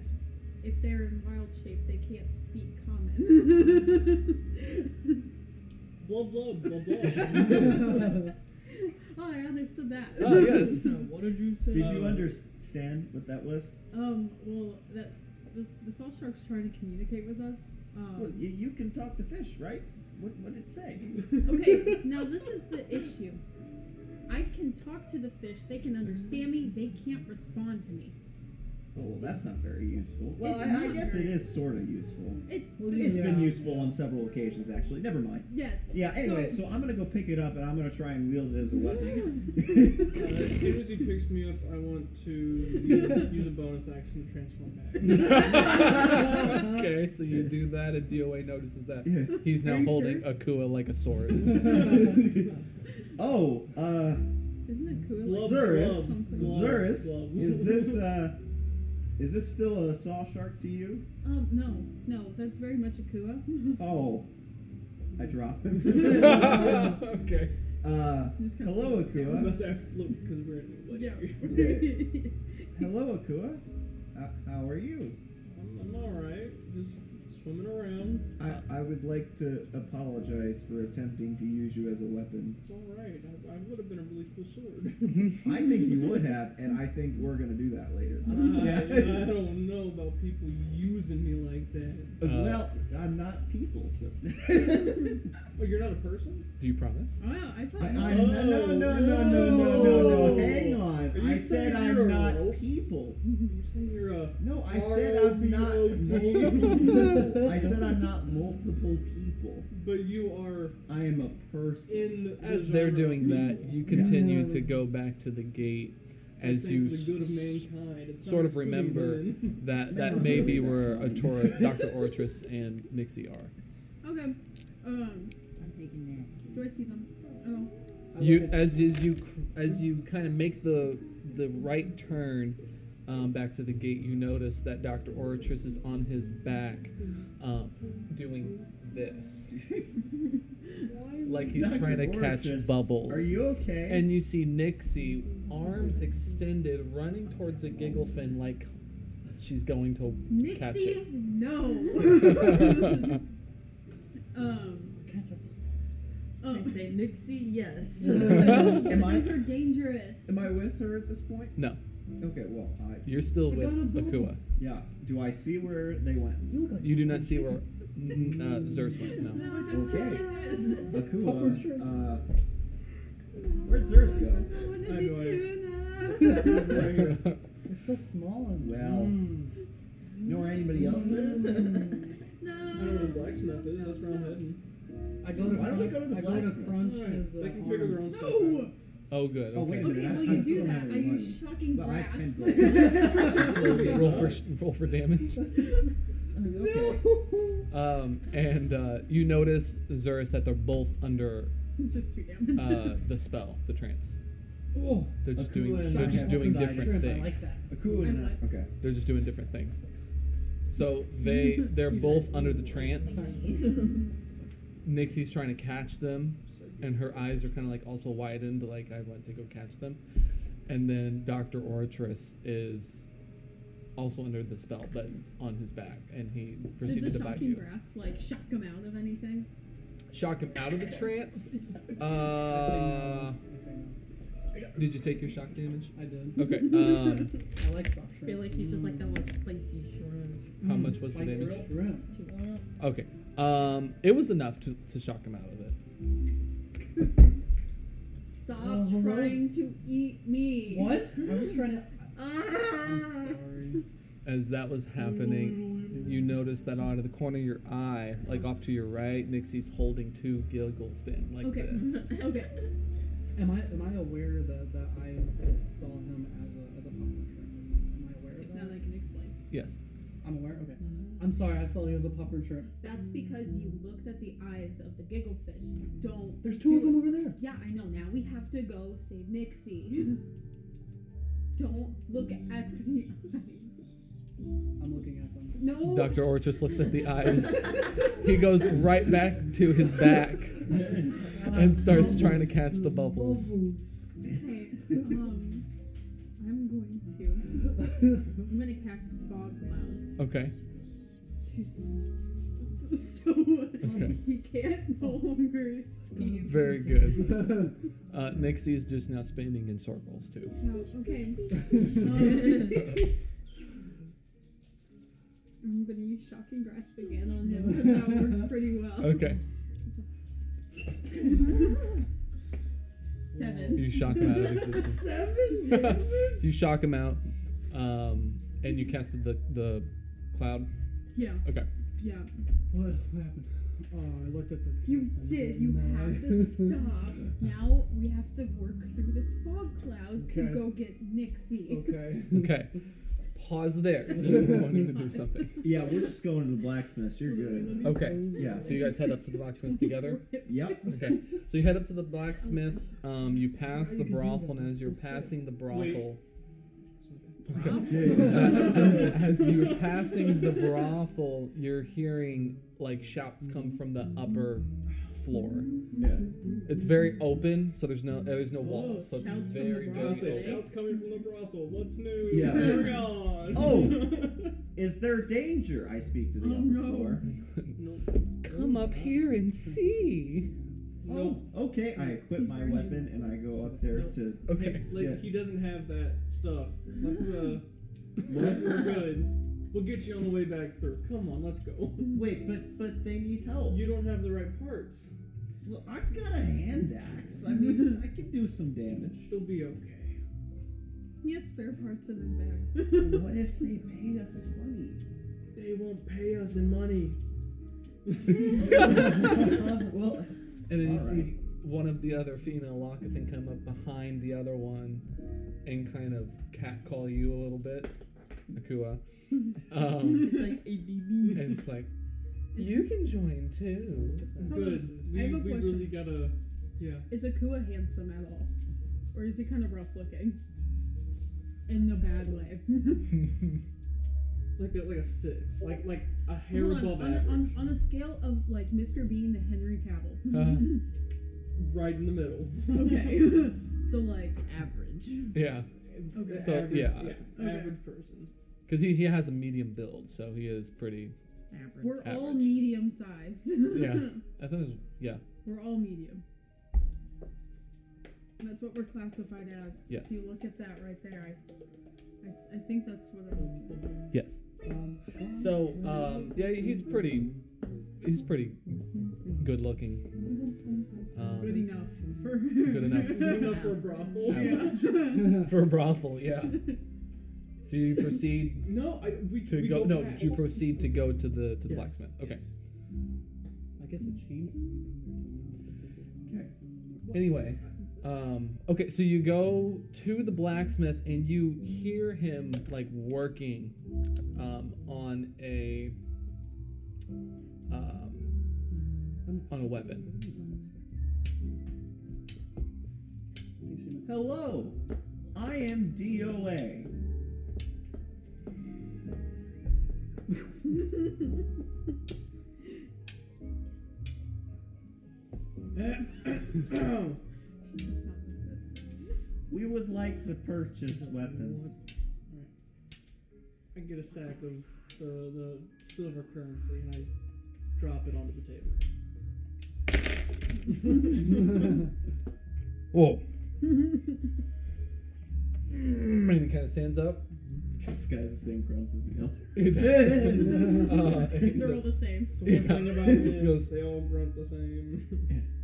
C: if they're in wild shape, they can't speak common.
E: Blah, blah, blah, blah.
B: did
C: oh, I understood that.
A: Oh, yes.
E: Ah, Now, what did you say?
B: you understand what that was?
C: Um. Well, that the, the salt shark's trying to communicate with us. Um,
B: Well, you, you can talk to fish, right? What what did it say? Oh,
C: Okay, now this is the issue. I can talk to the fish, they can understand me, they can't respond to me.
B: Oh, well, that's not very useful. Well,
C: It's
B: I, I
C: not
B: guess it
C: very-
B: is sort of useful.
C: It,
B: It's been
E: Yeah.
B: useful on several occasions, actually. Never mind.
C: yes.
B: Yeah,
C: so-
B: anyway, so, I'm gonna go pick it up and I'm gonna try and wield it as a
E: Uh, as
B: weapon.
E: soon as he picks me up, I want to use, use a bonus action to transform back.
A: okay, so you do that, and DOA notices that.
B: Yeah.
A: He's
C: Are
A: now
C: you
A: holding
C: sure?
A: Akua like a sword.
B: oh, uh,
C: Isn't it cool?
E: Love,
B: Zurus,
E: love, love,
B: Zurus,
E: love.
B: is this uh, is this still a saw shark to you?
C: Um, no, no, that's very much a Kua.
B: Oh, I drop him.
A: okay.
B: uh,
C: Just kinda
B: hello,
C: floats down.
B: Akua.
E: Unless I float because we're in the
C: yeah.
B: Hello, Akua. Uh, how are you?
E: I'm, I'm alright, just swimming around.
B: I, I would like to apologize for attempting to use you as a weapon.
E: It's alright. I, I would have been a really cool sword.
B: I think you would have, and I think we're gonna do that later.
E: I, Uh, I
B: Yeah.
E: don't know about people using me like that.
A: Uh,
B: well, I'm not people, so.
E: Oh, you're not a person?
A: Do you promise?
C: Wow, Oh, I thought
B: I, I,
C: you
B: no,
C: said-
B: no, no, no, no, no, no, no. Hang
E: Oh. Are
B: on.
E: you
B: I said
E: saying
B: I'm
E: you're a
B: not
E: rope?
B: people.
E: You're saying you're a.
B: No, I said I'm not.
E: R-O-B-O-T.
B: I said I'm not multiple people.
E: But you are
B: I am a person.
E: in. the
A: As they're
E: genre
A: doing
E: of
A: that,
E: people.
A: you
B: Yeah.
A: continue to go back to the gate as
E: It's like
A: you
E: for the good of
A: s-
E: mankind. It's
A: sort
E: not
A: of remember
E: excluding
A: that that
B: Not
A: may be
B: really that
A: where
B: long.
A: Atora, Dr. Ortris and Nixie are.
C: Okay. Um,
F: I'm taking that.
C: do I see them? Oh.
E: women.
A: You as as you cr- as you kind of make the the right turn um, back to the gate, you notice that Dr. Ortris is on his back
B: Mm-hmm.
A: um, doing this, like he's
B: Dr.
A: trying to catch
B: Orchis,
A: bubbles.
B: Are you okay?
A: And you see Nixie, arms extended, running towards the gigglefin like she's going to catch
C: Nixie,
A: it.
C: no. um,
F: I
C: um,
F: say Nixie, yes.
B: Am I-
C: these are dangerous.
B: Am I with her at this point?
A: no,
B: Okay, well, I.
A: you're still
B: I
A: with
B: got a bubble.
A: Akua.
B: Yeah. Do I see where they went?
A: You do not see where n- uh, Zerz went. No.
C: No, don't
B: Okay.
C: do this.
B: Akua. Uh, where'd Zerus go?
C: I wanna
E: I
C: be
E: know I-
C: tuna.
I: They're so small and
B: Well,
I: Mm.
B: Hmm. know where anybody else is?
C: no.
E: I don't know where blacksmith is. That's where I'm heading.
I: I go to
B: Why don't we
I: crunch-
B: go to the
I: I go to
B: blacksmith?
I: crunch
E: Alright,
I: as
E: They can
I: a
E: figure their
I: arm.
E: own stuff
C: No.
E: out.
A: oh, good.
B: Oh, wait
A: Okay.
B: a minute.
C: Okay, well
B: I, I
C: you
B: still
C: do
B: don't
C: that.
B: have
C: Are
B: any
C: you
B: money.
C: shocking
B: Well, I
C: brass?
B: can go.
A: Roll for sh- roll for damage.
B: Okay.
A: Um, and uh, you notice Zerus that they're both under
C: Just two damage.
A: uh, the spell, the trance.
I: Oh,
A: They're just
B: Akua
A: doing
B: and
A: they're
B: I
A: just
B: have
A: doing
B: decided-
A: different
I: I like
A: things.
I: that.
B: Akua and I. Okay.
A: They're just doing different things. So they they're both under the trance. Nixie's trying to catch them, and her eyes are kind of like also widened, like I went to go catch them. And then Doctor Ortris is also under the spell, but on his back, and he
C: Did
A: proceeded
C: the
A: to bite
C: shocking
A: you.
C: grasp like shock him out of anything?
A: Shock him out of the trance.
E: I
A: Uh,
E: say no.
A: did you take your shock damage?
E: I did.
A: Okay. Um,
E: I like shock
F: I feel like he's just like that little spicy shrimp.
A: how much was the damage?
F: It's too long.
A: Okay. Um, it was enough to, to shock him out of it.
C: Stop
I: Oh, hello?
C: trying to eat me.
I: What? I was trying to.
C: Ah!
A: As that was happening, you noticed that out of the corner of your eye, like off to your right, Nixie's holding two giggle fin like
C: Okay.
A: this.
C: Okay.
I: Am I am I aware that, that I saw him as a as a pocket shrimp? Am I aware
C: If
I: of
C: not,
I: that?
C: I can explain.
A: Yes.
I: I'm aware. Okay. I'm sorry. I saw he was a popper shrimp.
C: That's because you looked at the eyes of the gigglefish. Don't.
I: There's two of them over there.
C: Yeah, I know. Now we have to go save Nixie. Don't look at the eyes.
I: I'm looking at them.
C: No.
A: Dr. Orr just looks at the eyes. He goes right back to his back and starts trying to catch the bubbles.
C: Okay, um, I'm going to. I'm gonna cast fog cloud.
A: Okay.
C: So
A: Okay.
C: he can't no longer see.
A: Very good. Uh, Nixie's just now spinning in circles too.
C: No, okay. Um, I'm gonna use shocking grasp again on him because that worked pretty well.
A: Okay.
C: Seven.
A: You shock him out of existence.
C: Seven.
A: you shock him out, um, and you casted the the cloud.
C: yeah.
A: Okay.
C: Yeah.
I: What happened? Oh, I looked at the.
C: You did. You have to stop. Now we have to work through this fog cloud to
I: Okay.
C: go get Nixie.
I: okay.
A: Okay. Pause there. You were wanting to do something.
B: Yeah, we're just going to the blacksmith. You're good.
A: Okay.
B: Yeah.
A: So you guys head up to the blacksmith together.
B: Yep.
A: Okay. So you head up to the blacksmith. Um, you pass
I: How
A: the
I: you can do that?
A: brothel, and as
I: That's
A: you're
I: so sick.
A: passing the brothel,
B: Yeah.
A: uh, as, as you're passing the brothel, you're hearing like shouts come from the upper floor.
B: Yeah.
A: It's very open, so there's no there's no walls, so it's
C: shouts from the
A: very
E: I
A: very
E: was gonna
A: open.
E: say, shouts coming from the brothel. What's new?
B: Yeah.
E: Carry on.
B: Oh. Is there danger? I speak to the
C: Oh,
B: upper
C: no.
B: floor.
A: Come up here and see.
E: Nope.
B: Oh, okay. I equip my weapon and I go up there to.
A: Okay.
E: Like
B: Yes.
E: he doesn't have that stuff. Let's uh, we're good. We'll get you on the way back through. Come on, let's go.
B: Wait, but but they need help.
E: You don't have the right parts.
B: Well, I got a hand axe. I mean, I can do some damage.
E: You'll be okay.
C: He has spare parts in his bag.
B: What if they pay us money?
E: They won't pay us in money.
B: well,
A: And then you
B: All
A: see one of the other female Lockathan come up behind the other one and kind of catcall you a little bit, Akua. Um,
F: It's like a BB.
A: and it's like, you can join too.
C: Hold on,
E: Good.
C: I
E: We,
C: have a
E: we
C: question.
E: really gotta. Yeah.
C: Is Akua handsome at all? Or is he kind of rough looking? In the bad way.
E: Like a like a six. Like like a hair
C: Hold
E: above
C: on, on, a,
E: average.
C: on, on a scale of like Mr. Bean to Henry Cavill.
A: Uh.
E: Right in the middle.
C: okay. so like average.
A: yeah,
C: Okay.
E: The
A: So,
E: average,
A: yeah.
C: Okay.
E: Average person.
A: because he, he has a medium build, so he is pretty.
F: Average.
C: We're all
A: Average.
C: medium sized.
A: Yeah, I think it's yeah.
C: We're all medium. That's what we're classified as.
A: Yes.
C: If you look at that right there, I, s- I s- I think that's what I'm.
A: Yes. So um, yeah, he's pretty. He's pretty good looking.
C: Good
A: Um,
C: enough for.
A: Good enough.
E: You know for a brothel.
C: Yeah.
A: Um, for a brothel, yeah. So you proceed
E: No, I, we,
A: to
E: we
A: go.
E: go.
A: No,
E: past.
A: you proceed to go to the to the
E: Yes.
A: blacksmith. Okay.
I: I guess it changed.
B: okay.
A: Anyway, um, okay. So you go to the blacksmith and you hear him like working um, on a um, on a weapon.
B: Hello, I am DOA. We would like to purchase weapons.
E: I get a sack of the, the silver currency and I drop it onto the table.
A: Whoa. Mm, and he kind of stands up.
B: This guy's the same grounds as the elder.
A: He does. uh, and he
C: They're all
A: says,
C: the same.
E: So
A: Yeah.
E: one thing about him,
A: Goes-
E: they all grunt the same.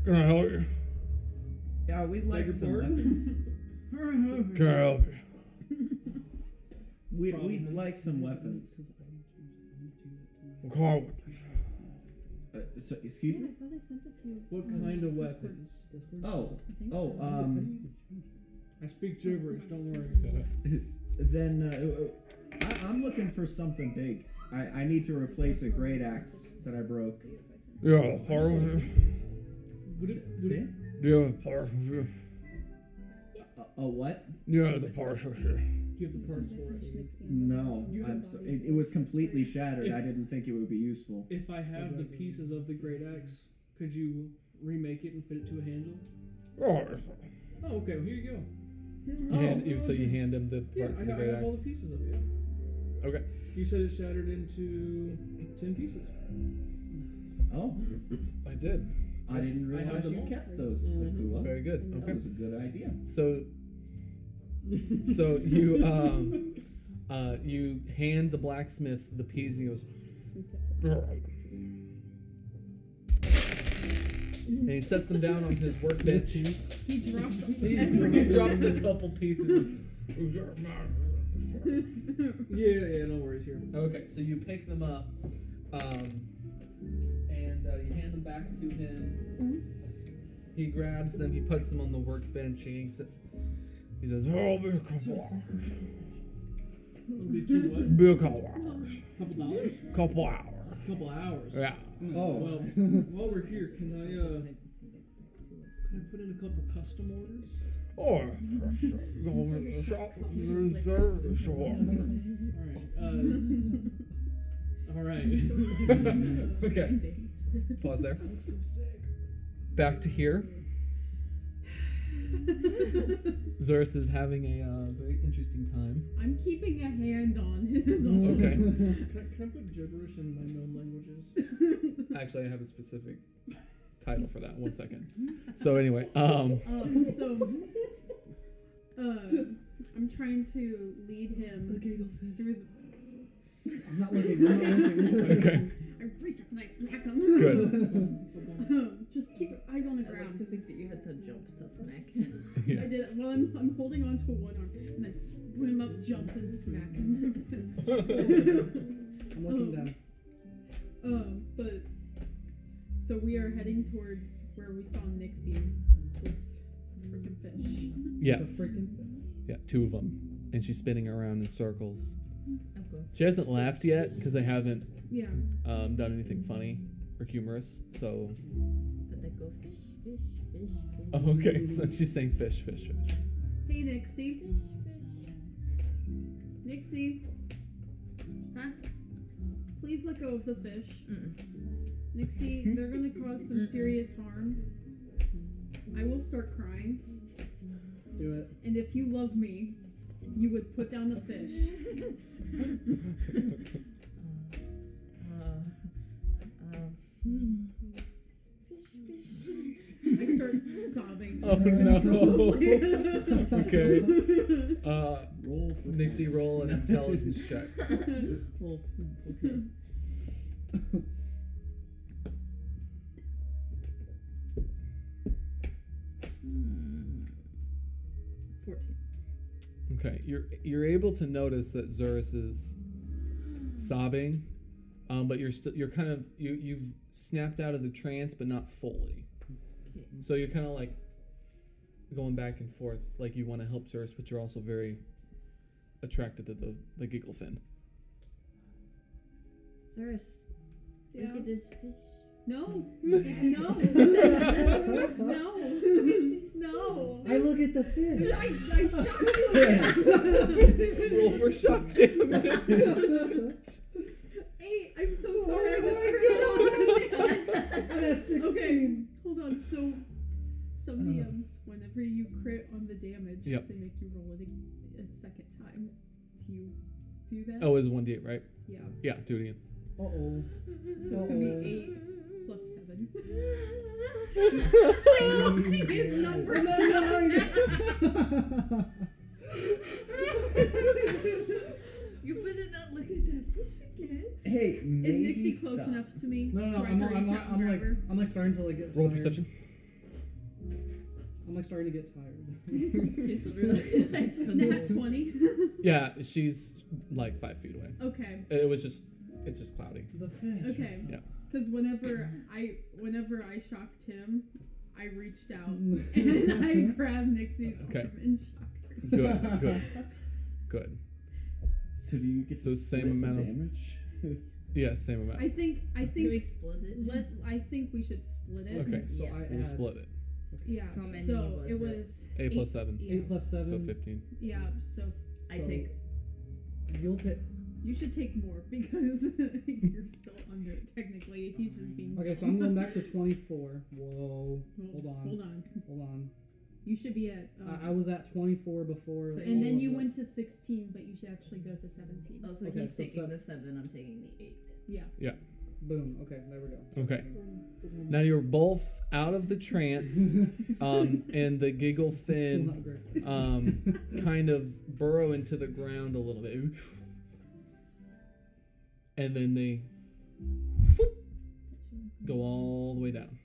A: Can I help you?
B: Yeah, we'd
E: Beg
B: like
E: your
B: some
E: pardon?
B: weapons.
A: Can I help you?
B: We'd,
E: Problem.
B: we'd like some weapons.
A: What kind of weapons?
B: Uh, so, excuse me?
D: thought I sent it to you. Um,
E: What kind of weapons?
B: Oh, oh,
A: uh,
B: um,
E: I speak gibberish, don't worry.
B: then uh, uh, I, I'm looking for something big. I, I need to replace a great axe that I broke.
A: Do you have a part with you?
E: Would it, would
B: Say
E: it,
B: it?
A: Do you have a part with you?
B: A, a what?
A: Do you have the parts with you?
E: do you have the parts for it?
B: No,
E: You have
B: I'm so, it, it was completely shattered. I didn't think it would be useful.
E: If I have the pieces of the great axe, could you remake it and fit it to a handle?
A: Oh, it's-
E: Oh, okay. Well, here you go.
A: you hand, you, so you hand him the
E: Oh, Yeah,
A: parts
E: I,
A: of the
E: got, I
A: great
E: got all
A: axe.
E: the pieces of it.
A: Okay.
E: You said it shattered into ten pieces.
B: Oh,
A: I did.
B: I didn't
E: I have
B: realize
E: them
B: you
E: all.
B: kept those. Akula.
A: Very good.
B: That
A: Okay.
B: was a good idea.
A: So, so you um, uh, you hand the blacksmith the piece and he goes. And he sets them down on his workbench.
C: He drops.
A: he drops a couple pieces.
E: Yeah, yeah. No worries here.
A: Okay, so you pick them up, um, and uh, you hand them back to him. He grabs them, he puts them on the workbench, and he, sa- he says, "Oh, be a couple hours,
E: It'll be two what?
A: be a couple hours,
E: Couple dollars?
A: couple hours."
E: Couple hours.
A: Yeah.
E: Well,
B: Oh,
E: while we're here, can I uh, can I put in a couple custom orders?
A: Oh, okay.
E: All right. Uh, all right.
A: Mm-hmm. Pause there. Back to here. Zerus is having a uh, very interesting time.
C: I'm keeping a hand on
I: Oh,
C: his arm.
A: Okay.
E: Can I, can I put gibberish in my known languages?
A: Actually, I have a specific title for that. One second. So anyway, um,
C: Um, so, um, I'm trying to lead him through the.
I: I'm not looking. I'm not looking.
A: okay,
C: I reach up and I smack him.
A: good.
C: Um, Just keep your eyes on the
F: I like to
C: ground.
F: think that you had to jump to smack him.
A: Yeah.
C: I did it while I'm, I'm holding on to one arm and I swim up, jump, and smack him.
I: I'm looking down.
C: um, but so we are heading towards where we saw Nixie with freaking fish.
A: Yes.
I: The freaking-
A: Yeah, two of them, and she's spinning around in circles.
F: Of course.
A: She hasn't laughed yet because they haven't
C: Yeah.
A: um, done anything funny or humorous. So
F: But they go fish, fish, fish, fish.
A: oh, okay, so she's saying fish, fish, fish.
C: Hey Nixie.
F: Fish, fish.
C: Nixie.
F: Huh?
C: Please let go of the fish.
F: Mm.
C: Nixie, they're gonna cause some
F: Mm-mm.
C: serious harm. I will start crying,
I: Do it.
C: and if you love me, you would put down the fish.
F: Uh, uh, fish, fish.
C: I start sobbing.
A: Oh no. okay.
C: okay.
A: Uh,
B: roll for
A: Nixie, roll an intelligence check.
F: well, okay. Fourteen.
A: Okay, you're you're able to notice that Zerus is sobbing, um, but you're still you're kind of you you've snapped out of the trance, but not fully.
F: Okay.
A: So you're kind of like going back and forth, like you want to help Zerus, but you're also very attracted to the the giggle fin.
F: Cyrus,
C: Yeah.
F: look at this fish.
C: No. No. no. No.
I: I look at the fish.
C: I, I shot you.
A: Roll for shock damage.
C: Eight. I'm so sorry. I just crazy.
I: I'm at 16.
C: Okay. Hold on. So, some DMs, whenever you crit on the damage,
A: Yep.
C: they make you roll it a, a second time. Do you do that.
A: Oh, it's 1d8, right?
C: Yeah.
A: Yeah, do it again.
I: Uh oh.
C: So it's gonna be eight plus seven.
F: You better not look at that fish again.
B: Hey,
C: Is
B: maybe
C: Nixie close
B: stop.
C: enough to me?
I: No, no, no
C: where I
I: I'm,
C: can
I: I'm,
C: reach
I: not,
C: out and
I: I'm like,
C: grab her?
I: I'm like starting to like get.
A: Roll
I: tired.
A: perception.
I: I'm like starting to get tired.
F: Okay, so really, like,
C: Nat twenty.
A: Yeah, she's like five feet away.
C: okay.
A: It was just, it's just cloudy.
I: the fish.
C: Okay.
A: Yeah.
C: Because whenever I whenever I shocked him, I reached out
B: Um,
C: and
I: Mm-hmm.
C: I grabbed Nixie's
A: Okay.
C: arm and shocked her.
A: Good, good, good.
B: So do you get
A: So
B: to
A: same
B: split the
A: amount of-
B: damage?
A: Yeah, same amount.
C: I think I
F: Can we
C: think
F: split it?
C: let I think we should split it.
A: Okay,
I: So
F: Yeah.
I: I
A: we'll
I: add
A: split it.
C: Yeah.
F: How many
C: So
F: was
C: it
F: it?
C: was
A: Eight plus seven,
C: yeah.
I: eight plus
A: so
I: seven.
A: 15.
C: yeah. So
F: I
I: So-
F: take.
I: You'll take.
C: you should take more because you're still under it technically. He's just being
I: Okay, so I'm going back to 24. Whoa. Hold on.
C: Hold on.
I: Hold on.
C: You should be at. Um,
I: I, I was at 24 before.
F: So-
C: and
I: all
C: then
I: of
C: you
I: the-
C: went to 16, but you should actually go to 17.
F: Oh, so
I: Okay,
F: he's
I: so
F: taking
I: seven.
F: the seven. I'm taking the eight.
C: Yeah.
I: Boom. Okay, there we go.
A: Okay.
I: Mm-hmm.
A: Now you're both out of the trance, um, and the giggle
I: Still
A: fin
I: not great.
A: um, kind of burrow into the ground a little bit. And then they go all the way down.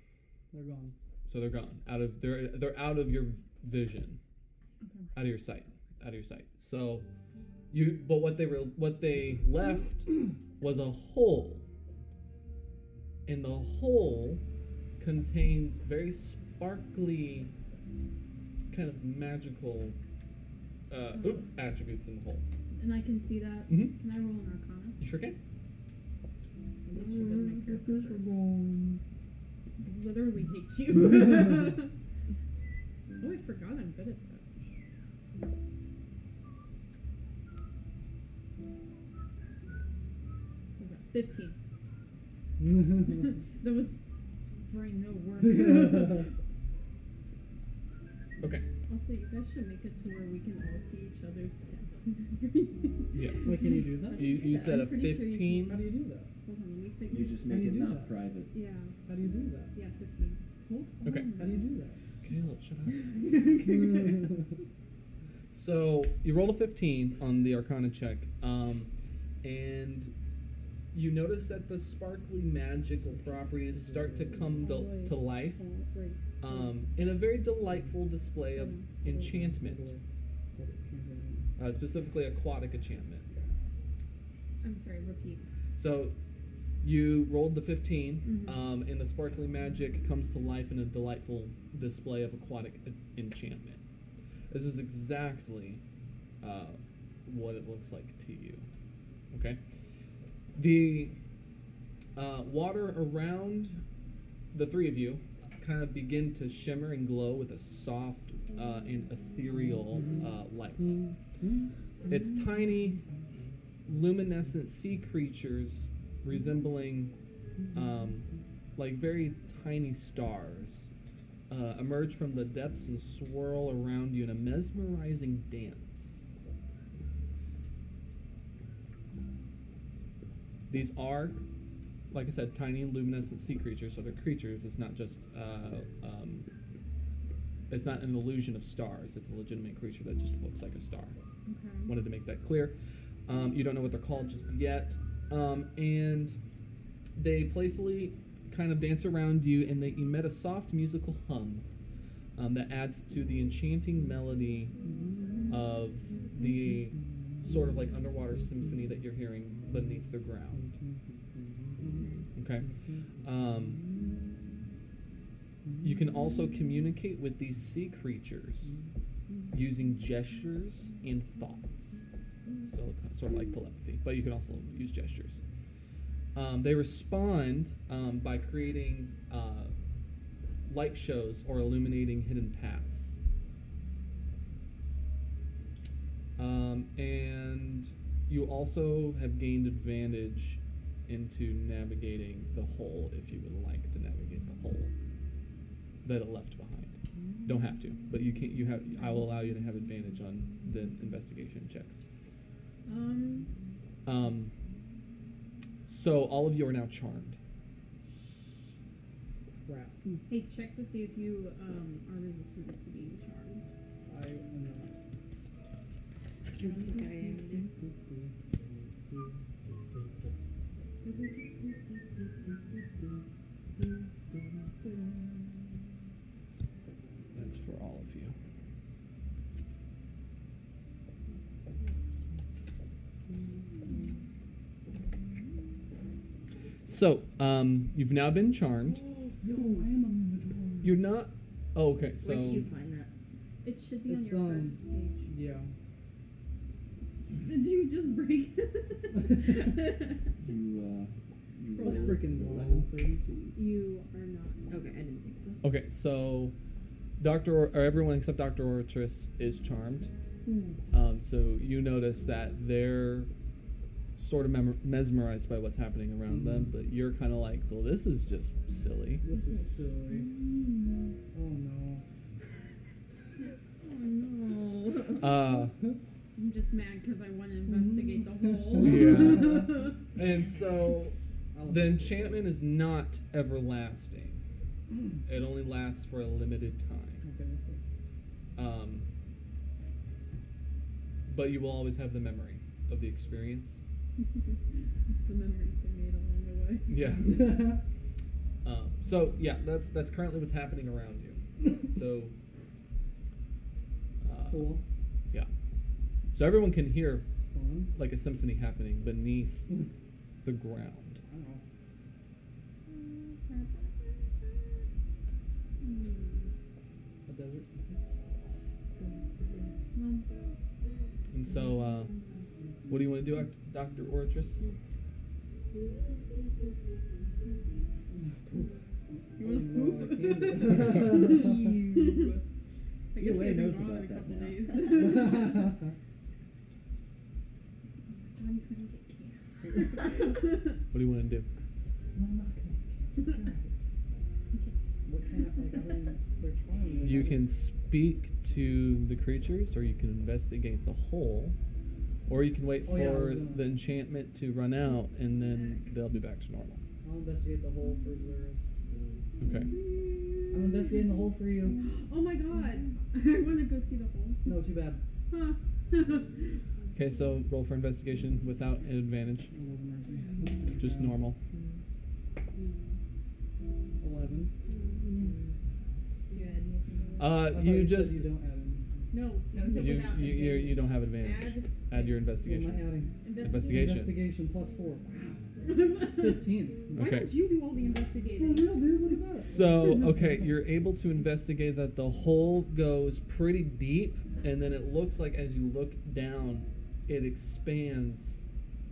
I: They're gone.
A: So they're gone. Out of they're they're out of your vision. Out of your sight. Out of your sight. So you but what they were what they left was a hole. And the hole contains very sparkly kind of magical uh, oop, attributes in the hole.
C: And I can see that.
A: Mhm.
C: Can I roll an arcana?
A: You sure can?
C: Make sure that
I: Mm-hmm.
C: my character is- I literally hate you. oh, I forgot I'm good at that. Okay, Fifteen. that was brain no work.
A: Okay.
C: also, you guys should make it to where we can all see each other's stats and everything.
I: Wait,
A: Yes.
I: can you do that?
A: You, you said a
C: I'm pretty sure you
A: 15.
C: can-
I: How do you do that?
C: Hold on, let me figure.
B: You just
I: How do
B: make
I: you
B: it
I: do
B: not
I: that?
B: private.
C: Yeah,
I: How do you do that?
C: yeah, fifteen. Hold
A: Okay.
C: on.
I: How do you do that?
A: Caleb, shut up. So you rolled a 15 on the Arcana check, um, and you notice that the sparkly magical properties start to come to, to life um, in a very delightful display of enchantment, uh, specifically aquatic enchantment.
C: I'm sorry. Repeat.
A: So you rolled the 15,
C: Mhm.
A: um, and the sparkly magic comes to life in a delightful display of aquatic en- enchantment. This is exactly uh, what it looks like to you. Okay? The uh, water around the three of you kind of begin to shimmer and glow with a soft uh, and ethereal uh, light. It's tiny, luminescent sea creatures resembling um, like very tiny stars uh, emerge from the depths and swirl around you in a mesmerizing dance. These are, like I said, tiny luminescent sea creatures. So they're creatures. It's not just uh, um, it's not an illusion of stars. It's a legitimate creature that just looks like a star
C: Okay.
A: wanted to make that clear. Um, you don't know what they're called just yet. Um, and they playfully kind of dance around you and they emit a soft musical hum um, that adds to the enchanting melody of the sort of like underwater symphony that you're hearing beneath the ground. Okay. Um, you can also communicate with these sea creatures using gestures and thoughts. So kind of- sort of like telepathy, but you can also use gestures. Um, they respond um, by creating uh, light shows or illuminating hidden paths. Um, and you also have gained advantage into navigating the hole if you would like to navigate the hole that it left behind. Don't have to, but you can. You have. I will allow you to have advantage on the investigation checks.
C: Um,
A: Um, so all of you are now charmed.
E: Crap.
C: hey, check to see if you um, are resistant to being charmed.
E: I am
F: I don't think I am either.
A: That's for all of you. So, um, you've now been charmed.
E: No, I am a
A: You're not. Oh, okay, so.
F: Where do you find that?
C: It should be on
E: It's,
C: your
E: um,
C: first page.
E: Yeah.
C: Did you just break?
B: You, uh, you
E: It's
B: rolled
E: freaking
B: an
E: long.
B: 1132.
C: you are not.
F: Okay, I didn't think so.
A: Okay, so Doctor or, or everyone except Doctor Ortris is charmed.
F: Hmm.
A: Um, so you notice that they're sort of mem- mesmerized by what's happening around them, but you're kind of like, well, this is just silly.
E: This is silly. Oh no.
C: Oh no.
A: Uh,
C: I'm just mad because I want to investigate the
E: Mm.
C: whole.
A: Yeah. and so
E: I'll-
A: the enchantment is not everlasting; it only lasts for a limited time.
E: Okay, that's good.
A: Um, but you will always have the memory of the experience.
C: it's the memories we made along the way.
A: Yeah. Um, so yeah, that's that's currently what's happening around you. So. Uh,
E: cool.
A: Yeah. So everyone can hear
E: This is fun.
A: like a symphony happening beneath the ground.
E: Wow. Mm. A desert symphony.
A: And so, uh, what do you want to do, Doctor Oratrice?
C: You
E: Oh, no,
C: want
E: I
C: to
E: can't.
C: poop? I guess
B: DOA
C: he
B: knows
C: hasn't gone in a
B: about that
C: couple
B: now.
C: days.
F: Johnny's gonna get cancer.
A: What do you want to do?
E: No, I'm not gonna get cancer. God. What kind of like I mean, they're trying. but
A: You
E: I-
A: can speak to the creatures, or you can investigate the hole, or you can wait
E: Oh, yeah, I
A: for
E: was gonna-
A: the enchantment to run out, and then they'll be back to normal.
E: I'll investigate the hole for Zerus.
A: Okay.
E: Mm-hmm. I'm investigating the hole for you.
C: oh my god. I want to go see the hole.
E: No, too bad.
C: Huh.
A: Okay, so roll for investigation without an advantage,
E: Oh, Lord have mercy.
A: just normal.
E: Eleven.
F: you had anything?
A: Uh,
E: I thought
A: you
E: said
A: just
E: you
A: you
E: don't add anything.
C: no, no,
A: you,
C: so without
A: you, you,
C: advantage.
A: don't have advantage.
C: Add-
A: Add your
E: What am I
A: investigation.
E: adding?
A: Investigation.
E: Investigation plus four.
C: Investigation.
E: Fifteen.
C: Why
A: Okay.
C: don't you do all the
E: For
C: investigating?
E: real, dude. What about it?
A: So, okay, you're able to investigate that the hole goes pretty deep, and then it looks like as you look down, it expands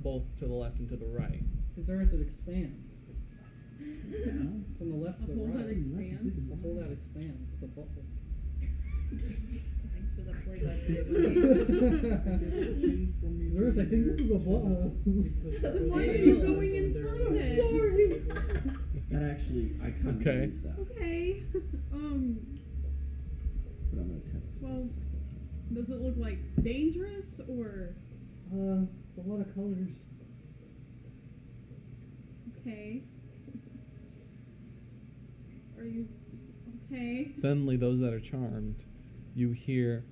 A: both to the left and to the right.
E: Zerus, it expands.
B: Bounce.
E: It's from the left
C: A
E: to the
C: hole
E: right.
C: that expands?
E: It's a hole that expands. It's a bubble.
F: Thanks for the play by
E: Zerus, I think this is a bubble.
C: Why are you going inside it?
B: That actually, I kind of
A: Okay.
B: believe that,
C: Okay. Um.
B: but I'm gonna test it.
C: Well, does it look like dangerous or
E: Uh, it's a lot of colors.
C: okay? Are you okay?
A: Suddenly, those that are charmed, you hear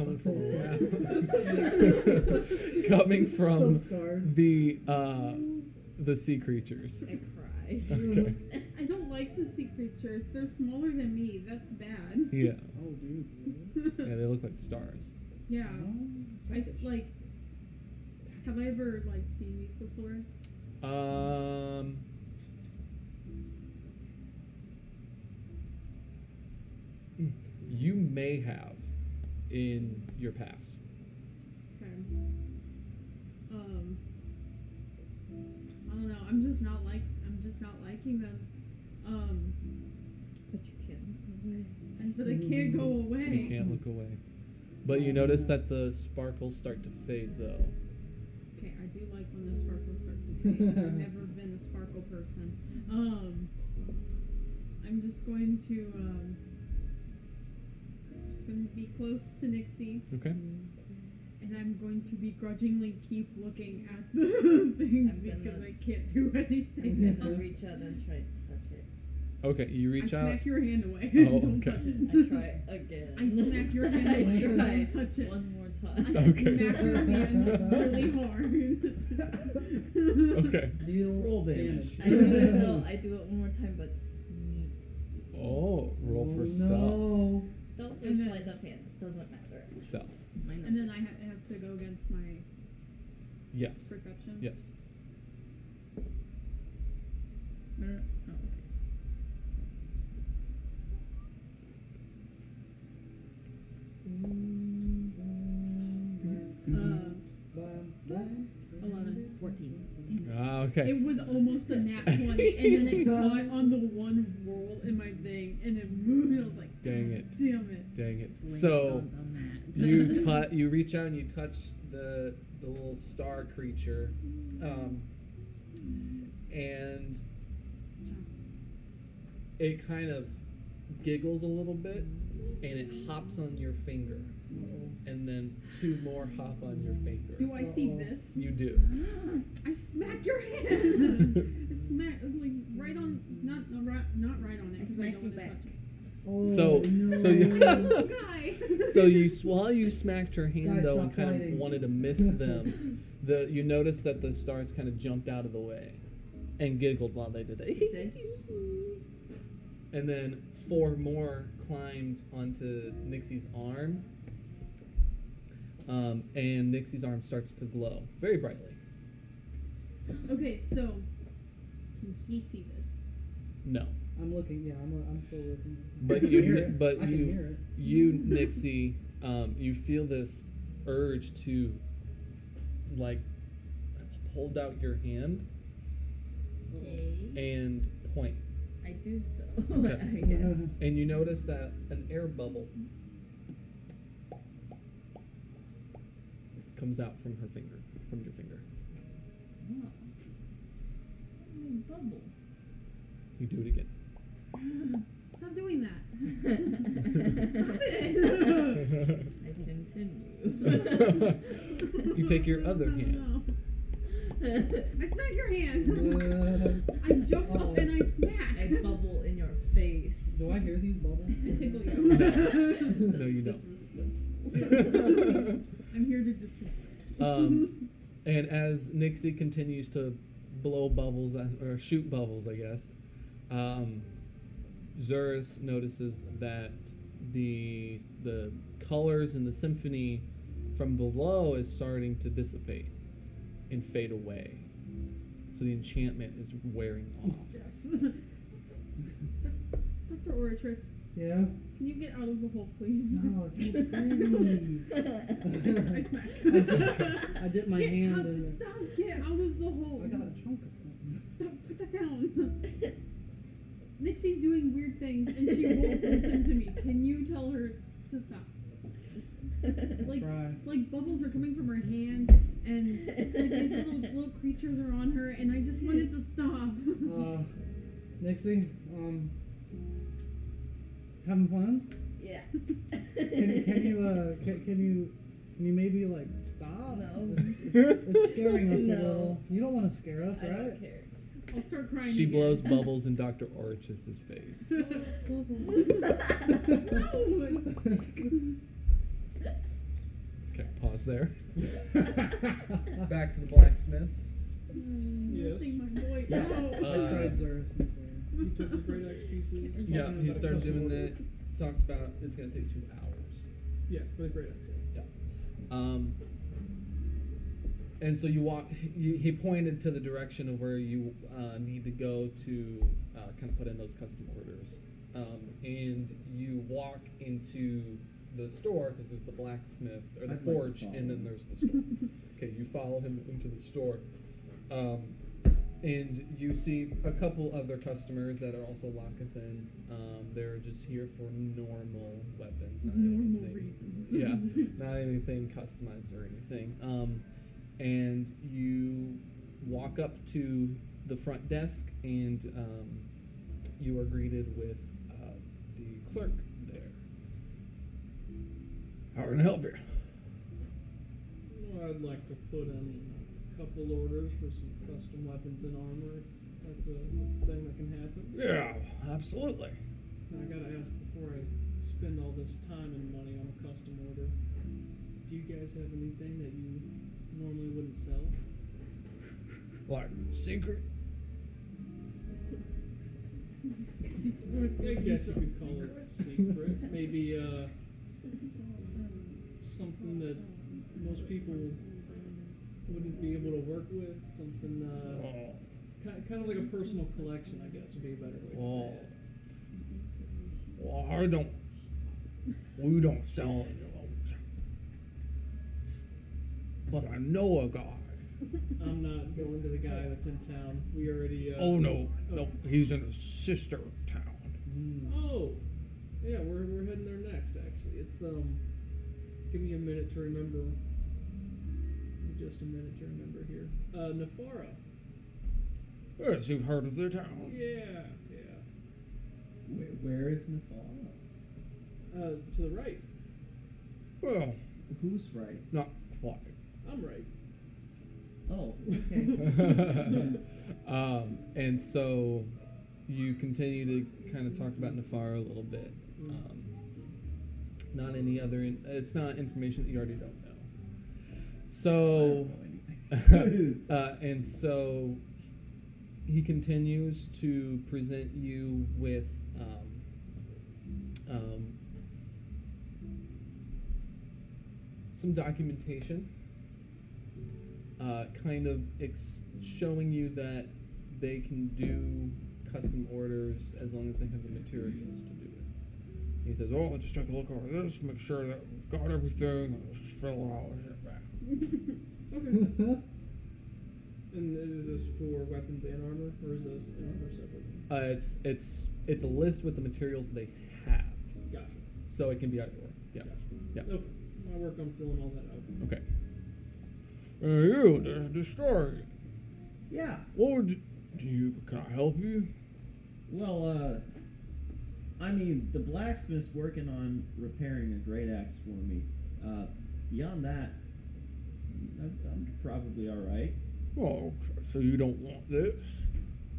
E: Oh, oh,
A: coming from
E: Sorry.
A: around, coming
E: oh.
A: from
E: so scarred.
A: the uh, the sea creatures.
F: I cry.
A: Okay.
C: I don't like the sea creatures. They're smaller than me. That's bad.
A: Yeah.
E: Oh, dude.
A: Yeah, they look like stars.
C: yeah.
E: Oh,
C: I
E: starfish.
C: like. Have I ever like seen these before?
A: Um. mm, You may have in your past.
C: Okay. Um. I don't know. I'm just not like. I'm just not liking them. Um.
F: But you can't.
C: and- But I can't go away.
A: You can't look away. But you notice that the sparkles start to fade, though.
C: Okay, I do like when the sparkles start to fade. I've never been a sparkle person. Um, I'm just going to um, just going to be close to Nixie,
A: Okay.
C: and I'm going to begrudgingly keep looking at the things
F: I'm gonna-
C: because I can't do
F: I'm
C: anything.
F: gonna
C: else.
F: reach out and try to touch it.
A: Okay, you reach
C: I
A: out.
C: smack your hand away.
A: Oh,
C: Don't
A: okay.
C: touch
F: I
C: it.
F: try again.
C: I smack your hand
F: I
C: away. Don't
F: try
C: touch it.
F: One more
C: I
F: time.
A: Okay.
C: smack your hand really hard.
A: Okay.
I: Deal
B: Roll damage.
F: I do it though. I do it one more time, but sneak.
A: Oh, roll for
I: Oh,
A: stealth.
I: no.
F: Stealth or
C: And then-
F: sleight of hand doesn't matter.
A: Stealth.
F: My
C: And then I ha- it has to go against my
A: Yes.
C: perception.
A: Yes.
C: No, no, no. Oh, okay. Uh, eleven.
F: fourteen.
A: Ah, okay.
C: It was almost a nat twenty, and then it caught on the one roll in my thing, and it moved. And I was like,
A: Dang it.
C: damn it!"
A: Dang it. So you tu- you reach out and you touch the the little star creature, um, and it kind of giggles a little bit, and it hops on your finger, and then two more hop on your
C: Do
A: finger.
C: I see this?
A: You do.
C: I smack your hand. I smack like right on, not not right, not right on it.
F: I
C: 'cause
F: smack
C: don't
F: you
C: wanna
F: back.
C: touch it.
I: Oh,
A: So so
C: I'm a little
A: you.
C: guy.
A: So you s- while you smacked her hand
I: Guys,
A: though and
I: stop
A: kind of
I: fighting.
A: wanted to miss them, the you noticed that the stars kind of jumped out of the way, and giggled while they did that. and then four more climbed onto Nixie's arm, um, and Nixie's arm starts to glow very brightly.
C: Okay, so can he see this?
A: No,
I: I'm looking. Yeah, I'm, I'm still looking.
A: but
I: I can hear
A: you
I: it. I
A: but
I: can
A: you
I: hear it.
A: you Nixie, um, you feel this urge to like hold out your hand
F: Okay.
A: and point.
F: I do so.
A: Okay.
F: I guess.
A: And you notice that an air bubble comes out from her finger, from your finger.
F: Oh. Mm, Bubble.
A: You do it again.
C: Stop doing that. Stop it.
A: you
F: I continue.
A: take your other hand.
C: No. I smack your hand. I jump
I: Uh-oh.
C: up and I smack.
F: I Oh. bubble in your face.
I: Do I hear these bubbles?
C: I tickle you.
A: No, you don't.
C: I'm here to disrespect.
A: um, and as Nixie continues to blow bubbles at, or shoot bubbles, I guess, um, Zurus notices that the the colors in the symphony from below is starting to dissipate and fade away. So the enchantment is wearing off.
C: Yes. Dr. Oratrice,
I: Yeah.
C: can you get out of the hole, please?
I: No, it's so
C: I
I: pretty.
C: smack.
I: I dip- I dip my
C: get
I: hand
C: out,
I: in it.
C: Stop! Get out of the hole.
I: I got a chunk of something.
C: Stop! Put that down. Nixie's doing weird things and she won't listen to me. Can you tell her to stop? Like,
I: Try.
C: like bubbles are coming from her hands and like these little little creatures are on her, and I just wanted to stop.
I: Uh, Nixie, um, having fun?
F: Yeah.
I: Can, can you, uh, can, can you, can you maybe like stop?
F: No.
I: It's, it's scaring us a
F: No.
I: little. You don't want to scare us,
F: I don't
I: right?
F: care.
C: I'll start crying.
A: She
C: again.
A: blows bubbles in Dr. Orchis' face. Okay, pause there. Back to the blacksmith.
E: Yes.
C: Mm, Missing my boy.
I: I
C: No.
A: Uh,
I: tried Zerus. I'm sorry.
E: You took the great axe pieces.
B: Mm-hmm.
A: Yeah,
E: talking
A: he
E: about
A: started
E: custom
A: doing
E: order.
A: that. Talked about it's gonna take two hours.
E: Yeah, for the great axe.
A: Um, and so you walk. You, he pointed to the direction of where you uh, need to go to uh, kind of put in those custom orders. Um, and you walk into the store because there's the blacksmith or the
B: I'd like to
A: forge,
B: follow
A: and then
B: him.
A: there's the store. okay, you follow him into the store. Um, and you see a couple other customers that are also Lakathan. Um, they're just here for normal weapons, not
C: Normal
A: anything
C: reasons.
A: yeah, not anything customized or anything. Um, and you walk up to the front desk, and um, you are greeted with uh, the clerk there. How can I help you?
E: Well, I'd like to put in a couple orders for some custom weapons and armor. That's a thing that can happen.
A: Yeah, absolutely.
E: Now, I gotta ask before I spend all this time and money on a custom order. Do you guys have anything that you normally wouldn't sell?
A: Like secret?
E: I guess you could call it secret. Maybe uh, something that most people wouldn't be able to work with. Something uh,
A: Oh,
E: kind, kind of like a personal collection, I guess, would be a better way to
A: oh.
E: say it.
A: Well, I don't.
E: uh,
A: We don't sell any of those. But I know a guy.
E: I'm not going to the guy that's in town. We already. Uh,
A: Oh no, no, he's in a sister town.
E: Oh, yeah, we're we're heading there next. Actually, it's um. Give me a minute to remember. Just a minute to remember here. Uh, Nefara.
A: Yes, you've heard of their town.
E: Yeah, yeah.
B: Wh- where is Nefal?
E: Uh, to the right.
A: Well,
B: Who's right?
A: not quite.
E: I'm right.
B: Oh, okay.
A: um, and so you continue to kind of talk about Nefar a little bit. Um, not any other. In- it's not information that you already don't know. So.
B: I don't know anything.
A: uh, and so he continues to present you with um, um, some documentation, uh, kind of ex- showing you that they can do custom orders as long as they have the materials to do it. He says, "Oh, I'll just take a look over this, make sure that we've got everything, and just fill it all shit back."
E: Okay. and is this for weapons and armor, or is this an armor separate?
A: Uh, it's it's it's a list with the materials they have,
E: Gotcha.
A: so it can be out of order. Yeah.
E: Gotcha.
A: Yeah.
E: Okay. I'll work on filling all that out.
A: Okay. Uh, you, there's the story.
B: yeah.
A: What would you, do you? Can I help you?
B: Well, uh, I mean, the blacksmith's working on repairing a great axe for me. Uh, beyond that, I'm, I'm probably all right.
A: Oh, so you don't want this?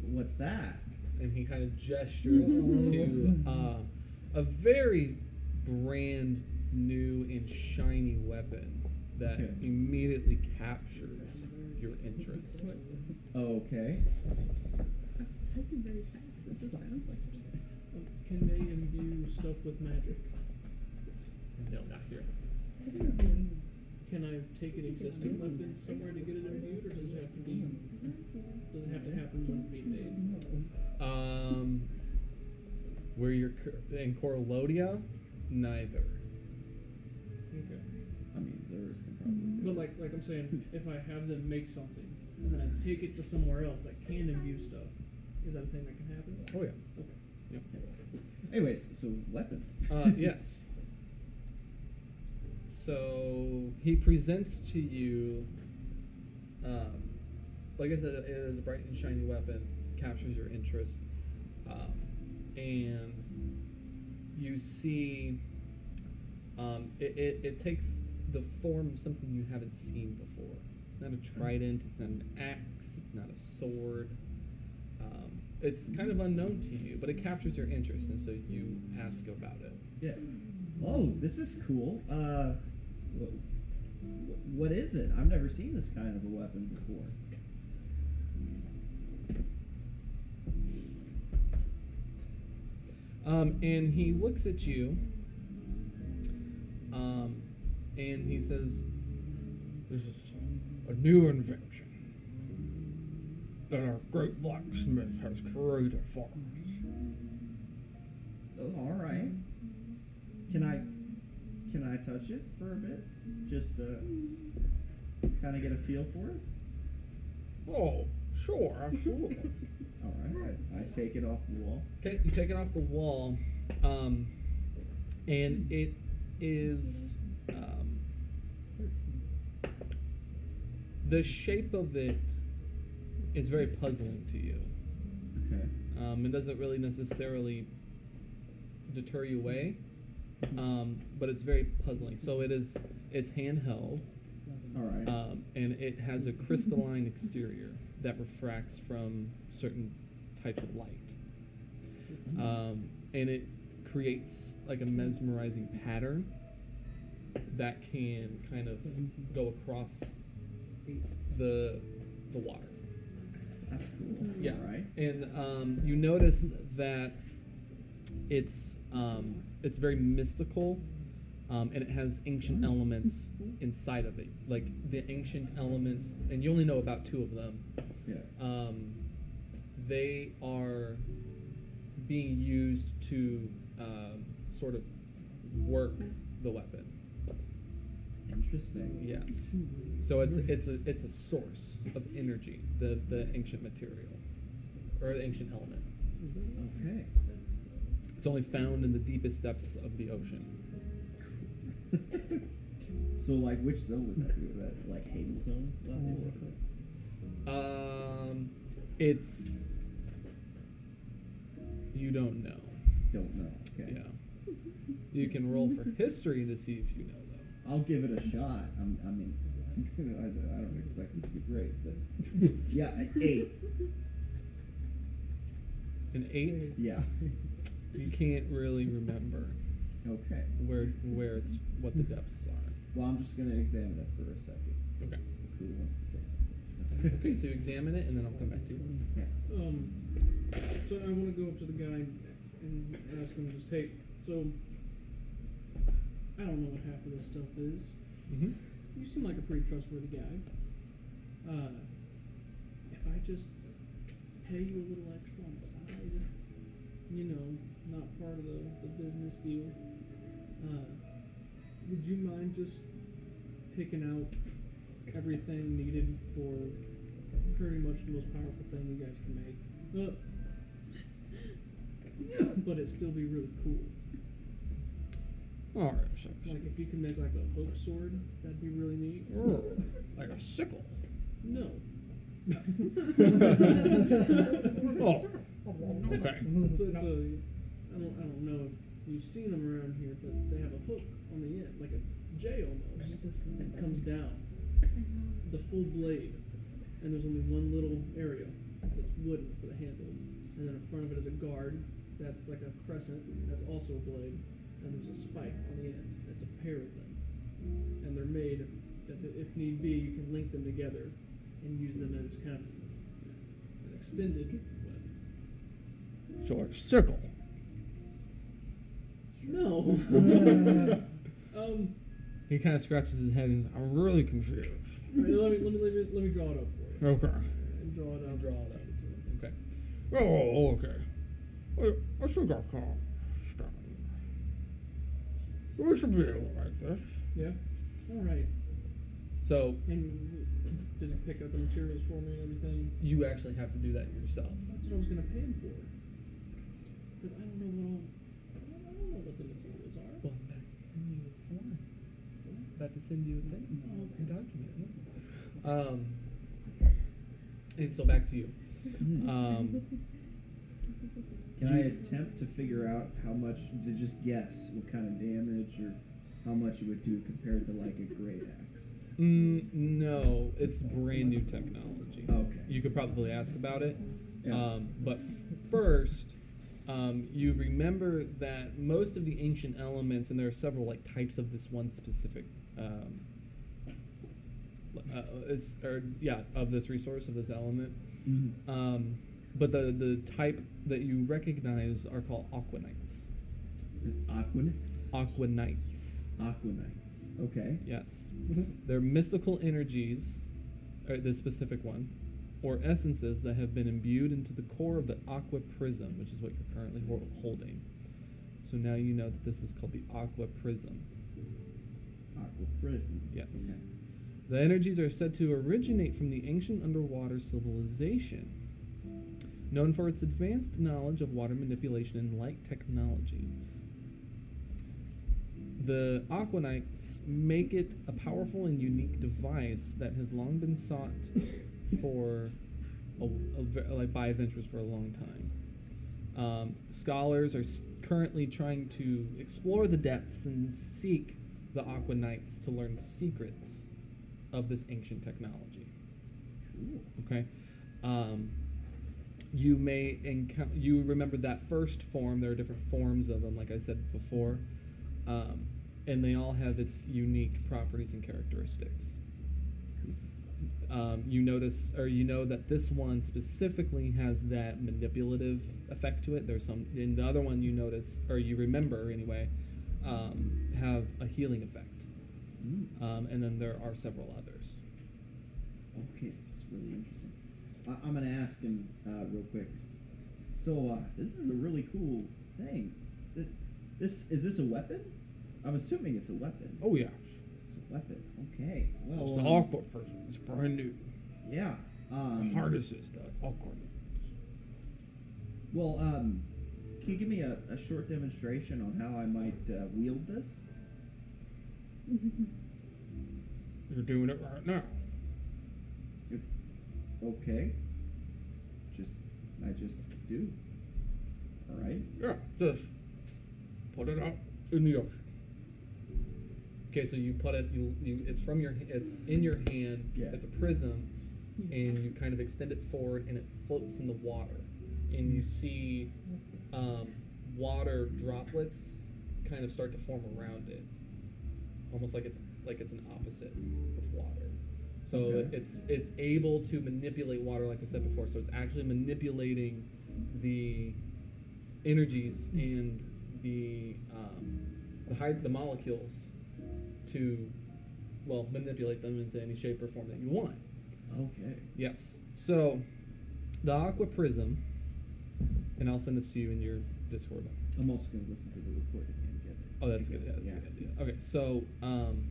B: What's that?
A: And he kind of gestures to uh, a very brand new and shiny weapon that
B: Okay.
A: immediately captures your interest.
B: Okay.
C: typing very fast. It just sounds like you're scared.
E: Um, can they imbue stuff with magic?
A: No, not here.
E: Can I take an existing weapon somewhere to get it imbued, or does it have to be? Does it have to happen when it's being made?
A: Um, where you're cur- in Coralodia, neither.
E: Okay.
B: I mean, Zerus can probably. do
E: Mm-hmm. But
B: it.
E: like, like I'm saying, if I have them make something and then I take it to somewhere else that can imbue stuff, is that a thing that can happen?
A: Oh yeah.
E: Okay.
B: Anyways, so weapon.
A: Uh, yes. So he presents to you, um, like I said, it is a bright and shiny weapon, captures your interest, um, and you see um, it, it, it takes the form of something you haven't seen before. It's not a trident, it's not an axe, it's not a sword. Um, it's kind of unknown to you, but it captures your interest, and so you ask about it.
B: Yeah. Oh, this is cool. Uh, wh- what is it? I've never seen this kind of a weapon before.
A: Um, and he looks at you, um, and he says, "This is a new invention that our great blacksmith has created for us."
B: Oh, all right. Can I can I touch it for a bit? Just uh, kind of get a feel for it.
A: Oh, sure, absolutely.
B: All right. I, I take it off the wall.
A: Okay, you take it off the wall, um, and it is um, the shape of it is very puzzling to you.
B: Okay.
A: Um, it doesn't really necessarily deter you away, um, but it's very puzzling. So it is it's handheld,
B: All right.
A: um, and it has a crystalline exterior that refracts from certain types of light, um, and it creates like a mesmerizing pattern that can kind of go across the the water.
B: That's cool.
A: Yeah.
B: All right.
A: And um, you notice that it's um, it's very mystical, um, and it has ancient elements inside of it, like the ancient elements. And you only know about two of them.
B: Yeah.
A: Um, they are being used to um, sort of work the weapon.
B: Interesting.
A: Yes.
B: Mm-hmm.
A: So it's it's a it's a source of energy, the the ancient material, or the ancient element.
B: Okay.
A: It's only found in the deepest depths of the ocean.
B: so, like, which zone would that be? Would that, like, Halo zone
A: Oh.
B: level? or-
A: Um, it's you don't know.
B: Don't know. Okay.
A: Yeah, you can roll for history to see if you know though.
B: I'll give it a shot. I'm, I mean, I, I don't expect it to be great, but yeah, an eight.
A: An eight,
B: Yeah.
A: you can't really remember
B: Okay.
A: where where it's what the depths are.
B: Well, I'm just gonna examine it for a second.
A: Okay.
B: Who wants to say something?
A: Okay, so you examine it, and then I'll come back to you.
B: Yeah.
E: Um, so I want to go up to the guy and ask him just, hey, so I don't know what half of this stuff is.
A: Mm-hmm.
E: You seem like a pretty trustworthy guy. Uh, if I just pay you a little extra on the side, you know, not part of the, the business deal, uh, would you mind just picking out everything needed for pretty much the most powerful thing you guys can make? Uh, but it'd still be really cool.
A: All right, so,
E: Like, if you can make like a hook sword, that'd be really neat.
B: Oh.
A: like a sickle.
E: No.
A: oh, okay.
E: So it's a, I don't, I don't know if you've seen them around here, but they have a hook on the end, like a J almost, that comes down, the full blade, and there's only one little area that's wooden for the handle, and then in front of it is a guard that's like a crescent that's also a blade, and there's a spike on the end that's a pair of them, and they're made that if need be you can link them together and use them as kind of an extended weapon.
A: So a sickle.
E: No. um,
A: He kind of scratches his head and is, I'm really confused.
E: all right, let me let me let me, let me draw it up for you.
A: Okay.
E: And draw it out. Draw it out.
A: Okay. Oh, okay. I, I still got calm. We should be able to like this.
E: Yeah. All right.
A: So
E: And does it pick up the materials for me and everything?
A: you actually have to do that yourself.
E: That's what I was gonna pay him for. Cause I don't know what all. I don't know what the materials are.
A: Well, I'm about to send you a form. About to send you a thing.
E: Oh, okay.
A: A document. yeah. Um. And so back to you. Um.
B: Hmm. Can I attempt to figure out how much to just guess what kind of damage or how much it would do compared to like a great axe?
A: Mm, no, it's brand new technology.
B: Okay.
A: You could probably ask about it.
B: Yeah.
A: Um, but first, um, you remember that most of the ancient elements, and there are several like types of this one specific, um, l- uh, is, or yeah, of this resource of this element.
B: Mhm.
A: Um, but the the type that you recognize are called aquanites. Hmm.
B: Aquanics.
A: Aquanites.
B: Aquanites. Okay.
A: Yes. They're mystical energies, or the specific one, or essences that have been imbued into the core of the aqua prism, which is what you're currently hol- holding. So now you know that this is called the aqua prism.
B: Aqua prison.
A: Yes.
B: Okay.
A: The energies are said to originate from the ancient underwater civilization, known for its advanced knowledge of water manipulation and light technology. The Aquanites make it a powerful and unique device that has long been sought for a, a ve- like by adventurers for a long time. Um, scholars are s- currently trying to explore the depths and seek the Aquanites to learn the secrets of this ancient technology. Okay. Um, you may encounter. You remember that first form. There are different forms of them, like I said before, um, and they all have its unique properties and characteristics. Um, you notice, or you know that this one specifically has that manipulative effect to it. There's some in the other one you notice, or you remember anyway, um, have a healing effect,
B: Mm.
A: um, and then there are several others.
B: Okay, this is really interesting. I, I'm gonna ask him uh, real quick. So uh, this is a really cool thing. Th- This is this a weapon? I'm assuming it's a weapon.
A: Oh yeah,
B: it's a weapon. Okay. Well,
A: it's the
B: um,
A: awkward person. It's brand new.
B: yeah. Um,
A: The hardest is the awkward.
B: Well, um, can you give me a, a short demonstration on how I might uh, wield this?
A: You're doing it right now.
B: If, okay. Just I just do. All right.
A: Yeah, just put it out in the ocean. Okay, so you put it. You, you it's from your. It's in your hand.
B: Yeah.
A: It's a prism, and you kind of extend it forward, and it floats in the water, and you see um, water droplets kind of start to form around it, almost like it's like it's an opposite of water. So
B: Okay.
A: it's it's able to manipulate water, like I said before. So it's actually manipulating the energies and the um, the, hyd- the molecules to well manipulate them into any shape or form that you want.
B: Okay.
A: Yes. So the aqua prism, and I'll send this to you in your Discord.
B: I'm also gonna listen to the recording and get it.
A: Oh, that's good. Yeah, that's
B: Yeah.
A: a good. idea. Okay, so um,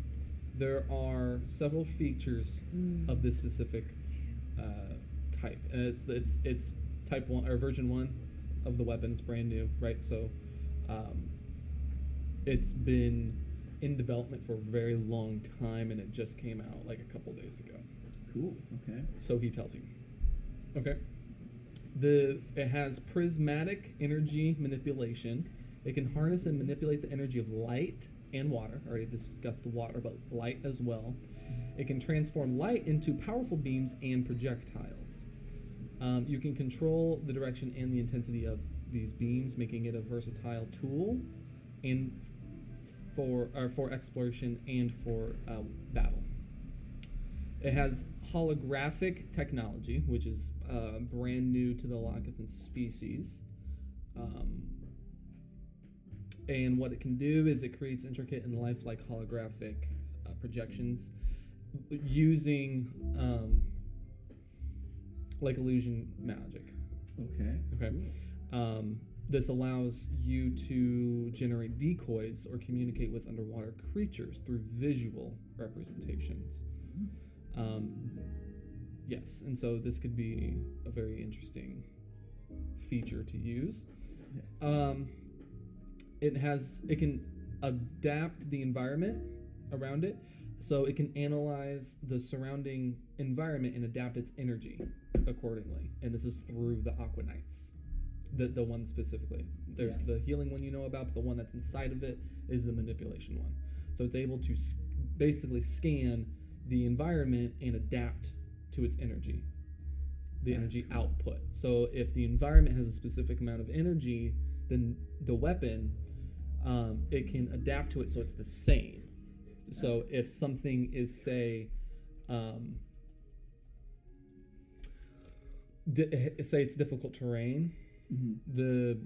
A: there are several features of this specific uh, type, and it's it's it's type one or version one of the weapon. It's brand new, right? So um, it's been in development for a very long time, and it just came out like a couple days ago.
B: Cool. Okay.
A: So he tells you. Okay. The it has prismatic energy manipulation. It can harness and manipulate the energy of light and water. Already discussed the water, but light as well. It can transform light into powerful beams and projectiles. Um, you can control the direction and the intensity of these beams, making it a versatile tool, and f- for or for exploration and for uh, battle. It has holographic technology, which is uh, brand new to the Lockethan species. Um, and what it can do is it creates intricate and lifelike holographic uh, projections using um, like illusion magic.
B: Okay.
A: Okay. Um, this allows you to generate decoys or communicate with underwater creatures through visual representations. Um, yes, and so this could be a very interesting feature to use. Um, it has it can adapt the environment around it, so it can analyze the surrounding environment and adapt its energy accordingly. And this is through the Aquanites, the the one specifically. There's
B: Yeah.
A: the healing one you know about, but the one that's inside of it is the manipulation one. So it's able to s- basically scan the environment and adapt to its energy, the
B: That's
A: energy
B: cool.
A: output. So if the environment has a specific amount of energy, then the weapon um, it can adapt to it so it's the same. So if something is say um, di- eh, say it's difficult terrain,
B: hmm
A: the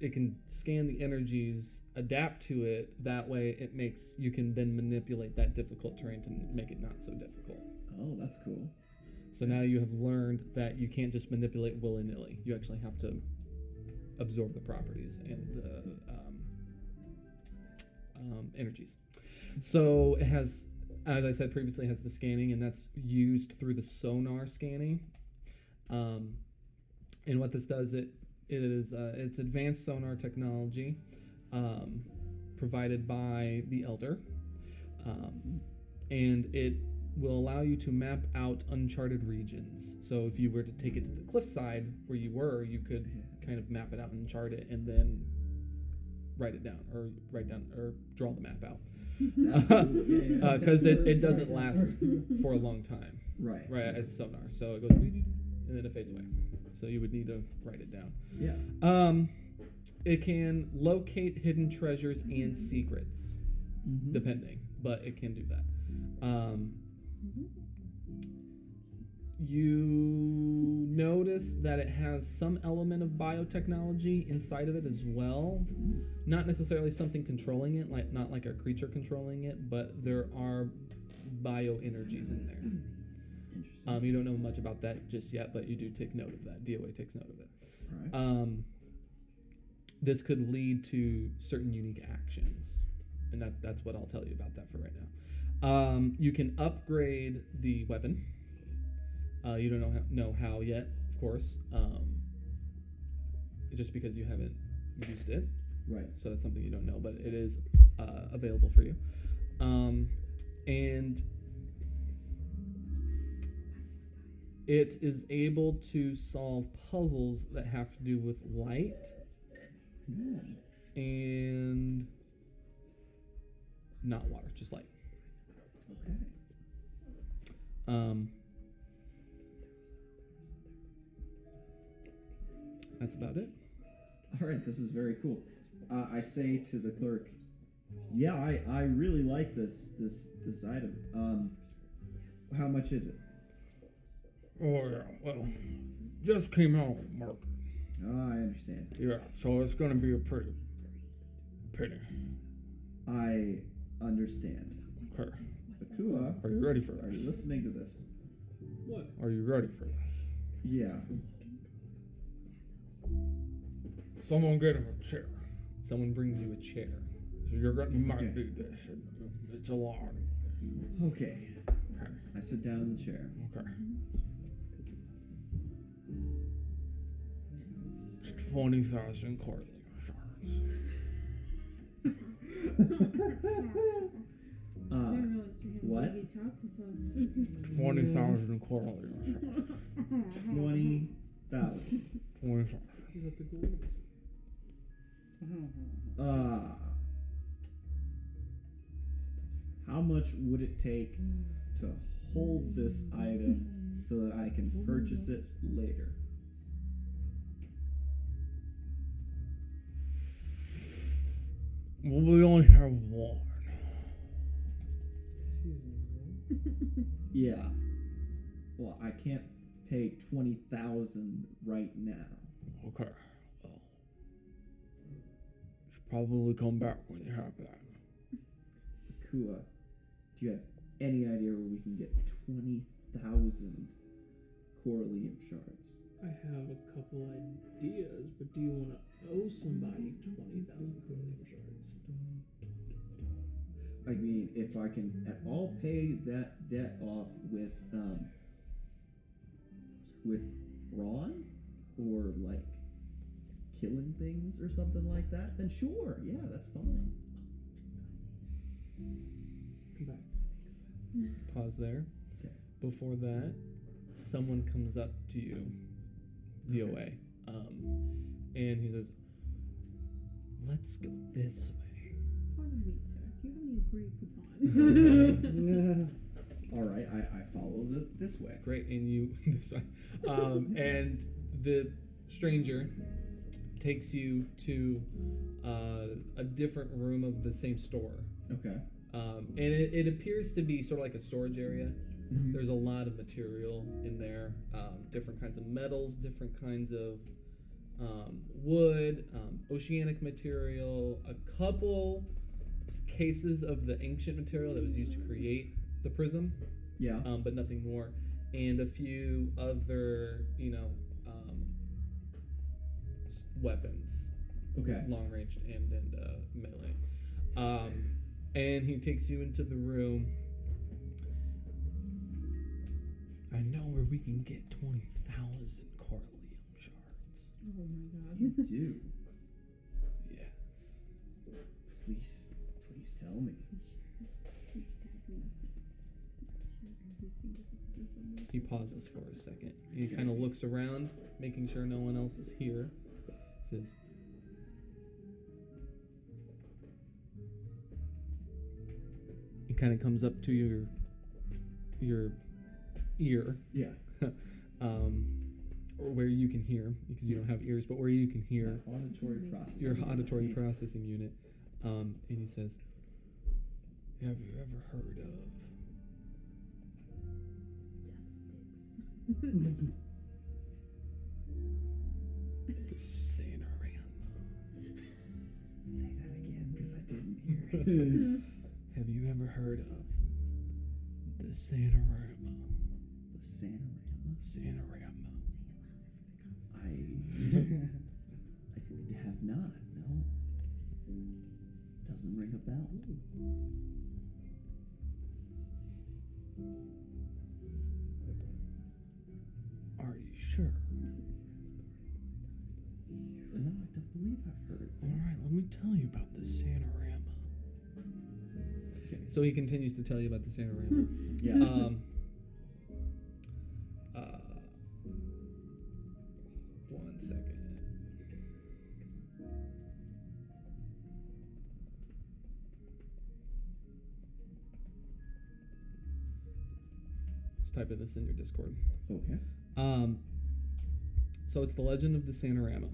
A: it can scan the energies, adapt to it. That way, it makes you can then manipulate that difficult terrain to make it not so difficult.
B: Oh, that's cool.
A: So now you have learned that you can't just manipulate willy nilly. You actually have to absorb the properties and the um, um, energies. So it has, as I said previously, it has the scanning, and that's used through the sonar scanning. Um, and what this does, it it is uh, it's advanced sonar technology um, provided by the Elder, um, and it will allow you to map out uncharted regions. So if you were to take it to the cliffside where you were, you could kind of map it out and chart it, and then write it down or write down or draw the map out
B: Absolutely, yeah, yeah.
A: because Uh, it, it doesn't last for a long time.
B: Right.
A: Right, it's sonar, so it goes and then it fades away. So you would need to write it down.
B: Yeah.
A: Um, it can locate hidden treasures and secrets,
B: Mhm.
A: depending, but it can do that. Um, you notice that it has some element of biotechnology inside of it as well. Not necessarily something controlling it, like not like a creature controlling it, but there are bio energies in there.
B: Interesting.
A: Um, you don't know much about that just yet, but you do take note of that. DOA takes note of it.
B: Right.
A: Um, this could lead to certain unique actions, and that, that's what I'll tell you about that for right now. Um, you can upgrade the weapon. Uh, you don't know how, know how yet, of course, um, just because you haven't used it.
B: right.
A: So that's something you don't know, but it is uh, available for you. Um, and it is able to solve puzzles that have to do with light
B: Hmm.
A: and not water, just light.
B: Okay.
A: Um, that's about it.
B: All right, this is very cool. Uh, I say to the clerk, "Yeah, I, I really like this this this item. Um, how much is it?
A: Oh yeah, well, just came out, Mark.
B: Ah, I understand.
A: Yeah, so it's gonna be a pretty penny.
B: I understand.
A: Okay.
B: Akua,
A: Are you ready for
B: are you listening to this?
E: What?
A: Are you ready for this?
B: Yeah.
A: Someone get him a chair. Someone brings you a chair. So you're gonna you might
B: Okay.
A: do this. It- It's a lot.
B: Okay.
A: Okay.
B: I sit down in the chair.
A: Okay. Twenty thousand quarterly returns.
C: I
B: uh,
C: didn't realize we had
B: what?
C: TV talk with us.
A: Twenty thousand quarterly returns.
B: Twenty thousand.
A: Twenty thousand.
E: He's at the gold.
B: Uh, how much would it take to hold this item so that I can purchase it later?
A: Well, we only have one.
B: Yeah. Well, I can't pay twenty thousand right now.
A: Okay. Well, should probably come back when you have that.
B: Kua, do you have any idea where we can get twenty thousand corallium shards?
E: I have a couple ideas, but do you want to owe somebody twenty thousand corona shards?
B: I mean, if I can at all pay that debt off with um with brawn or like killing things or something like that, then sure, yeah, that's fine.
E: Come back.
A: Pause there.
B: Okay.
A: Before that, someone comes up to you, DOA, um, and he says, "Let's go this way."
C: Pardon me, sir. Do you have any great coupon?
B: All right, I, I follow the, this way.
A: Great, and you this way, um, and the stranger takes you to uh, a different room of the same store,
B: Okay.
A: um, and it, it appears to be sort of like a storage area. There's a lot of material in there, um, different kinds of metals, different kinds of um, wood, um, oceanic material, a couple s- cases of the ancient material that was used to create the prism,
B: Yeah.
A: um, but nothing more, and a few other, you know, um, s- weapons,
B: Okay.
A: long range and, and uh, melee. Um, and he takes you into the room. I know where we can get 20,000 Corlium shards.
C: oh my
B: You
C: god.
B: do.
A: Yes.
B: Please, please tell me.
C: Please guide me. Please guide me. every single one of them.
A: He pauses for a second. He kind of looks around, making sure no one else is here. Says, He kind of comes up to your your ear,
B: Yeah.
A: um, or where you can hear because you don't have ears, but where you can hear
B: My auditory processing.
A: your auditory
B: Yeah.
A: processing unit, um, and he says, "Have you ever heard of the Sanarama?
B: Say that again because I didn't hear it.
A: Have you ever heard of the Sanarama?
B: Sanarama.
A: Sanarama?
B: I I have not. No. Doesn't ring a bell.
A: Are you sure?
B: No, I don't believe I've heard it.
A: All right, let me tell you about the Sanarama." Okay, so he continues to tell you about the Sanarama.
B: Yeah.
A: um, uh, one second. Just type this in your Discord.
B: okay.
A: Um, so it's the legend of the Sanorama.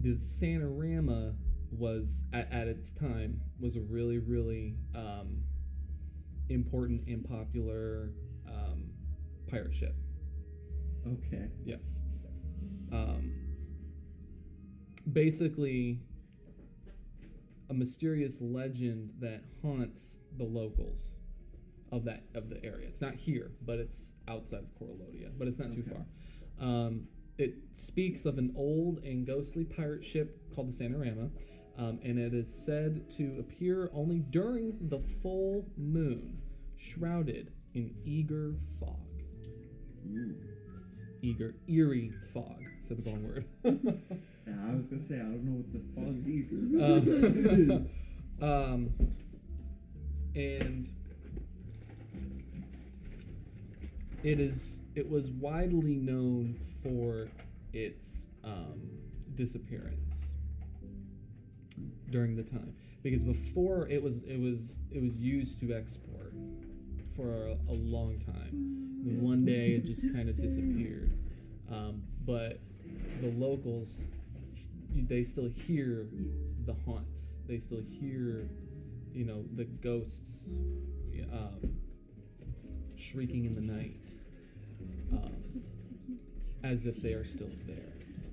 A: The Sanorama was at, at its time was a really really um, important and popular um, pirate ship.
B: Okay.
A: Yes. Um, basically, a mysterious legend that haunts the locals of that of the area. It's not here, but it's outside of Coralodia, but it's not too
B: Okay.
A: far. Um, it speaks of an old and ghostly pirate ship called the Sanorama, um, and it is said to appear only during the full moon, shrouded in eager fog
B: Ooh.
A: eager, eerie fog. Said the wrong word.
B: Nah, I was gonna say I don't know what the fog is eager. about.
A: Um, um, and it is. It was widely known for its um, disappearance during the time because before it was it was it was used to export for a, a long time. Then one day it just kind of disappeared. Um, but the locals, they still hear the haunts. They still hear, you know, the ghosts um, shrieking in the night um, as if they are still there.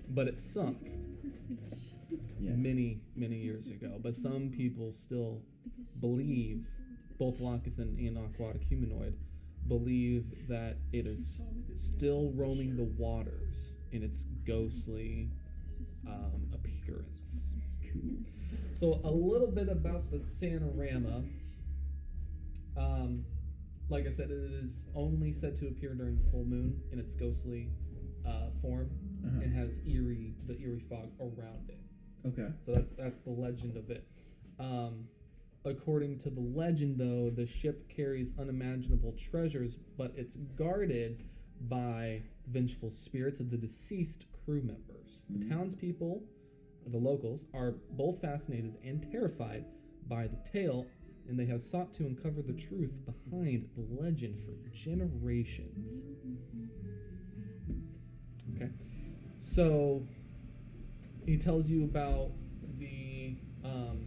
A: But it sunk
B: yeah.
A: many, many years ago. But some people still believe, both Lockithan and Aquatic Humanoid, believe that it is still roaming the waters in its ghostly um, appearance. So, a little bit about the Sanorama. Um, like I said, it is only said to appear during the full moon in its ghostly uh, form.
B: Uh-huh.
A: It has eerie, the eerie fog around it.
B: Okay.
A: So that's that's the legend of it. Um, according to the legend, though, the ship carries unimaginable treasures, but it's guarded by vengeful spirits of the deceased crew members. The
B: Mm.
A: townspeople, the locals, are both fascinated and terrified by the tale, and they have sought to uncover the truth behind the legend for generations. Okay, so he tells you about the um,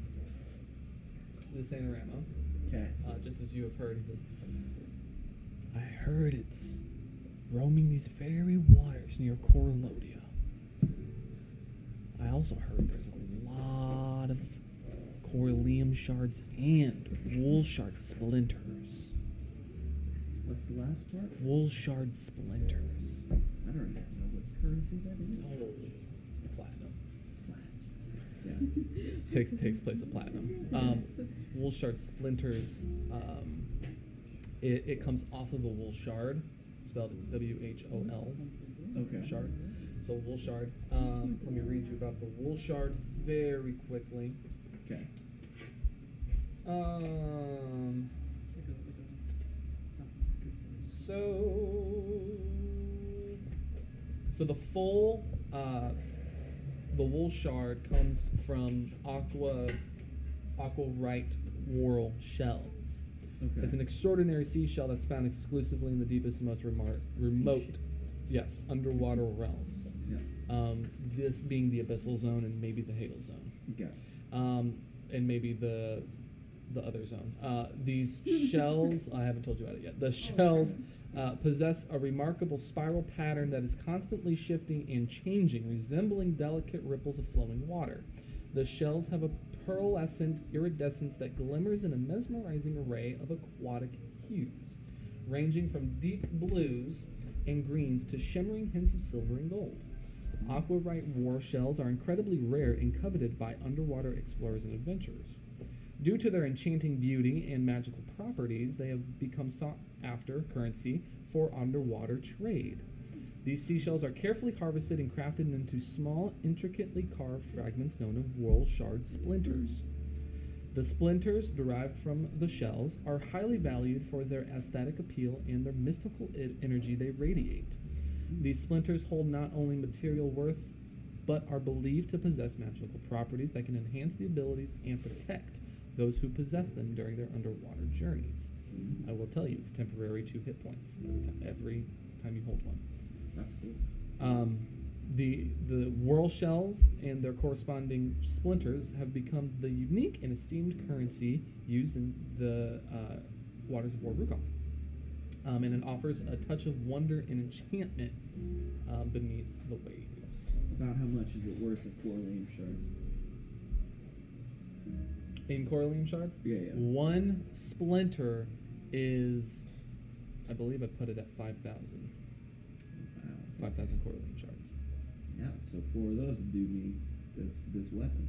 A: the Sanorama,
B: Okay.
A: uh, just as you have heard. He says, "I heard it's roaming these very waters near Coralodia. I also heard there's a lot of Corallium shards and wool shard splinters.
B: What's the last part?
A: Wool shard splinters.
B: I don't even know what currency that is.
A: Oh. It's platinum.
B: Yeah.
A: takes takes place of platinum. Um, wool shard splinters. Um, it, it comes off of a wool shard, spelled W H O L
B: Okay.
A: shard. So wool shard. Um, let me read you about the wool shard very quickly.
B: Okay.
A: Um,
E: Like a, like a
A: so. So the full, uh, the wool shard comes from aqua, aqua right whorl shells.
B: Okay.
A: It's an extraordinary seashell that's found exclusively in the deepest and most remar- remote, yes, underwater realms.
B: yeah.
A: Um, this being the abyssal zone and maybe the hadal zone
B: Gotcha.
A: um, and maybe the the other zone. Uh, these shells, I haven't told you about it yet. The shells uh, possess a remarkable spiral pattern that is constantly shifting and changing, resembling delicate ripples of flowing water. The shells have a pearlescent iridescence that glimmers in a mesmerizing array of aquatic hues, ranging from deep blues and greens to shimmering hints of silver and gold. Aquarite war shells are incredibly rare and coveted by underwater explorers and adventurers. Due to their enchanting beauty and magical properties, they have become sought after currency for underwater trade. These seashells are carefully harvested and crafted into small, intricately carved fragments known as whorl shard splinters. The splinters derived from the shells are highly valued for their aesthetic appeal and their mystical e- energy they radiate. These splinters hold not only material worth, but are believed to possess magical properties that can enhance the abilities and protect those who possess them during their underwater journeys. I will tell you, it's temporary two hit points every time, every time you hold one.
B: That's cool.
A: Um, the the whirl shells and their corresponding splinters have become the unique and esteemed currency used in the uh, waters of Warukov. Um, and it offers a touch of wonder and enchantment uh, beneath the waves.
B: About how much is it worth of corallium shards?
A: In Corallium shards,
B: Yeah, yeah.
A: one splinter is, I believe I put it at 5,000.
B: Wow.
A: 5,000 Corallium shards.
B: Yeah. So four of those would do me this this weapon.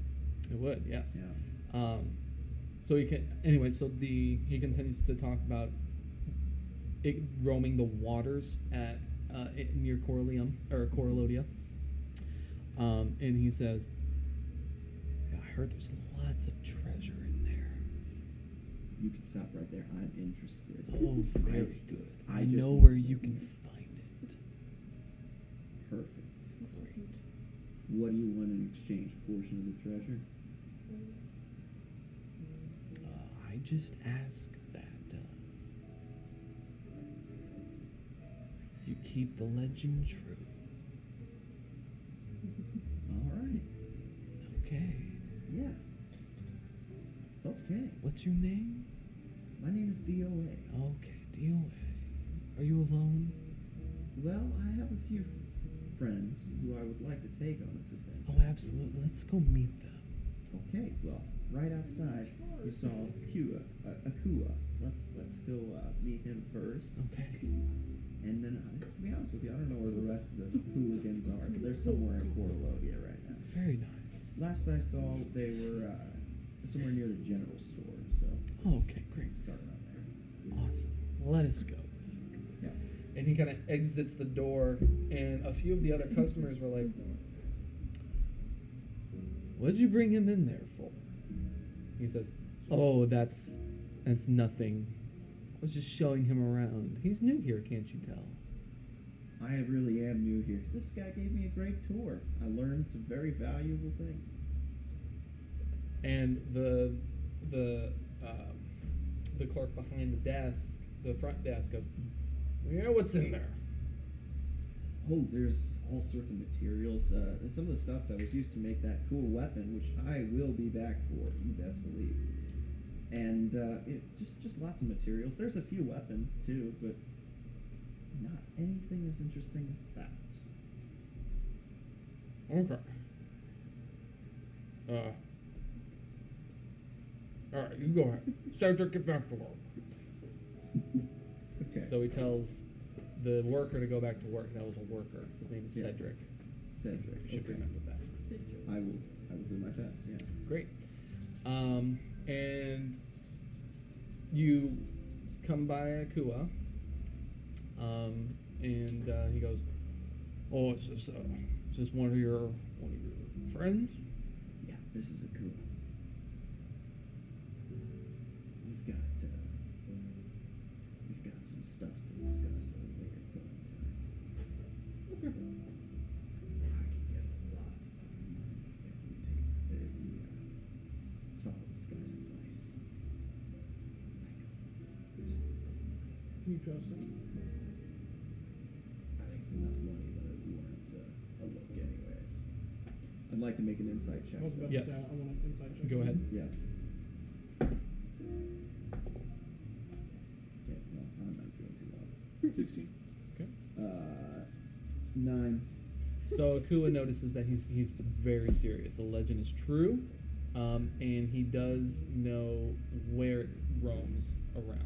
A: It would, yes.
B: Yeah.
A: Um, so he can anyway. So the he continues to talk about it roaming the waters at uh, i- near Corallium or Corallodia. Um, and he says, "I heard there's lots of treasure in there.
B: You can stop right there. I'm interested.
A: Oh,
B: I-
A: very good. I,
B: I just
A: know
B: need
A: where
B: to
A: you
B: know
A: can
B: where."
A: find it.
B: Perfect.
A: Great.
B: What do you want in exchange? A portion of the treasure?
A: Uh, I just ask that uh, you keep the legend true."
B: All right.
A: Okay.
B: Yeah. Okay.
A: What's your name?
B: My name is DOA.
A: Okay, DOA. Are you alone?
B: Well, I have a few f- friends who I would like to take on this adventure.
A: Oh, absolutely. Let's go meet them.
B: Okay, well, right outside you saw Kua, uh, Akua. Let's let's go uh, meet him first,
A: Okay.
B: and then uh, to be honest with you, I don't know where the rest of the hooligans are. But they're somewhere in Corallovia right now.
A: Very nice.
B: Last I saw, they were uh, somewhere near the general store. So
A: Okay, great.
B: starting on there.
A: Awesome. Let us go.
B: Yeah.
A: And he kind of exits the door, and a few of the other customers were like, What'd you bring him in there for? He says, Oh, that's that's nothing. I was just showing him around. He's new here, can't you tell?
B: I really am new here. This guy gave me a great tour. I learned some very valuable things.
A: and the the um, the clerk behind the desk, the front desk, goes, "Yeah, what's in there?"
B: Oh, there's all sorts of materials. Uh, and some of the stuff that was used to make that cool weapon, which I will be back for, you best believe. And uh, it, just just lots of materials. There's a few weapons too, but not anything as interesting as that.
A: Okay. Uh. All right, you go ahead. Cedric, get back to work.
B: Okay.
A: So he tells the worker to go back to work. That was a worker. His name is
B: Yeah.
A: Cedric.
B: Cedric,
A: You should
B: okay.
A: remember that.
C: Citrus.
B: I will. I will do my best. Yeah.
A: Great. Um, and you come by Akua, um, and uh, he goes, "Oh, is this, uh, is this one of your one of your friends?"
B: Yeah. This is a cool. We've got. Uh, we've got some stuff to discuss. I
E: You trust him?
B: I think it's enough money that it warrants a, a look, anyways. I'd like to make an insight check.
E: I was about
B: though.
A: Yes.
E: to say, I want an inside check.
A: Go ahead.
B: Yeah. Okay, no, I'm not doing too well.
E: 16.
B: Uh, nine.
A: So Akula notices that he's he's very serious. The legend is true, um, and he does know where it roams around.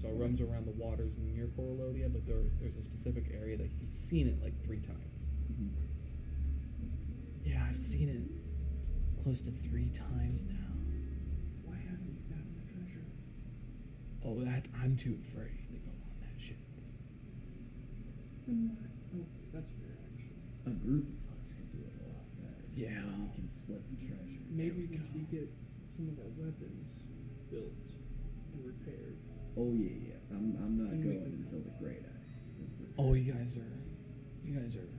A: So it roams around the waters near Corallodia, but there's there's a specific area that he's seen it like three times.
B: Mm-hmm.
A: Yeah, I've seen it close to three times now.
E: Why haven't you gotten the treasure?
A: Oh, that I'm too afraid to go on that ship.
E: Then why? Oh, that's fair, actually.
B: A group of us can do it a lot better.
A: Yeah.
B: We can split the treasure.
E: Maybe
A: we
E: once
A: go.
E: we get some of our weapons built and repaired.
B: Oh yeah, yeah. I'm, I'm not
F: Mm.
E: And we
B: going
E: can-
B: until the great ice. is repaired.
A: Oh, you guys are, you guys are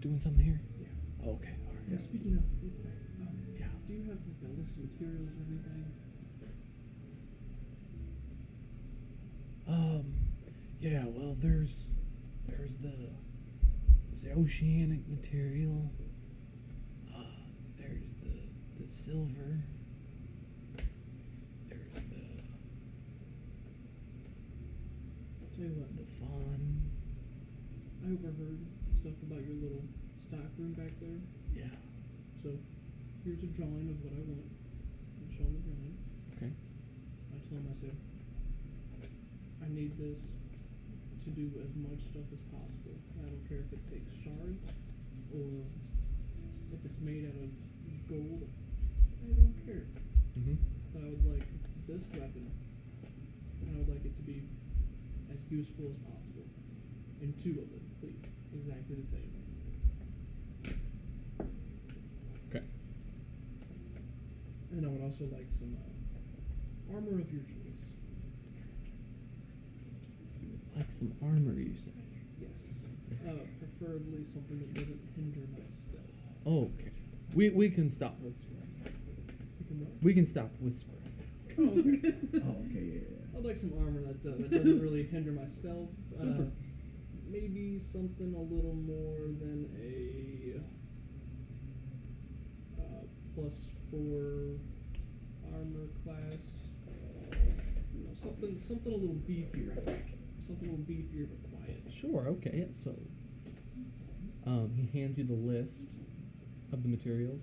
A: doing something here.
E: Yeah.
A: Okay. All right.
B: Yeah.
E: Speaking of, real quick, um,
A: Yeah.
E: do you have like a list of materials or anything?
A: Um, yeah, well, there's there's the there's the oceanic material. Uh, there's the the silver. There's the
E: Tell you what,
A: the fawn.
E: I overheard stuff about your little stock room back there.
A: Yeah.
E: So here's a drawing of what I want. I show him the drawing.
A: Okay.
E: I tell him I said, I need this to do as much stuff as possible. I don't care if it takes shards or if it's made out of gold. I don't care.
A: Mm-hmm.
E: But I would like this weapon, and I would like it to be as useful as possible. And two of them, please, exactly the same.
A: Okay.
E: And I would also like some uh, armor of your choice.
A: Like some armor, you say?
E: Yes. Uh, preferably something that doesn't hinder my stealth.
A: Oh, Okay. We we can stop whispering.
E: You can roll.
A: We can stop whispering.
E: Oh,
B: Oh, okay, yeah, yeah.
E: I'd like some armor that, uh, that doesn't really hinder my stealth. Uh,
A: Super.
E: maybe something a little more than a uh, plus four armor class. Uh, you know, something something a little beefier. I think. Something a little beefier but quiet.
A: Sure. Okay. Yeah, so, um, he hands you the list of the materials.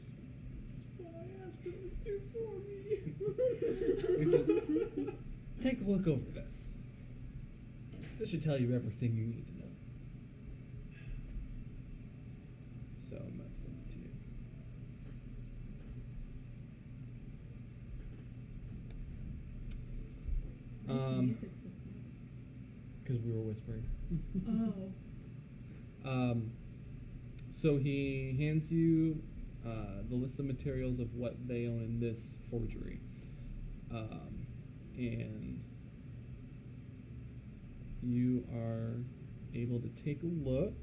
E: What I asked him to do for me.
A: He says- Take a look over this. This should tell you everything you need to know. So I'm gonna send it to you. Um, because we were whispering.
C: Oh.
A: Um, so he hands you uh, the list of materials of what they own in this forgery. Um, and you are able to take a look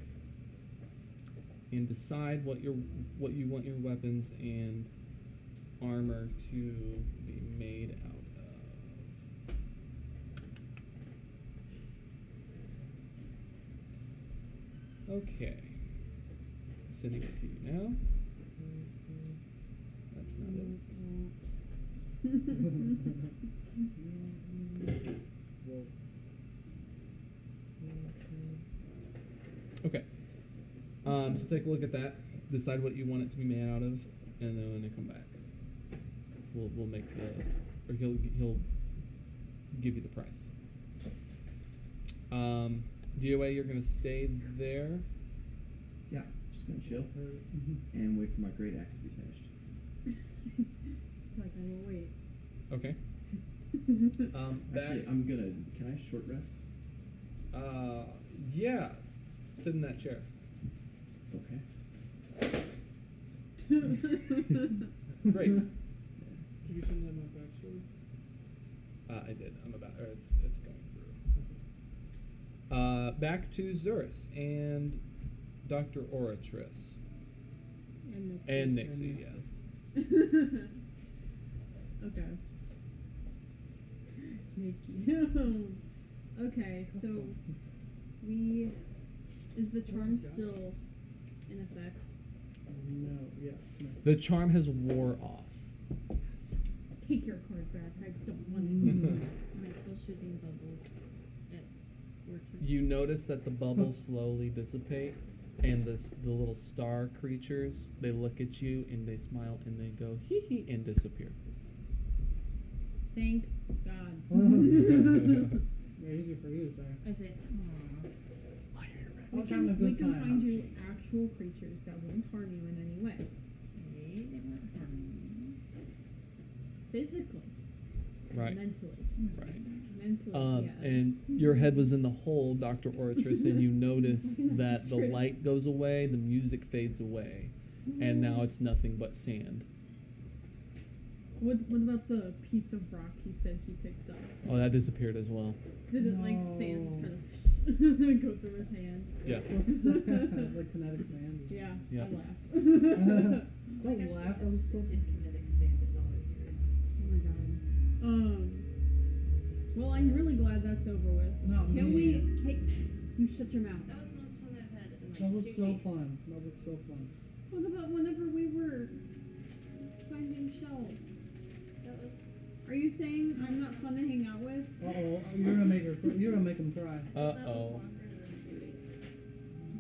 A: and decide what your what you want your weapons and armor to be made out of. Okay. I'm sending it to you now. That's not it. Okay. Um, so take a look at that. Decide what you want it to be made out of, and then when they come back, we'll we'll make the or he'll he'll give you the price. Um, DOA, you're gonna stay there.
B: Yeah, just gonna chill mm-hmm. and wait for my great axe to be finished.
C: It's like, I will wait.
A: Okay. Um,
B: Actually, I'm gonna. Can I short rest?
A: Uh, yeah. Sit in that chair.
B: Okay.
A: Great.
E: Did you send that my backstory?
A: Uh, I did. I'm about. Or it's it's going through. Uh, back to Zurus and Doctor Oratris
C: And Nixie.
A: and Nixie. Yeah.
C: okay. Nikki. Okay, so
I: Custom.
C: we is the charm still in effect?
E: No, yeah. No.
A: The charm has wore off.
C: Take your card back. I don't want it.
A: Mm-hmm.
F: Am I still shooting bubbles at Orchard?
A: you notice that the bubbles slowly dissipate, and this the little star creatures they look at you and they smile and they go hee hee and disappear.
C: Thank God.
A: Mm-hmm.
I: Yeah, easy for you, sorry.
F: I say, "Aw."
C: we
I: Well, it's having a
C: can, we
I: good
C: can
I: time,
C: find you
I: actually.
C: actual creatures that won't harm you in any way,
F: Hey, they want them.
C: physically,
A: Right,
C: mentally,
A: right.
C: mentally.
A: Um,
C: yes.
A: and your head was in the hole, Dr. Oratrice, and you notice
C: Fucking
A: that the
C: ostrich.
A: light goes away, the music fades away, and now it's nothing but sand.
C: What, what about the piece of rock he said he picked up?
A: Oh, that disappeared as well.
C: Did it like sand just kind of go through his hand?
A: Yeah.
I: like kinetic sand.
C: Yeah.
A: Yeah.
C: I Oh laugh.
I: Don't laugh. I was so.
C: Oh my god. Um. Well, I'm really glad that's over with.
I: No,
C: Can
I: me
C: we? Can, you shut your mouth.
I: That was so fun. That was so fun.
C: What about whenever we were finding shells? Are you saying I'm not fun to hang out with?
I: Uh oh, you're gonna make her. cr- You're gonna make him cry.
A: Uh oh.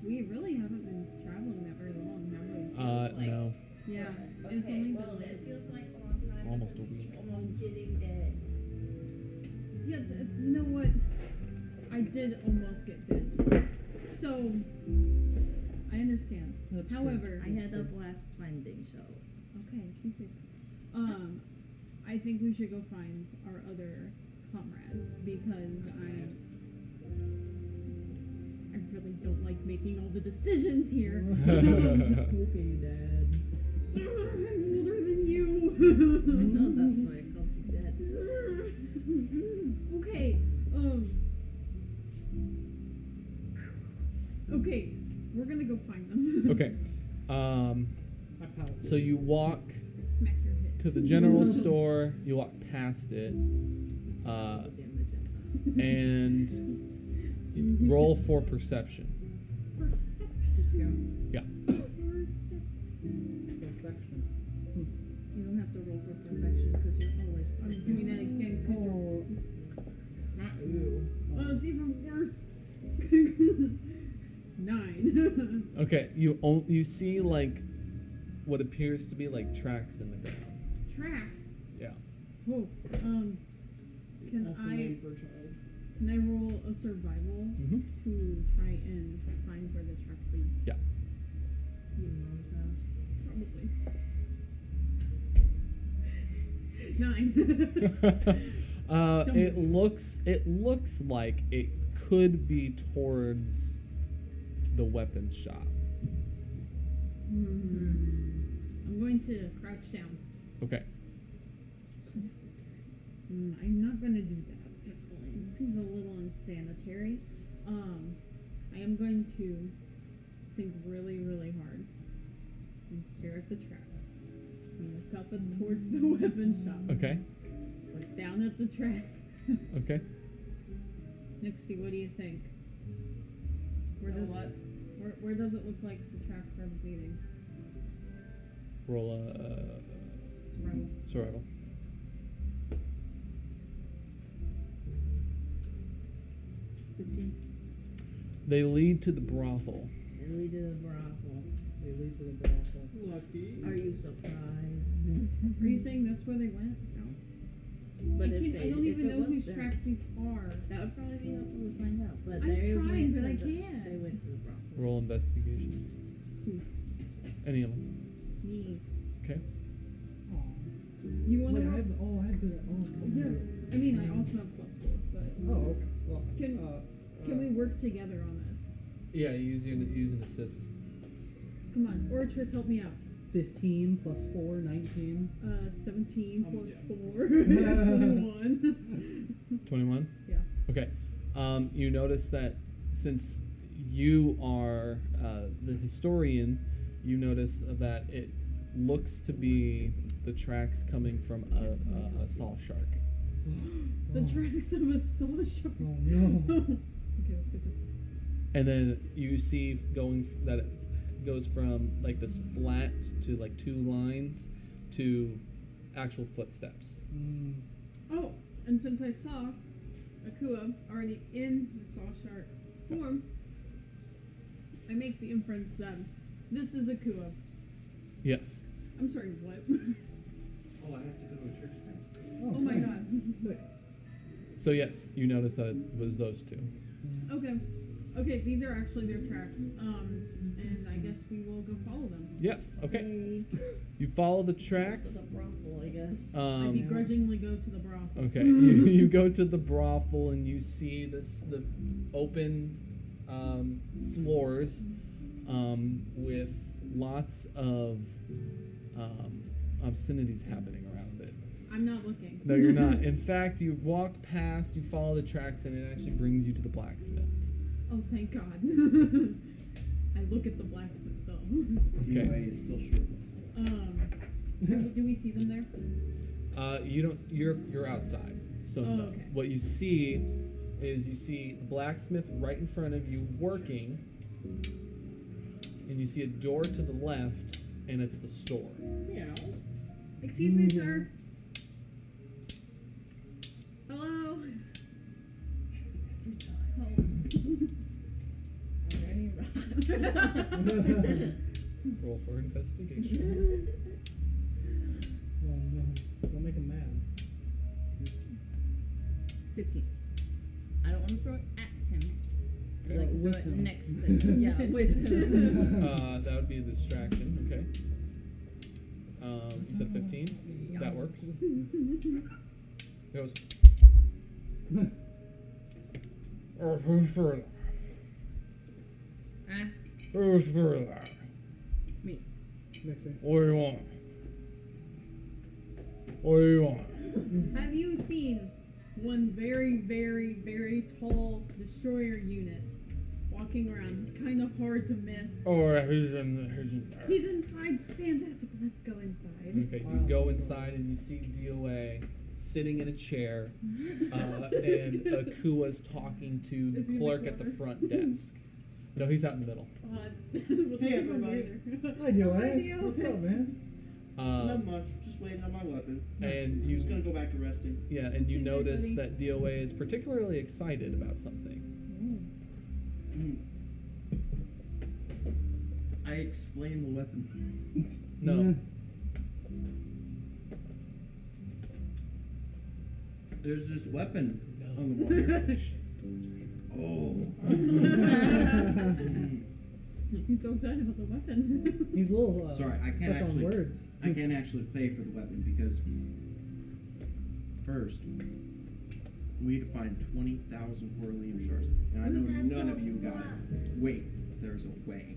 C: We really haven't been traveling that very long, have we?
A: Uh, no.
C: Yeah.
D: Okay,
C: It's only
D: well,
C: been-
D: it feels like a long time.
A: Almost a week.
D: Almost getting dead.
C: Yeah. Th- you know what? I did almost get bit twice, so I understand.
I: That's
C: However,
F: I had a blast finding shells.
C: Okay, you say so. Um, I think we should go find our other comrades because I, I really don't like making all the decisions here.
E: Cooking, Dad.
C: I'm older than
F: I
C: you.
F: know that's why I called you Dad.
C: okay. Um. Okay, we're gonna go find them.
A: Okay. Um,
I: I pouted.
A: so you walk
C: Smack your head.
A: to the general store, you walk past it, uh,
F: Damage it.
A: and you roll for perception. Yeah.
I: Perfection.
F: You don't have to roll for perfection because you're always
A: Oh,
C: Give me that again. Could
I: Oh.
C: you-
E: Not you.
C: Oh, it's even worse. Nine.
A: Okay, you on, you see like what appears to be like tracks in the ground.
C: Tracks.
A: Yeah.
C: Whoa. Um, Can
E: Awful
C: I-
E: name for a child.
C: can I roll a survival
A: Mm-hmm.
C: to try and find where the tracks lead?
A: Yeah.
F: Your mom's house.
C: Probably. Nine.
A: uh,
C: Don't-
A: it looks it looks like it could be towards the weapons shop.
C: Hmm. I'm going to crouch down.
A: Okay.
C: Mm, I'm not gonna do that. It seems a little unsanitary. Um, I am going to think really, really hard and stare at the traps. And look up and towards the weapon shop.
A: Okay.
C: Look down at the tracks.
A: Okay.
C: Nixie, what do you think? Where
F: The
C: does
F: what?
C: Where, where does it look like the tracks are leading?
A: Roll a uh,
C: Survival.
A: survival.
F: Fifteen.
A: They lead to the brothel.
F: And we did a brothel.
I: They lead to the brothel.
E: Lucky.
F: Are you surprised?
C: Are you saying that's where they went?
F: But
C: I,
F: if
C: can't,
F: they,
C: I
F: if
C: don't even
F: it
C: know
F: was
C: whose
F: them,
C: tracks these are.
F: That would probably be helpful to find out. But
C: I'm
F: they
C: trying,
F: went
C: but
F: to
C: I
F: the,
C: can't.
F: They went to the brothel.
A: Roll investigation.
C: Two.
A: Any of them.
C: Me.
A: Okay.
I: Oh.
C: You
I: Wait,
C: want to?
I: I have. Oh, I have good. Oh.
C: Yeah. Mm-hmm. I mean, I also have plus four, but
I: Oh. Okay. Well.
C: Can-
I: uh,
C: can
I: uh,
C: we work together on this?
A: Yeah, you use your use an assist.
C: Come on, Ortress, help me out.
I: 15 plus 4, 19.
C: Uh, 17
E: Um,
C: plus
E: yeah.
C: 4, 21.
A: Twenty one.
C: Yeah.
A: Okay. Um, you notice that since you are uh, the historian, you notice that it looks to be the tracks coming from a, a, a saw shark.
E: Oh.
C: the tracks of a saw shark.
I: Oh, no.
C: okay, let's get this.
A: and then you see f- going f- that it goes from like this flat to like two lines to actual footsteps.
I: Mm.
C: Oh, and since I saw Akua already in the saw shark form, I make the inference that this is Akua.
A: Yes.
C: I'm sorry, what?
B: Oh, I have to go to a church thing.
C: oh my
I: okay.
C: god.
I: Sick.
A: So yes, you notice that it was those two.
C: Okay. Okay, these are actually their tracks. Um, and I guess we will go follow them.
A: Yes. Okay.
F: Mm.
A: You follow the tracks.
F: The brothel, I guess.
C: I
A: Um,
C: begrudgingly go to the brothel.
A: Okay, you, you go to the brothel and you see this the open um, floors um, with lots of um, obscenities happening around it.
C: I'm not looking.
A: No, you're not. In fact, you walk past, you follow the tracks, and it actually brings you to the blacksmith.
C: oh, thank God. I look at the blacksmith though.
A: Okay.
B: DOA is still shirtless.
C: Um, do do we see them there?
A: Uh, you don't. You're you're outside. So
C: Oh,
A: no.
C: okay.
A: what you see is you see the blacksmith right in front of you working, and you see a door to the left, and it's the store.
E: Meow.
C: Excuse me, sir.
A: Mm-hmm.
C: Hello. Help.
F: Are there any
I: rocks?
A: Roll for investigation.
F: rocks?
I: Oh no. Don't make him mad.
F: Fifteen. I don't want to throw it at him. I'd
A: Okay.
F: like to
I: with
F: throw it
I: him.
F: next to him. Yeah, with him.
A: Uh, that would be a distraction. Okay. Um, you said 15. That works. It goes.
B: Uh,
A: "Oh, who's for
F: Ah,
A: that? Who's for that?
F: me.
I: Next thing.
A: What do you want? What do you want?
C: Have you seen one very, very, very tall destroyer unit walking around? It's kind of hard to miss.
A: Oh, yeah, he's in, he's in there.
C: He's inside. Fantastic. Let's go inside.
A: Okay, you go inside and you see DOA sitting in a chair, uh, and Akua's talking to
C: Is he in
A: the
C: the
A: clerk at the
C: corner?
A: front desk. No, he's out in the middle.
C: Uh, we'll
B: Hey,
C: keep him
B: everybody.
C: later.
I: Hi, DOA.
C: Hi, DOA.
I: eh? What's up, man?
A: Um,
B: Not much. Just waiting on my weapon.
A: and
B: I'm just gonna
A: you,
B: go back to resting.
A: yeah, and you
C: Hey,
A: notice
C: everybody.
A: that DOA is particularly excited about something.
B: I explain the weapon.
A: No,
B: There's this weapon
A: No.
B: on the wall here. oh.
C: He's so excited about the weapon.
I: He's a little. Uh,
B: Sorry, I can't
I: stuck
B: actually-
I: on words.
B: I can't actually pay for the weapon because first we need to find twenty thousand Corleum shards, and I know
D: Who's that
B: none of
D: from
B: you got
D: Black?
B: it. Wait, there's a way.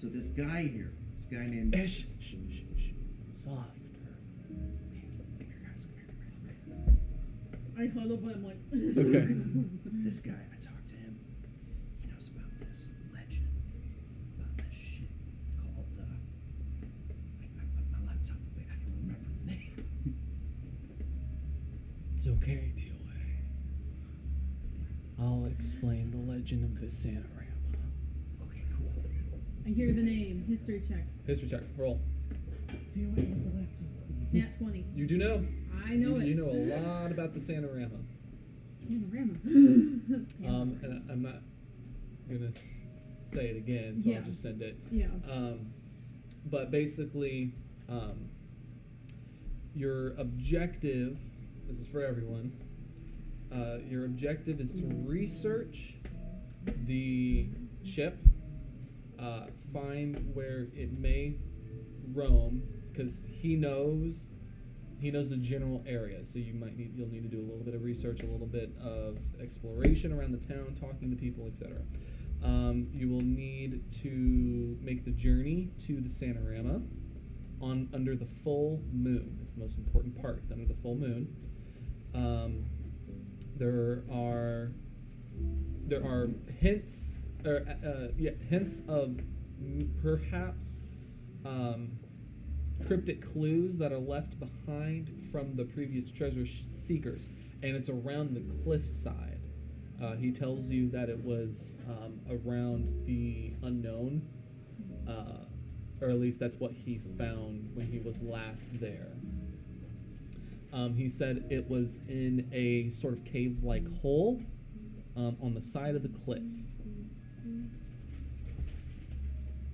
B: So this guy here, this guy named.
A: Eh, shh, shh, shh, shh. softer.
B: Come here, guys. Come here, come here, come here.
C: I huddle, but I'm like.
A: Okay.
B: This guy, I talked to him. He knows about this legend, about this shit called. Uh, I, I put my laptop away. I don't remember the name.
A: It's okay, DOA. I'll explain the legend of the Santarama.
B: okay, cool.
C: I hear the name. History check.
A: History check. Roll.
B: DOA wants a laptop.
C: Nat 20.
A: You do know.
C: I know
A: you,
C: it.
A: You know a lot about the Santarama.
C: Panorama.
A: Um, and I- I'm not gonna s- say it again, so
C: Yeah.
A: I'll just send it.
C: yeah.
A: Um, but basically, um, your objective. This is for everyone. Uh, your objective is to research the ship, uh, find where it may roam, because he knows he knows the general area, so you might need you'll need to do a little bit of research, a little bit of exploration around the town, talking to people, etc. Um, you will need to make the journey to the Santarama on under the full moon. It's the most important part. It's under the full moon. Um, there are there are hints or uh, uh, yeah hints of m- perhaps um, cryptic clues that are left behind from the previous treasure sh- seekers, and it's around the cliffside. Uh, he tells you that it was um, around the unknown, uh, or at least that's what he found when he was last there. Um, he said it was in a sort of cave like hole um, on the side of the cliff.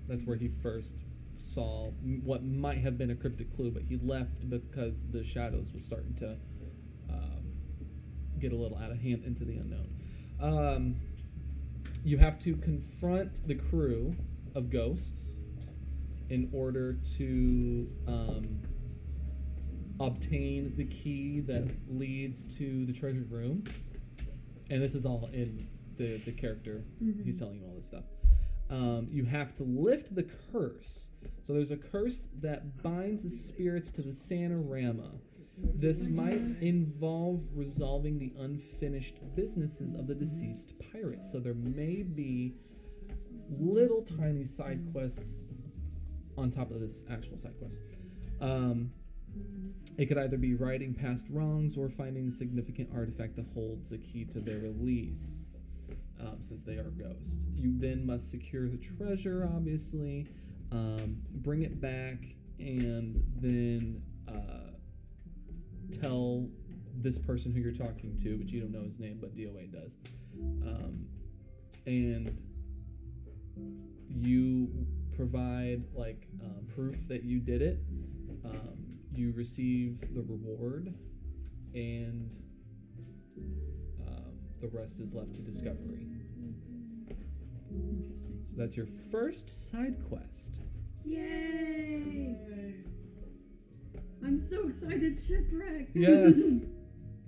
A: That's where he first saw m- what might have been a cryptic clue, but he left because the shadows was starting to um, get a little out of hand into the unknown. Um, you have to confront the crew of ghosts in order to um, obtain the key that leads to the treasured room. And this is all in the, the character. He's telling you all this stuff. Um, you have to lift the curse. So there's a curse that binds the spirits to the Sanorama. This might involve resolving the unfinished businesses of the deceased pirates. So there may be little tiny side quests on top of this actual side quest. Um, it could either be righting past wrongs or finding a significant artifact that holds a key to their release, um, since they are ghosts. You then must secure the treasure, obviously, um, bring it back, and then uh, tell this person who you're talking to, but you don't know his name, but DOA does. Um, and you provide like um, proof that you did it um, you receive the reward, and um, the rest is left to discovery. So that's your first side quest.
F: Yay! I'm so excited, shipwreck.
A: Yes,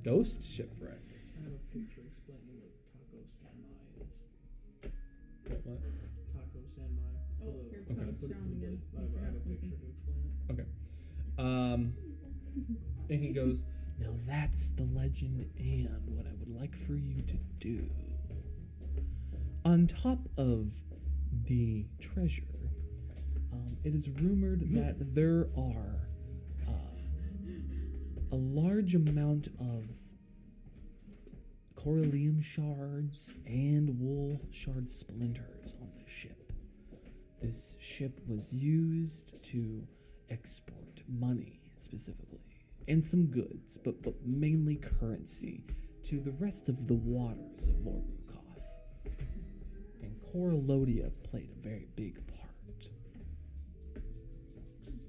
A: ghost shipwreck.
E: I have a picture explaining what Taco San Mai is.
A: What, what?
E: Taco San Mai.
C: Oh, here
E: I'm
A: comes
E: gonna put it
C: John
E: in the
C: again.
E: blade, but I have a
C: Forgot
E: picture to explain it.
A: Um, and he goes, Now that's the legend, and what I would like for you to do. On top of the treasure, um, it is rumored that there are uh, a large amount of corallium shards and wool shard splinters on the ship. This ship was used to export money specifically and some goods but but mainly currency to the rest of the waters of Vorbukoth. And Corallodia played a very big part.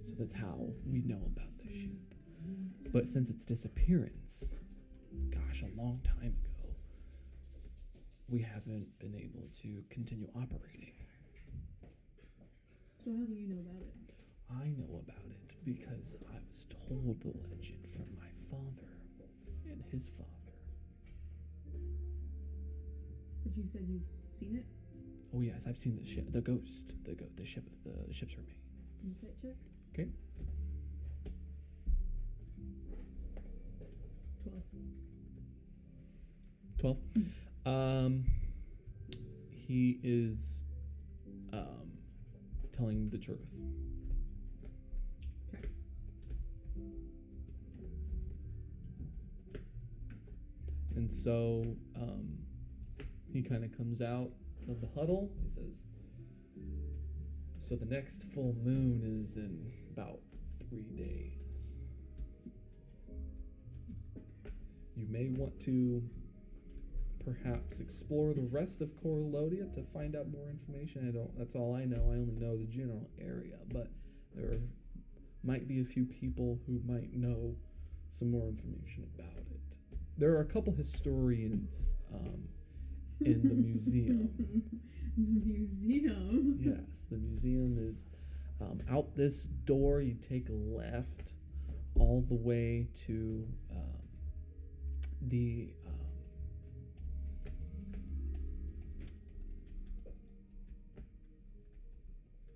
A: So that's how we know about the ship. But since its disappearance, gosh, a long time ago, we haven't been able to continue operating.
C: So how do you know about it?
A: I know about it because I was told the legend from my father and his father.
C: But you said you've seen it.
A: Oh yes, I've seen the ship, the ghost, the go- the ship, the ship's remains.
C: Insight check.
A: 'Kay.
C: Twelve.
A: Twelve. Um, he is um telling the truth.
C: Okay.
A: And so um, he kind of comes out of the huddle. He says, So the next full moon is in about three days. You may want to perhaps explore the rest of Corallodia to find out more information. I don't, that's all I know. I only know the general area, but there might be a few people who might know some more information about it there are a couple historians um, in the museum.
C: Museum.
A: yes, the museum is um, out this door. You take a left all the way to um, the um,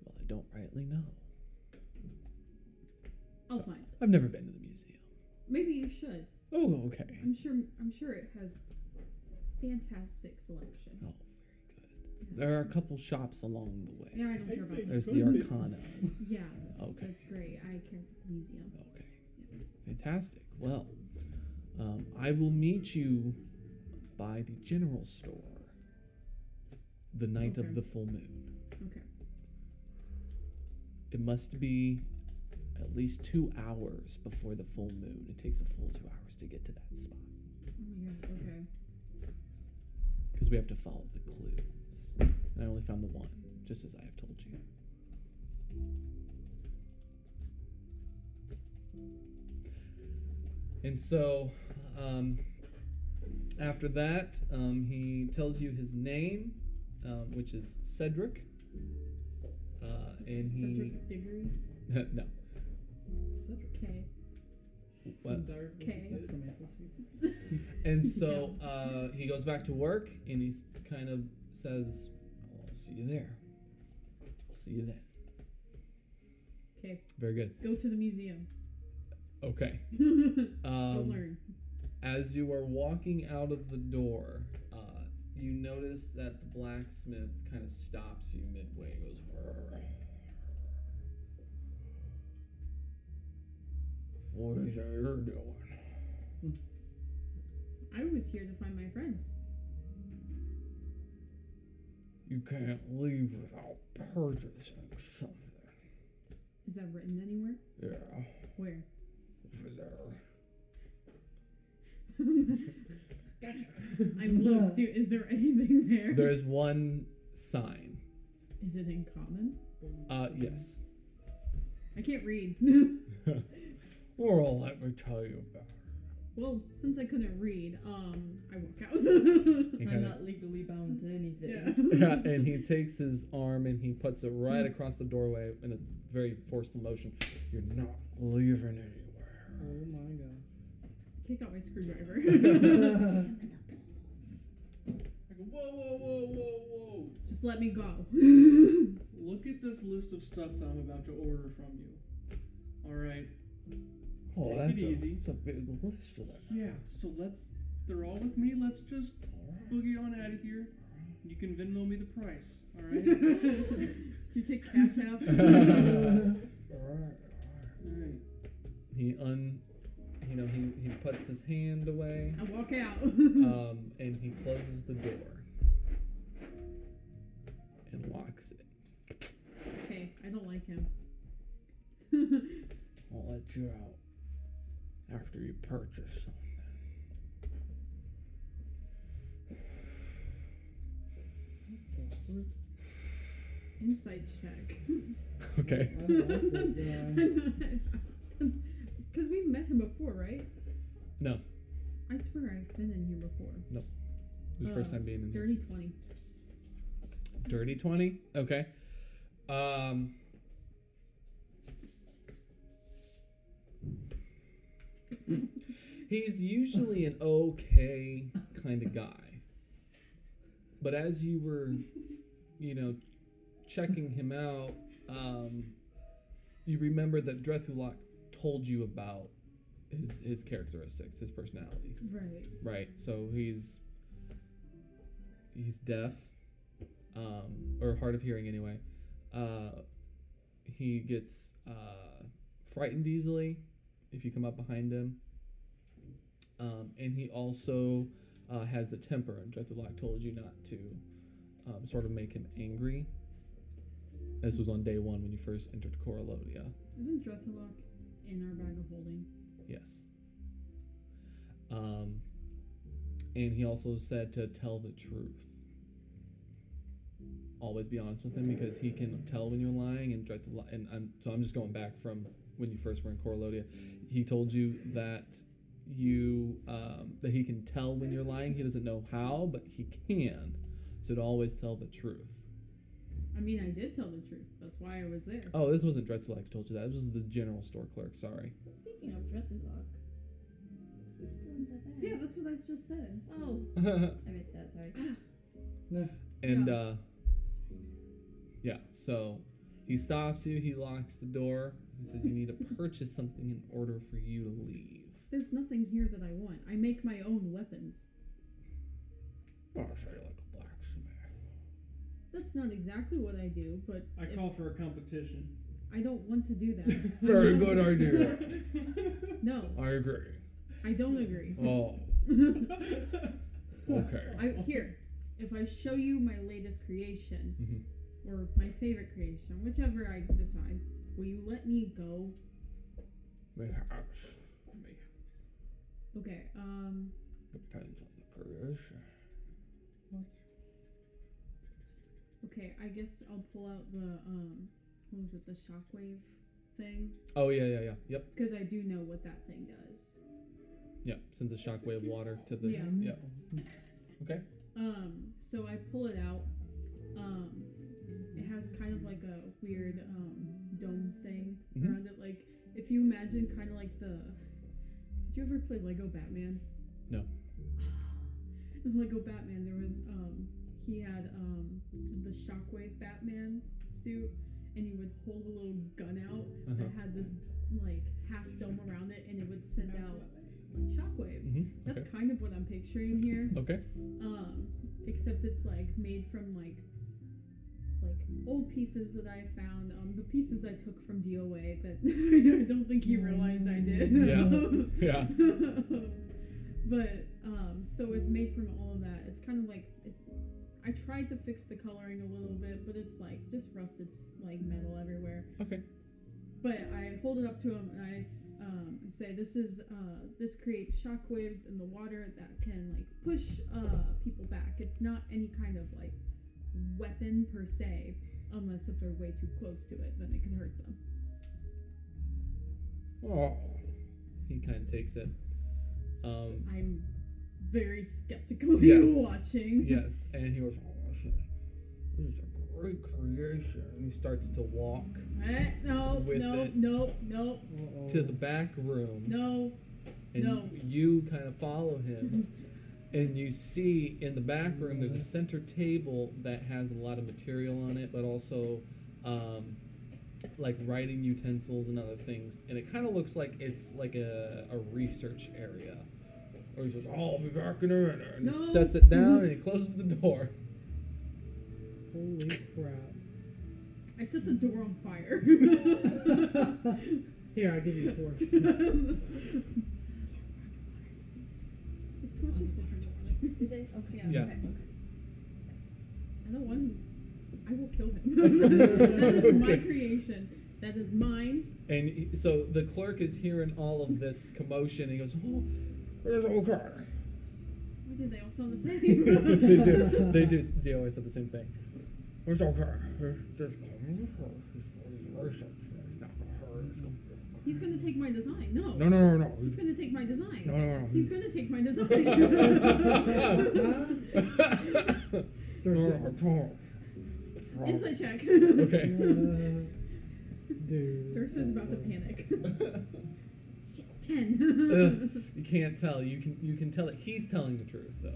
A: well, I don't rightly know.
C: I'll find it.
A: I've never been to the museum.
C: Maybe you should.
A: Oh, okay.
C: I'm sure. I'm sure it has fantastic selection.
A: Oh, very good. There are a couple shops along the way.
C: No, I don't care about that.
A: There's the Arcana.
C: Yeah, that's,
A: Okay.
C: that's great. I care for the museum.
A: Okay. Fantastic. Well, um, I will meet you by the general store the night
C: Okay.
A: of the full moon.
C: Okay.
A: It must be at least two hours before the full moon. It takes a full two hours to get to that spot
C: Oh my gosh. Okay.
A: because we have to follow the clues. And I only found the one, just as I have told you. And so, um, after that, um, he tells you his name, um, which is Cedric. Uh, and he
C: Cedric Diggory.
A: no,
I: Cedric.
C: Okay.
A: what?
I: Dire-
C: Okay.
I: That's the maple seed.
A: And so uh, he goes back to work and he kind of says, well, I'll see you there. I'll see you then.
C: Okay.
A: Very good.
C: Go to the museum.
A: Okay.
C: Go
A: Um,
C: learn.
A: as you are walking out of the door, uh, you notice that the blacksmith kind of stops you midway and goes, "Brrr." What is it you're doing?
C: I was here to find my friends.
A: You can't leave without purchasing something.
C: Is that written anywhere?
A: Yeah,
C: Where?
A: over there.
C: I'm look, dude. Is there anything there? Is
A: There's one sign.
C: it in common?
A: Uh, yes.
C: I can't read.
A: Well, let me tell you about
C: well, since I couldn't read, um, I walk out.
A: it.
F: I'm not legally bound to anything.
C: yeah.
A: yeah, and he takes his arm and he puts it right across the doorway in a very forceful motion. You're not leaving
I: Oh
A: anywhere.
I: my god.
C: Take out my screwdriver.
E: I go, whoa, whoa, whoa, whoa, whoa.
C: Just let me go.
E: Look at this list of stuff that I'm about to order from you. All right.
A: Oh,
E: Take
A: that's
E: it
A: a,
E: easy.
A: that's a big list of that.
E: Yeah. So let's. They're all with me. Let's just
A: Alright.
E: boogie on out of here. You can Venmo me the price. All right.
C: Do you take cash out?
A: Alright, alright.
E: all right.
A: He un, you know, he, he puts his hand away,
C: I walk out.
A: um, and he closes the door and locks it.
C: okay, I don't like him.
A: I'll let you out after you purchase something.
C: Insight check.
A: Okay.
I: I don't like this guy.
C: Because we've met him before, right?
A: No.
C: I swear I've been in here before.
A: This is first
C: Uh,
A: time being in here.
C: Dirty 20.
A: Dirty 20? Okay. Um, he's usually an okay kind of guy. But as you were, you know, checking him out, um, you remember that Drethulok told you about his, his characteristics, his personalities.
C: Right.
A: Right. So he's he's deaf, um, or hard of hearing anyway. Uh, he gets uh, frightened easily if you come up behind him, um, and he also uh, has a temper. And Drethulok told you not to um, sort of make him angry. This was on day one when you first entered Coralodia.
C: Isn't Drethulok in our bag of holding?
A: Yes. Um, and he also said to tell the truth. Always be honest with him because he can tell when you're lying and try to lie. And I'm, so I'm just going back from when you first were in Coralodia. He told you that you um, that he can tell when you're lying. He doesn't know how, but he can. So to always tell the truth.
C: I mean, I did tell the truth. That's why I was there.
A: Oh, this wasn't dreadful. Like I told you that. This was the general store clerk. Sorry.
F: Speaking of Drethulok. He's still in the bag.
C: Yeah, that's what I just said.
F: Oh, I missed that, sorry.
A: And
C: Yeah.
A: uh yeah, so he stops you, he locks the door, he says you need to purchase something in order for you to leave.
C: There's nothing here that I want. I make my own weapons.
A: Oh, so you're like a blacksmith.
C: That's not exactly what I do, but
E: I
C: if-
E: call for a competition.
C: I don't want to do that.
A: Very good idea.
C: No,
A: I agree.
C: I don't agree.
A: Oh, okay.
C: I, here, if I show you my latest creation,
A: Mhm.
C: or my favorite creation, whichever I decide, will you let me go?
A: Mayhaps
C: Okay, um,
A: depends on the creation.
C: okay, I guess I'll pull out the, um, what was it, the shockwave thing?
A: Oh yeah, yeah, yeah. Yep,
C: Because I do know what that thing does.
A: yep. Sends a shockwave of water to the.
C: Yeah.
A: Yep. Okay.
C: Um, so I pull it out. Um, it has kind of like a weird um, dome thing
A: Mhm.
C: around it. Like if you imagine kind of like the. Did you ever play Lego Batman?
A: No.
C: In Lego Batman, there was um, he had um, the Shockwave Batman suit, and you would hold a little gun out
A: Uh-huh.
C: that had this like half dome around it, and it would send out like shockwaves.
A: Mm-hmm.
C: That's
A: Okay.
C: kind of what I'm picturing here
A: Okay.
C: um, except it's like made from like like old pieces that I found, um, the pieces I took from DOA that I don't think he realized I did.
A: Yeah. Yeah.
C: but um, so it's made from all of that. It's kind of like it, I tried to fix the coloring a little bit, but it's like just rusted s- like metal everywhere.
A: Okay.
C: But I hold it up to him and I s- um, and say, "This is uh, this creates shockwaves in the water that can like push uh, people back. It's not any kind of like weapon per se, unless if they're way too close to it, then it can hurt them."
A: Oh. He kind of takes it. Um.
C: I'm very skeptical. of
A: Yes.
C: You watching?
A: Yes, and he goes. Oh, this is- this is a great creation. And he starts to walk
C: Eh, no,
A: With
C: no,
A: it.
C: no, no,
A: to the back room.
C: no.
A: and
C: No. Mm-hmm.
A: you kind of follow him and you see in the back room there's a center table that has a lot of material on it but also um, like writing utensils and other things and it kind of looks like it's like a, a research area or he says oh i'll be back in a minute and
C: No.
A: he sets it down and he closes the door
I: Holy crap.
C: I set the door on fire.
I: Here, I'll give you a torch.
C: torches water.
F: Do they? Okay.
A: Yeah.
F: Okay.
C: I don't want him. I will kill him. that is my
A: Okay.
C: creation. That is mine.
A: and he, so the clerk is hearing all of this commotion and he goes oh there's okay
C: Why did they all sound the
A: they
C: same?
A: do. They do. They always said the same thing. It's okay. It's just coming for research. It's not gonna hurt. It's gonna be
C: He's gonna take my design. No.
A: okay. No, no, no, no.
C: He's gonna take my design.
A: No, no, no.
C: He's gonna take my design.
A: No, no, no.
C: Insight check.
A: Okay.
I: Dude.
C: Circe is about to panic. Shit,
A: Ugh,
C: Ten.
A: you can't tell. You can you can tell that he's telling the truth though.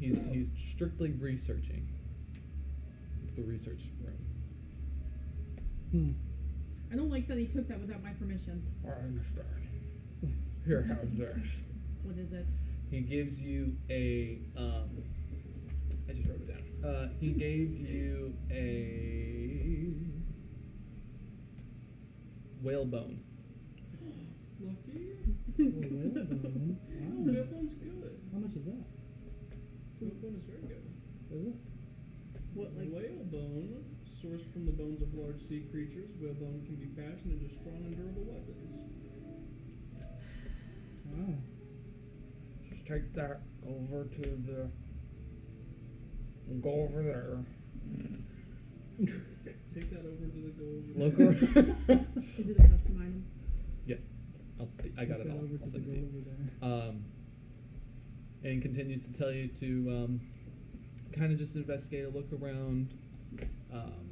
A: He's he's strictly researching. It's the research room.
I: Hmm.
C: I don't like that he took that without my permission.
A: I understand. Here, have this.
C: What is it?
A: He gives you a. Um, I just wrote it down. Uh, he gave you a whalebone.
E: Lucky. you.
I: Oh, whalebone.
E: Oh,
I: Wow.
E: Whalebone's good.
I: How much is that?
E: Whalebone is very good.
I: Is it?
C: What like?
E: Whalebone, sourced from the bones of large sea creatures, whalebone can be fashioned into strong and durable weapons.
I: Wow.
A: Just take that over to the. Go over there.
C: Mm.
E: Take that over to the go over.
A: Look
E: there.
A: over.
C: Is it a custom item?
A: yes. I'll, I got it all.
I: Over to
A: I'll
I: the
A: send it
I: girl
A: to you.
I: over there.
A: um, and continues to tell you to um, kind of just investigate, look around. Um,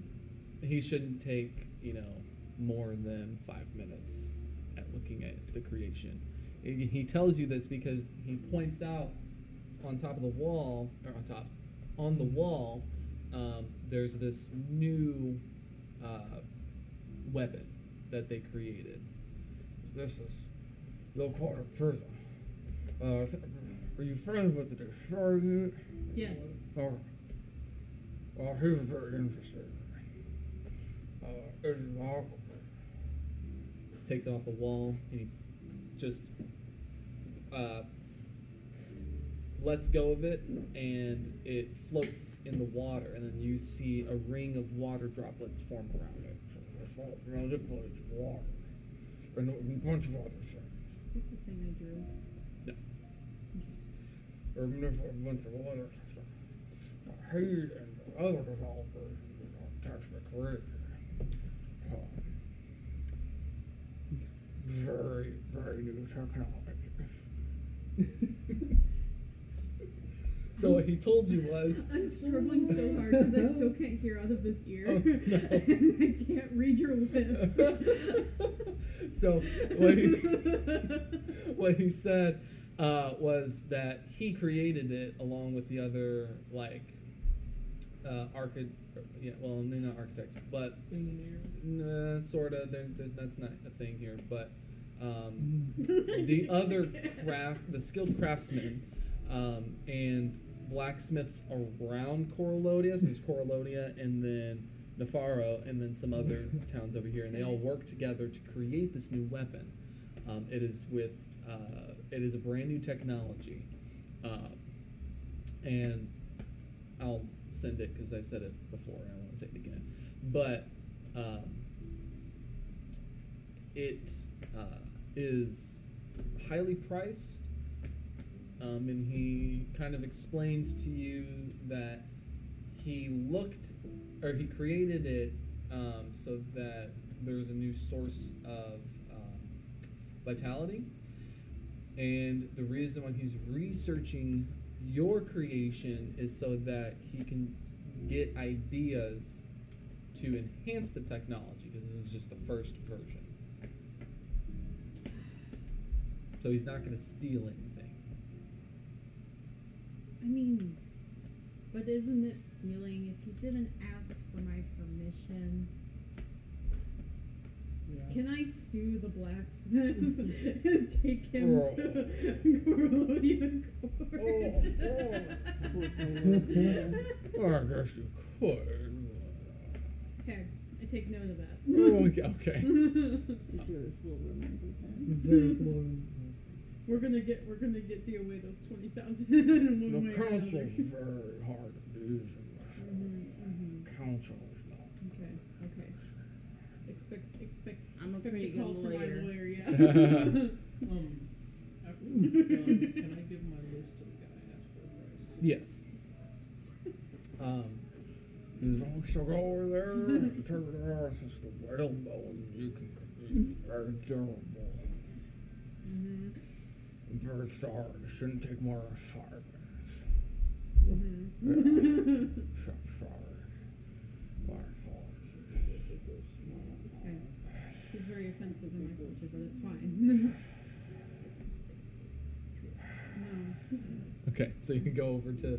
A: he shouldn't take you know more than five minutes at looking at the creation. He he tells you this because he points out on top of the wall or on top on the wall um, there's this new uh, weapon that they created. This is they'll call it a prism. Uh,
J: Are you friends with the sergeant?
C: Yes.
J: Oh. Well, he was very interested. Uh, this is awful.
A: takes it off the wall and he just uh, lets go of it and it floats in the water and then you see a ring of water droplets form around it
J: It's all around the place, water. And a bunch of other things.
C: Is it the thing I drew?
A: No.
C: Interesting.
J: Or even if a bunch of other things. But he and the other developers, you know, text me crazy. Um, very, very new technology.
A: so what he told you was
C: I'm struggling so hard because I still can't hear out of this ear.
A: Oh, no.
C: and I can't read your lips.
A: so what he, what he said uh, was that he created it along with the other like uh, archi- yeah, well, they're not architects, but
E: Engineer.
A: nah, sort of. That's not a thing here, but
B: Hmm.
A: um, the other craft, the skilled craftsmen, um, and blacksmiths around Corolodia, so there's Corolodia and then Nefaro and then some other towns over here, and they all work together to create this new weapon. Um, it is with, uh, it is a brand new technology, uh, and I'll send it because I said it before. and I want to say it again, but um, it uh, is highly priced, um, and he kind of explains to you that he looked or he created it um, so that there's a new source of um, vitality. And the reason why he's researching your creation is so that he can s- get ideas to enhance the technology because this is just the first version. So he's not going to steal anything.
C: I mean, but isn't it stealing if you didn't ask for my permission?
I: Yeah.
C: Can I sue the blacksmith and take him to Corellian
J: Oh,
C: court?
J: Well, I guess you could.
C: okay, I take note of that.
A: Oh, okay, okay.
E: Zeus will remember that.
C: we're gonna get we're gonna get the away those twenty thousand in one
J: The
C: way or
J: council's
C: another.
J: very hard to use
C: Mhm,
J: in
C: mhm.
J: this. Council is not.
C: Okay, okay. Expect expect
F: I'm a
C: expect
F: pretty
C: a call
F: good
C: from my
F: lawyer.
C: lawyer, yeah.
E: Um, after we're done, can I give my list to the guy and ask for a price?
A: Yes. Um,
J: You don't so go over there and turn it on. It's the whalebone. You can be very durable
F: Mm-hmm.
C: Mhm,
J: and very sorry. It shouldn't take more than five minutes.
F: Mm-hmm.
C: mhm.
J: So sorry. My apologies.
C: Okay. He's very offensive in my culture, but it's fine. no,
A: okay, so you can go over to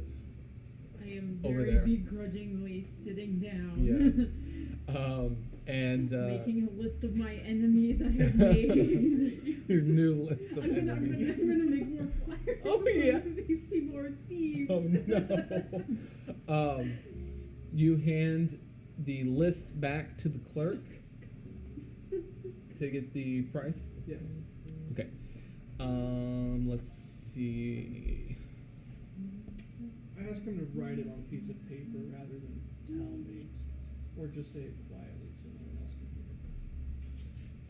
C: I am
A: Over
C: very
A: there.
C: begrudgingly sitting down.
A: yes, um, and uh,
C: Making a list of my enemies I have made.
A: your new list of
C: I'm gonna, I'm gonna,
A: enemies.
C: I'm gonna make more flyers.
A: Oh, yes.
C: These people are thieves.
A: Oh no. um, you hand the list back to the clerk to get the price.
E: Yes.
A: Okay. Um, let's see.
E: I ask him to write it on a piece of paper rather than tell me, or just say it quietly so no one else can hear. it.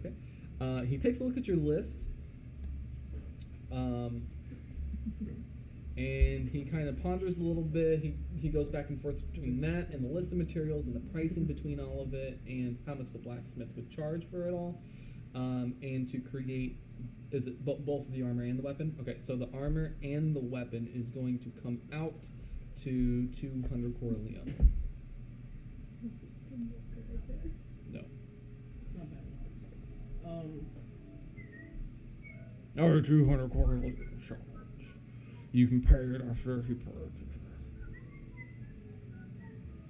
A: Okay. Uh, he takes a look at your list. Um, and he kind of ponders a little bit. He, he goes back and forth between that and the list of materials and the pricing between all of it and how much the blacksmith would charge for it all. Um, and to create, is it bo- both the armor and the weapon? Okay, so the armor and the weapon is going to come out to 200 Corleone. No.
E: It's not bad. Um,
J: Another 200 quarterly installments. You can pay it after he purchases.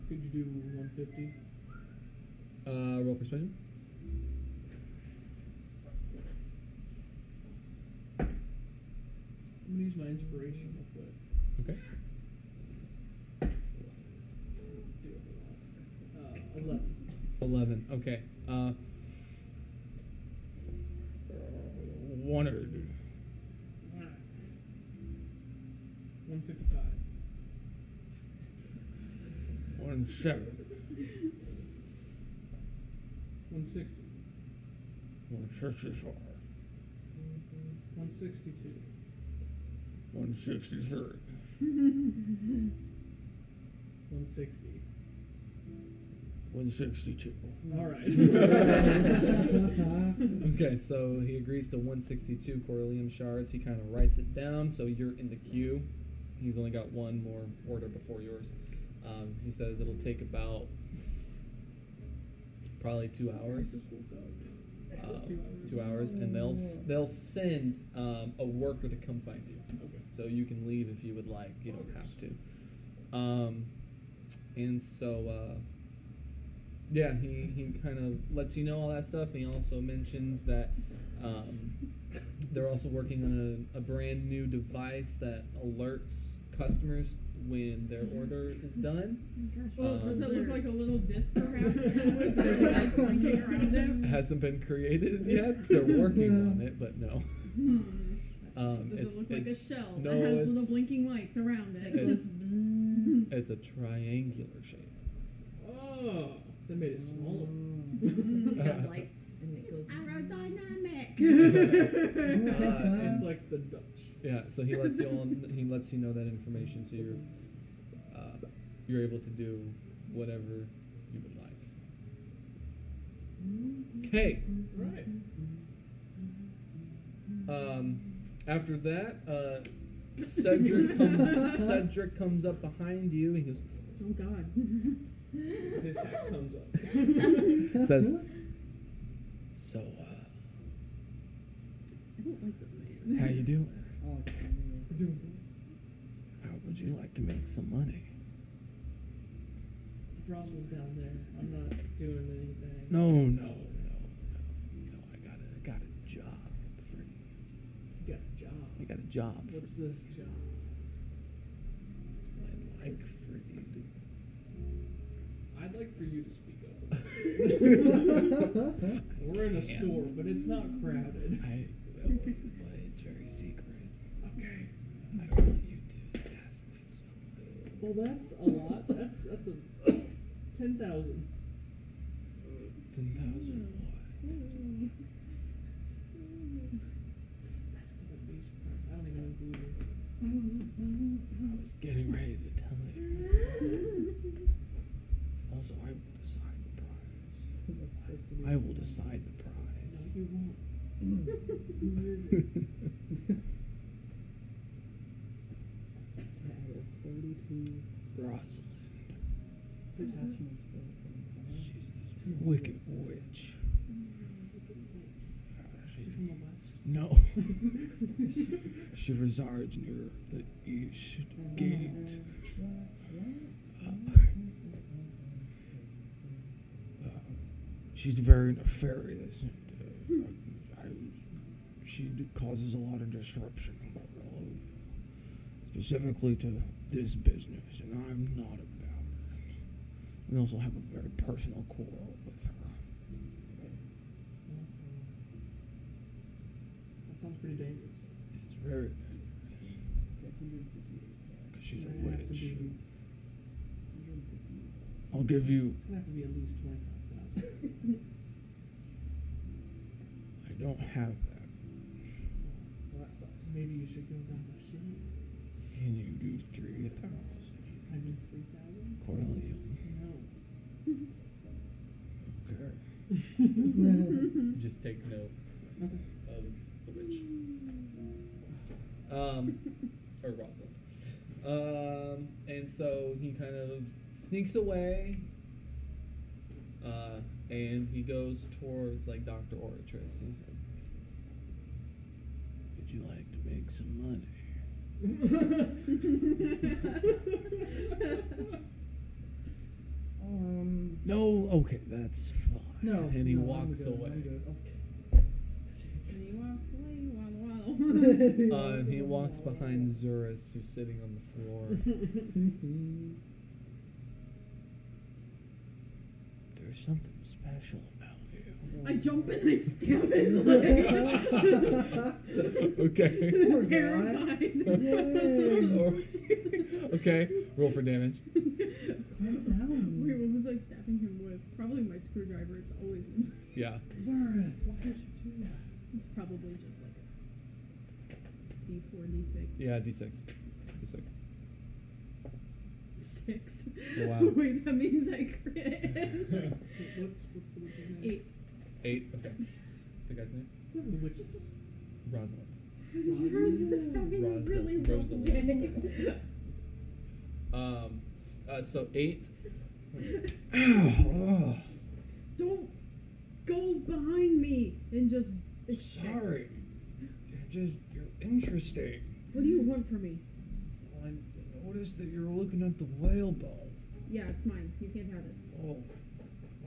E: could you do 150?
A: Uh, roll persuasion.
E: I'm gonna use my inspiration real quick.
A: Okay.
E: Do it. Uh, eleven.
A: 11. Okay. Uh,
J: wanted.
E: One fifty-five.
J: 170,
E: One sixty.
J: 165,
E: One sixty-two.
J: 163,
E: One sixty.
J: 162.
E: All right.
A: okay, so he agrees to 162 Corallium shards. He kind of writes it down, so you're in the queue. He's only got one more order before yours. Um, he says it'll take about probably two hours. Uh,
E: Two hours.
A: two hours, and they'll s-
C: Mm.
A: they'll send um, a worker to come find you.
E: Okay.
A: So you can leave if you would like. You don't have to. Um, and so, uh, yeah, he, he kind of lets you know all that stuff. And he also mentions that um, they're also working on a, a brand new device that alerts customers when their
C: Mm-hmm.
A: order is done.
C: Well, does it look
A: Um,
C: like a little disc perhaps? with
E: There's
C: the light blinking around
A: It
C: it?
A: hasn't been created yet. They're working on it, but no.
C: Hmm.
A: Um,
C: Does
A: it's,
C: it look like
A: it-
C: a shell
A: no,
C: that has little
A: it's-
C: blinking lights around it?
A: It-
F: Goes
A: it's a triangular shape.
E: Oh, they made it smaller.
F: It's
A: Mm.
F: got lights and it goes.
E: Uh,
A: Uh,
E: it's like the Dutch.
A: Yeah, so he lets you all he lets you know that information, so you're uh, you're able to do whatever you would like. Okay.
E: Right.
A: Um, after that, uh, Cedric comes Cedric comes up behind you and
C: Oh God.
E: His hat comes up.
A: goes says, "So, uh,
C: I don't like this man.
A: how you doing?
I: Oh,
A: How would you like to make some money?"
E: Roswell's down there. I'm not doing anything.
A: No, no, no, no, no. I got a, I got a job for you.
E: You got a job.
A: I got a job for
E: What's this job?
A: I'd like for you to
E: I'd like for you to speak up.
A: I
E: We're in a
A: can't.
E: store, but it's not crowded.
A: will, but it's very secret.
E: Okay.
A: I want you to assassinate someone.
E: Well, that's a lot. That's that's a ten thousand.
A: Ten thousand what?
E: That's gonna be a surprise. I don't even know who it
A: I was getting ready to tell you.
F: Hmm.
A: Also, I will decide the prize.
E: Hmm.
A: I will decide the
E: is. No,
A: prize.
E: you won't.
I: Thirty-two
A: Rosalind,
I: attachments.
A: she's this wicked witch. Uh,
E: She's
A: she-
E: from the west.
A: No. she resides near the east
E: Hmm.
A: gate. Uh, uh, she's very nefarious. And, uh, I, I- she d- causes a lot of disruption in Corallo, specifically to this business, and I'm not about it. We also have a very personal quarrel with her.
E: Mm-hmm. That sounds pretty dangerous.
A: It's very because she's a
E: It's gonna have to
A: witch.
E: be-
A: I'll give you.
E: It's gonna have to be at least twenty-five thousand.
A: I don't have that.
E: Well, that sucks. Maybe you should go down to shit.
A: Can you do three thousand?
E: I do three thousand.
A: Corleone.
E: No.
A: Okay. Just take note
E: Okay.
A: of the witch. Um, or Rosalind. Um, and so he kind of sneaks away. Uh, and he goes towards like Doctor Oratrice. He says, "Would you like to make some money?"
I: Um.
A: No. Okay, that's fine.
I: No.
A: And he
I: no, I'm
A: walks
I: good,
A: away.
I: I'm good. Okay.
C: And he walks away, wow, wow. Cool.
A: Uh, and he walks behind Zurus, who's sitting on the floor. There's something special about you.
C: I jump in and I stab his leg.
A: Okay.
I: Poor guy.
C: Terrified.
I: Yay.
A: Or- okay, roll for damage.
I: Calm down.
C: Wait, what was I stabbing him with? Probably my screwdriver. It's always in.
A: Yeah.
I: Zerus, why did you do that?
C: It's probably just like a D4, D6.
A: Yeah, d6. d6.
C: Six.
A: Oh, Wow.
C: Wait, that means I crit.
E: What's what's the witch's name?
C: Eight.
A: Eight. Okay. The guy's name?
E: It's not the witch's.
A: Rosalind.
C: Yours is having a
A: Rosa-
C: really long
A: Rosalind.
C: day.
A: Um, s- uh, so eight. Ow,
C: Don't go behind me and just.
A: oh,
C: expect.
A: sorry. You're just, you're interesting.
C: What do you want from me?
A: I noticed that you're looking at the whalebone.
C: Yeah, it's mine. You can't have it.
A: Oh,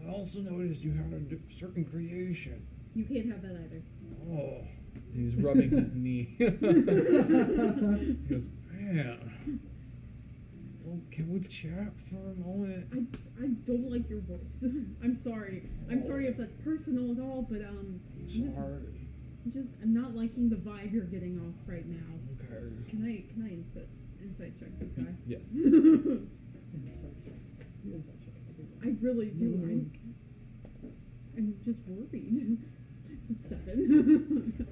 A: I also noticed you had a d- certain creation.
C: You can't have that either.
A: Oh. He's rubbing his knee. he goes, man. Well, can we chat for a moment?
C: I, I don't like your voice. I'm sorry. I'm sorry if that's personal at all, but um,
A: I'm sorry.
C: I'm just I'm not liking the vibe you're getting off right now.
A: Okay.
C: Can I can I insight insight check this guy?
A: Yes.
I: Inside check. The inside check.
C: I really do.
I: Another
C: I'm,
I: one.
C: I'm just worried. Seven.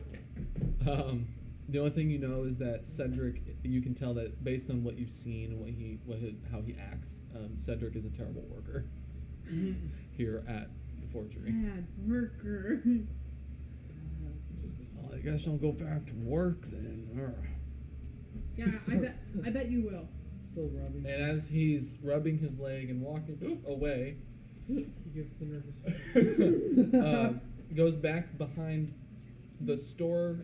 A: Um, the only thing you know is that Cedric. You can tell that based on what you've seen and what he, what his, how he acts, um, Cedric is a terrible worker here at the forgery.
C: Bad worker.
A: Well, I guess I'll go back to work then. Urgh.
C: Yeah, I bet I bet you will.
I: Still rubbing.
A: And as he's rubbing his leg and walking away,
E: He gives the nervous.
A: uh, goes back behind the store,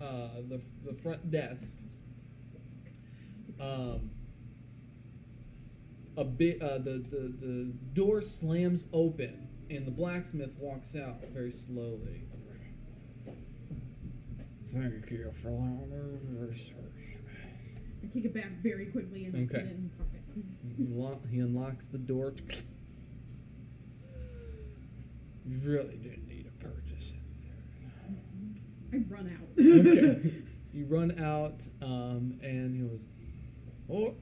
A: uh, the, the front desk. Um, a bit, uh, the, the, the door slams open, and the blacksmith walks out very slowly.
J: Thank you for allowing me research.
C: I take it back very quickly and I put
A: Okay.
C: it in my pocket.
A: He, lo- he unlocks the door.
J: You really didn't need to purchase anything.
C: I run out.
A: Okay. you run out, um, and he goes,
J: Oh,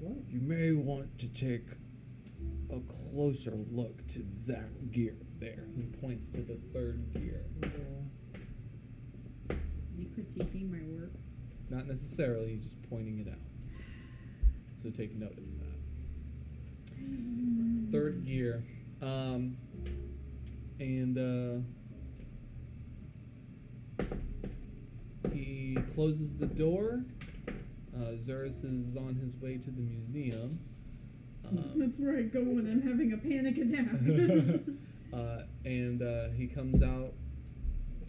I: What?
J: you may want to take a closer look to that gear there.
A: He points to the third gear.
C: Is he critiquing my work?
A: Not necessarily, he's just pointing it out. So take note of that. Third gear. Um, and uh, he closes the door. Uh, Zerus is on his way to the museum. Um,
C: That's where I go when I'm having a panic attack.
A: uh, and uh, he comes out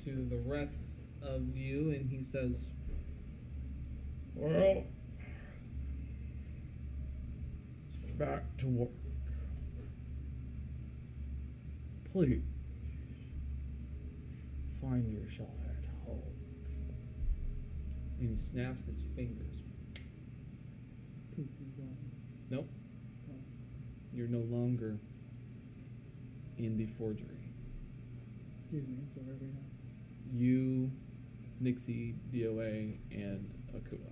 A: to the rest of you and he says,
J: Well, back to work. Please find yourself at home.
A: and he snaps his fingers.
I: Poof, he's gone.
A: Nope. You're no longer in the forgery.
I: Excuse me, so where are we at?
A: You, Nixie, DOA, and Akua.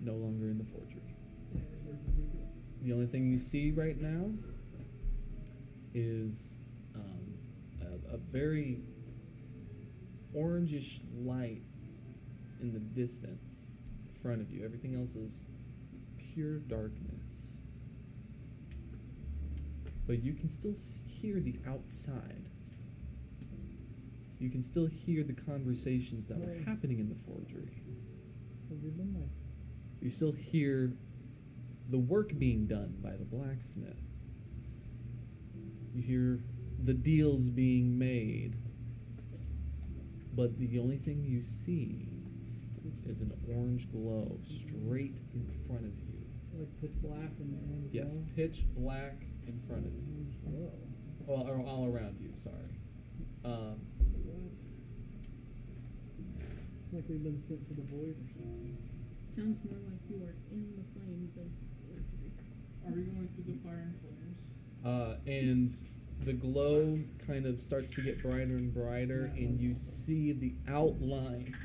A: No longer in the forgery. The only thing you see right now is um, a, a very orangish light in the distance in front of you. Everything else is pure darkness. But you can still s- hear the outside. You can still hear the conversations that were
I: Right.
A: happening in the forgery.
I: Have we been like
A: You still hear the work being done by the blacksmith. You hear the deals being made. But the only thing you see is an orange glow straight in front of you.
I: like pitch black and orange?
A: Yes,
I: glow?
A: pitch black in front of you.
I: Orange glow.
A: Well, or all around you, sorry. Um,
E: It's like we've been sent to the void or something.
C: Sounds more like you are in the flames of victory.
H: Are we going through the fire and flames?
A: uh, and the glow kind of starts to get brighter and brighter, and you see the outline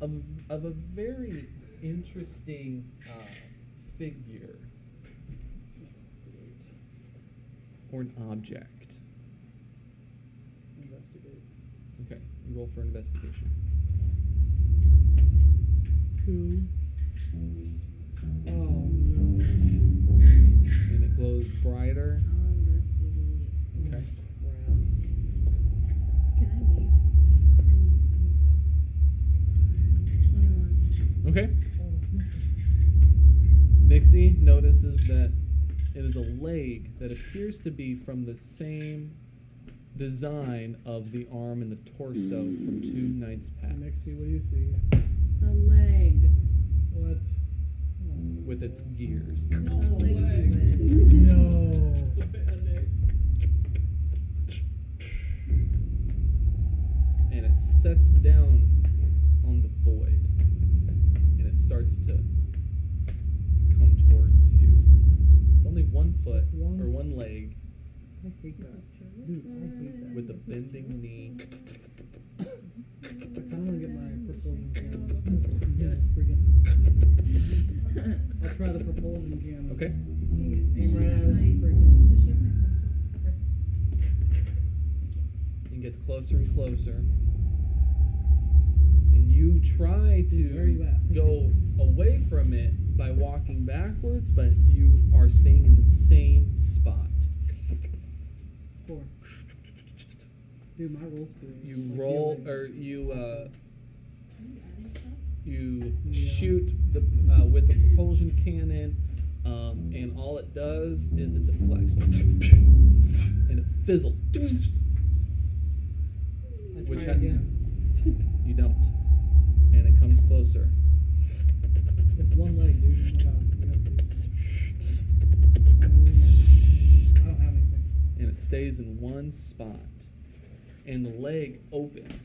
A: of, of a very interesting uh, figure or an object.
E: Investigate.
A: Okay, you roll for investigation.
E: Two. Oh no.
A: And it glows brighter. Okay.
C: Can I leave? I need, I need to go.
A: Okay. Nixie notices that it is a leg that appears to be from the same design of the arm and the torso from two nights past.
E: Nixie, what do you see?
F: The leg.
E: What?
A: With its gears.
H: No,
F: The leg
H: leg.
F: movement.
E: No.
H: It's a bit of leg.
A: And it sets down on the void. And it starts to come towards you. It's only one foot
E: One-
A: or one leg
E: I hate that. Dude, I hate that.
A: with a bending knee.
E: I kind of want to get my propulsion cannon. Yeah, freaking. I'll try the propulsion cannon.
A: Okay.
E: Aim right at it.
C: Like-
E: Freaking.
C: Does she have my pencil?
A: and gets closer and closer. And you try
E: Where are you
A: to
E: at?
A: go away from it by walking backwards, but you are staying in the same spot.
E: Four. Dude, my roll's too.
A: You
E: like
A: roll
E: DLAs.
A: or you uh,
D: Are you adding stuff?
A: you
E: Yeah.
A: shoot the uh, with a propulsion cannon, um, and all it does is it deflects and it fizzles.
E: I
A: Which
E: try
A: ha-
E: again.
A: You don't, and it comes closer.
E: It's one leg, dude. Oh my god. You have to- Oh, no. I don't have anything.
A: and it stays in one spot. And the leg opens.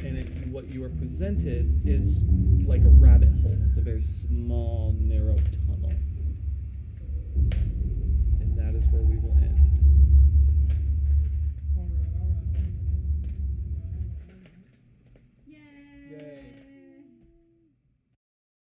A: And it, what you are presented is like a rabbit hole. It's a very small, narrow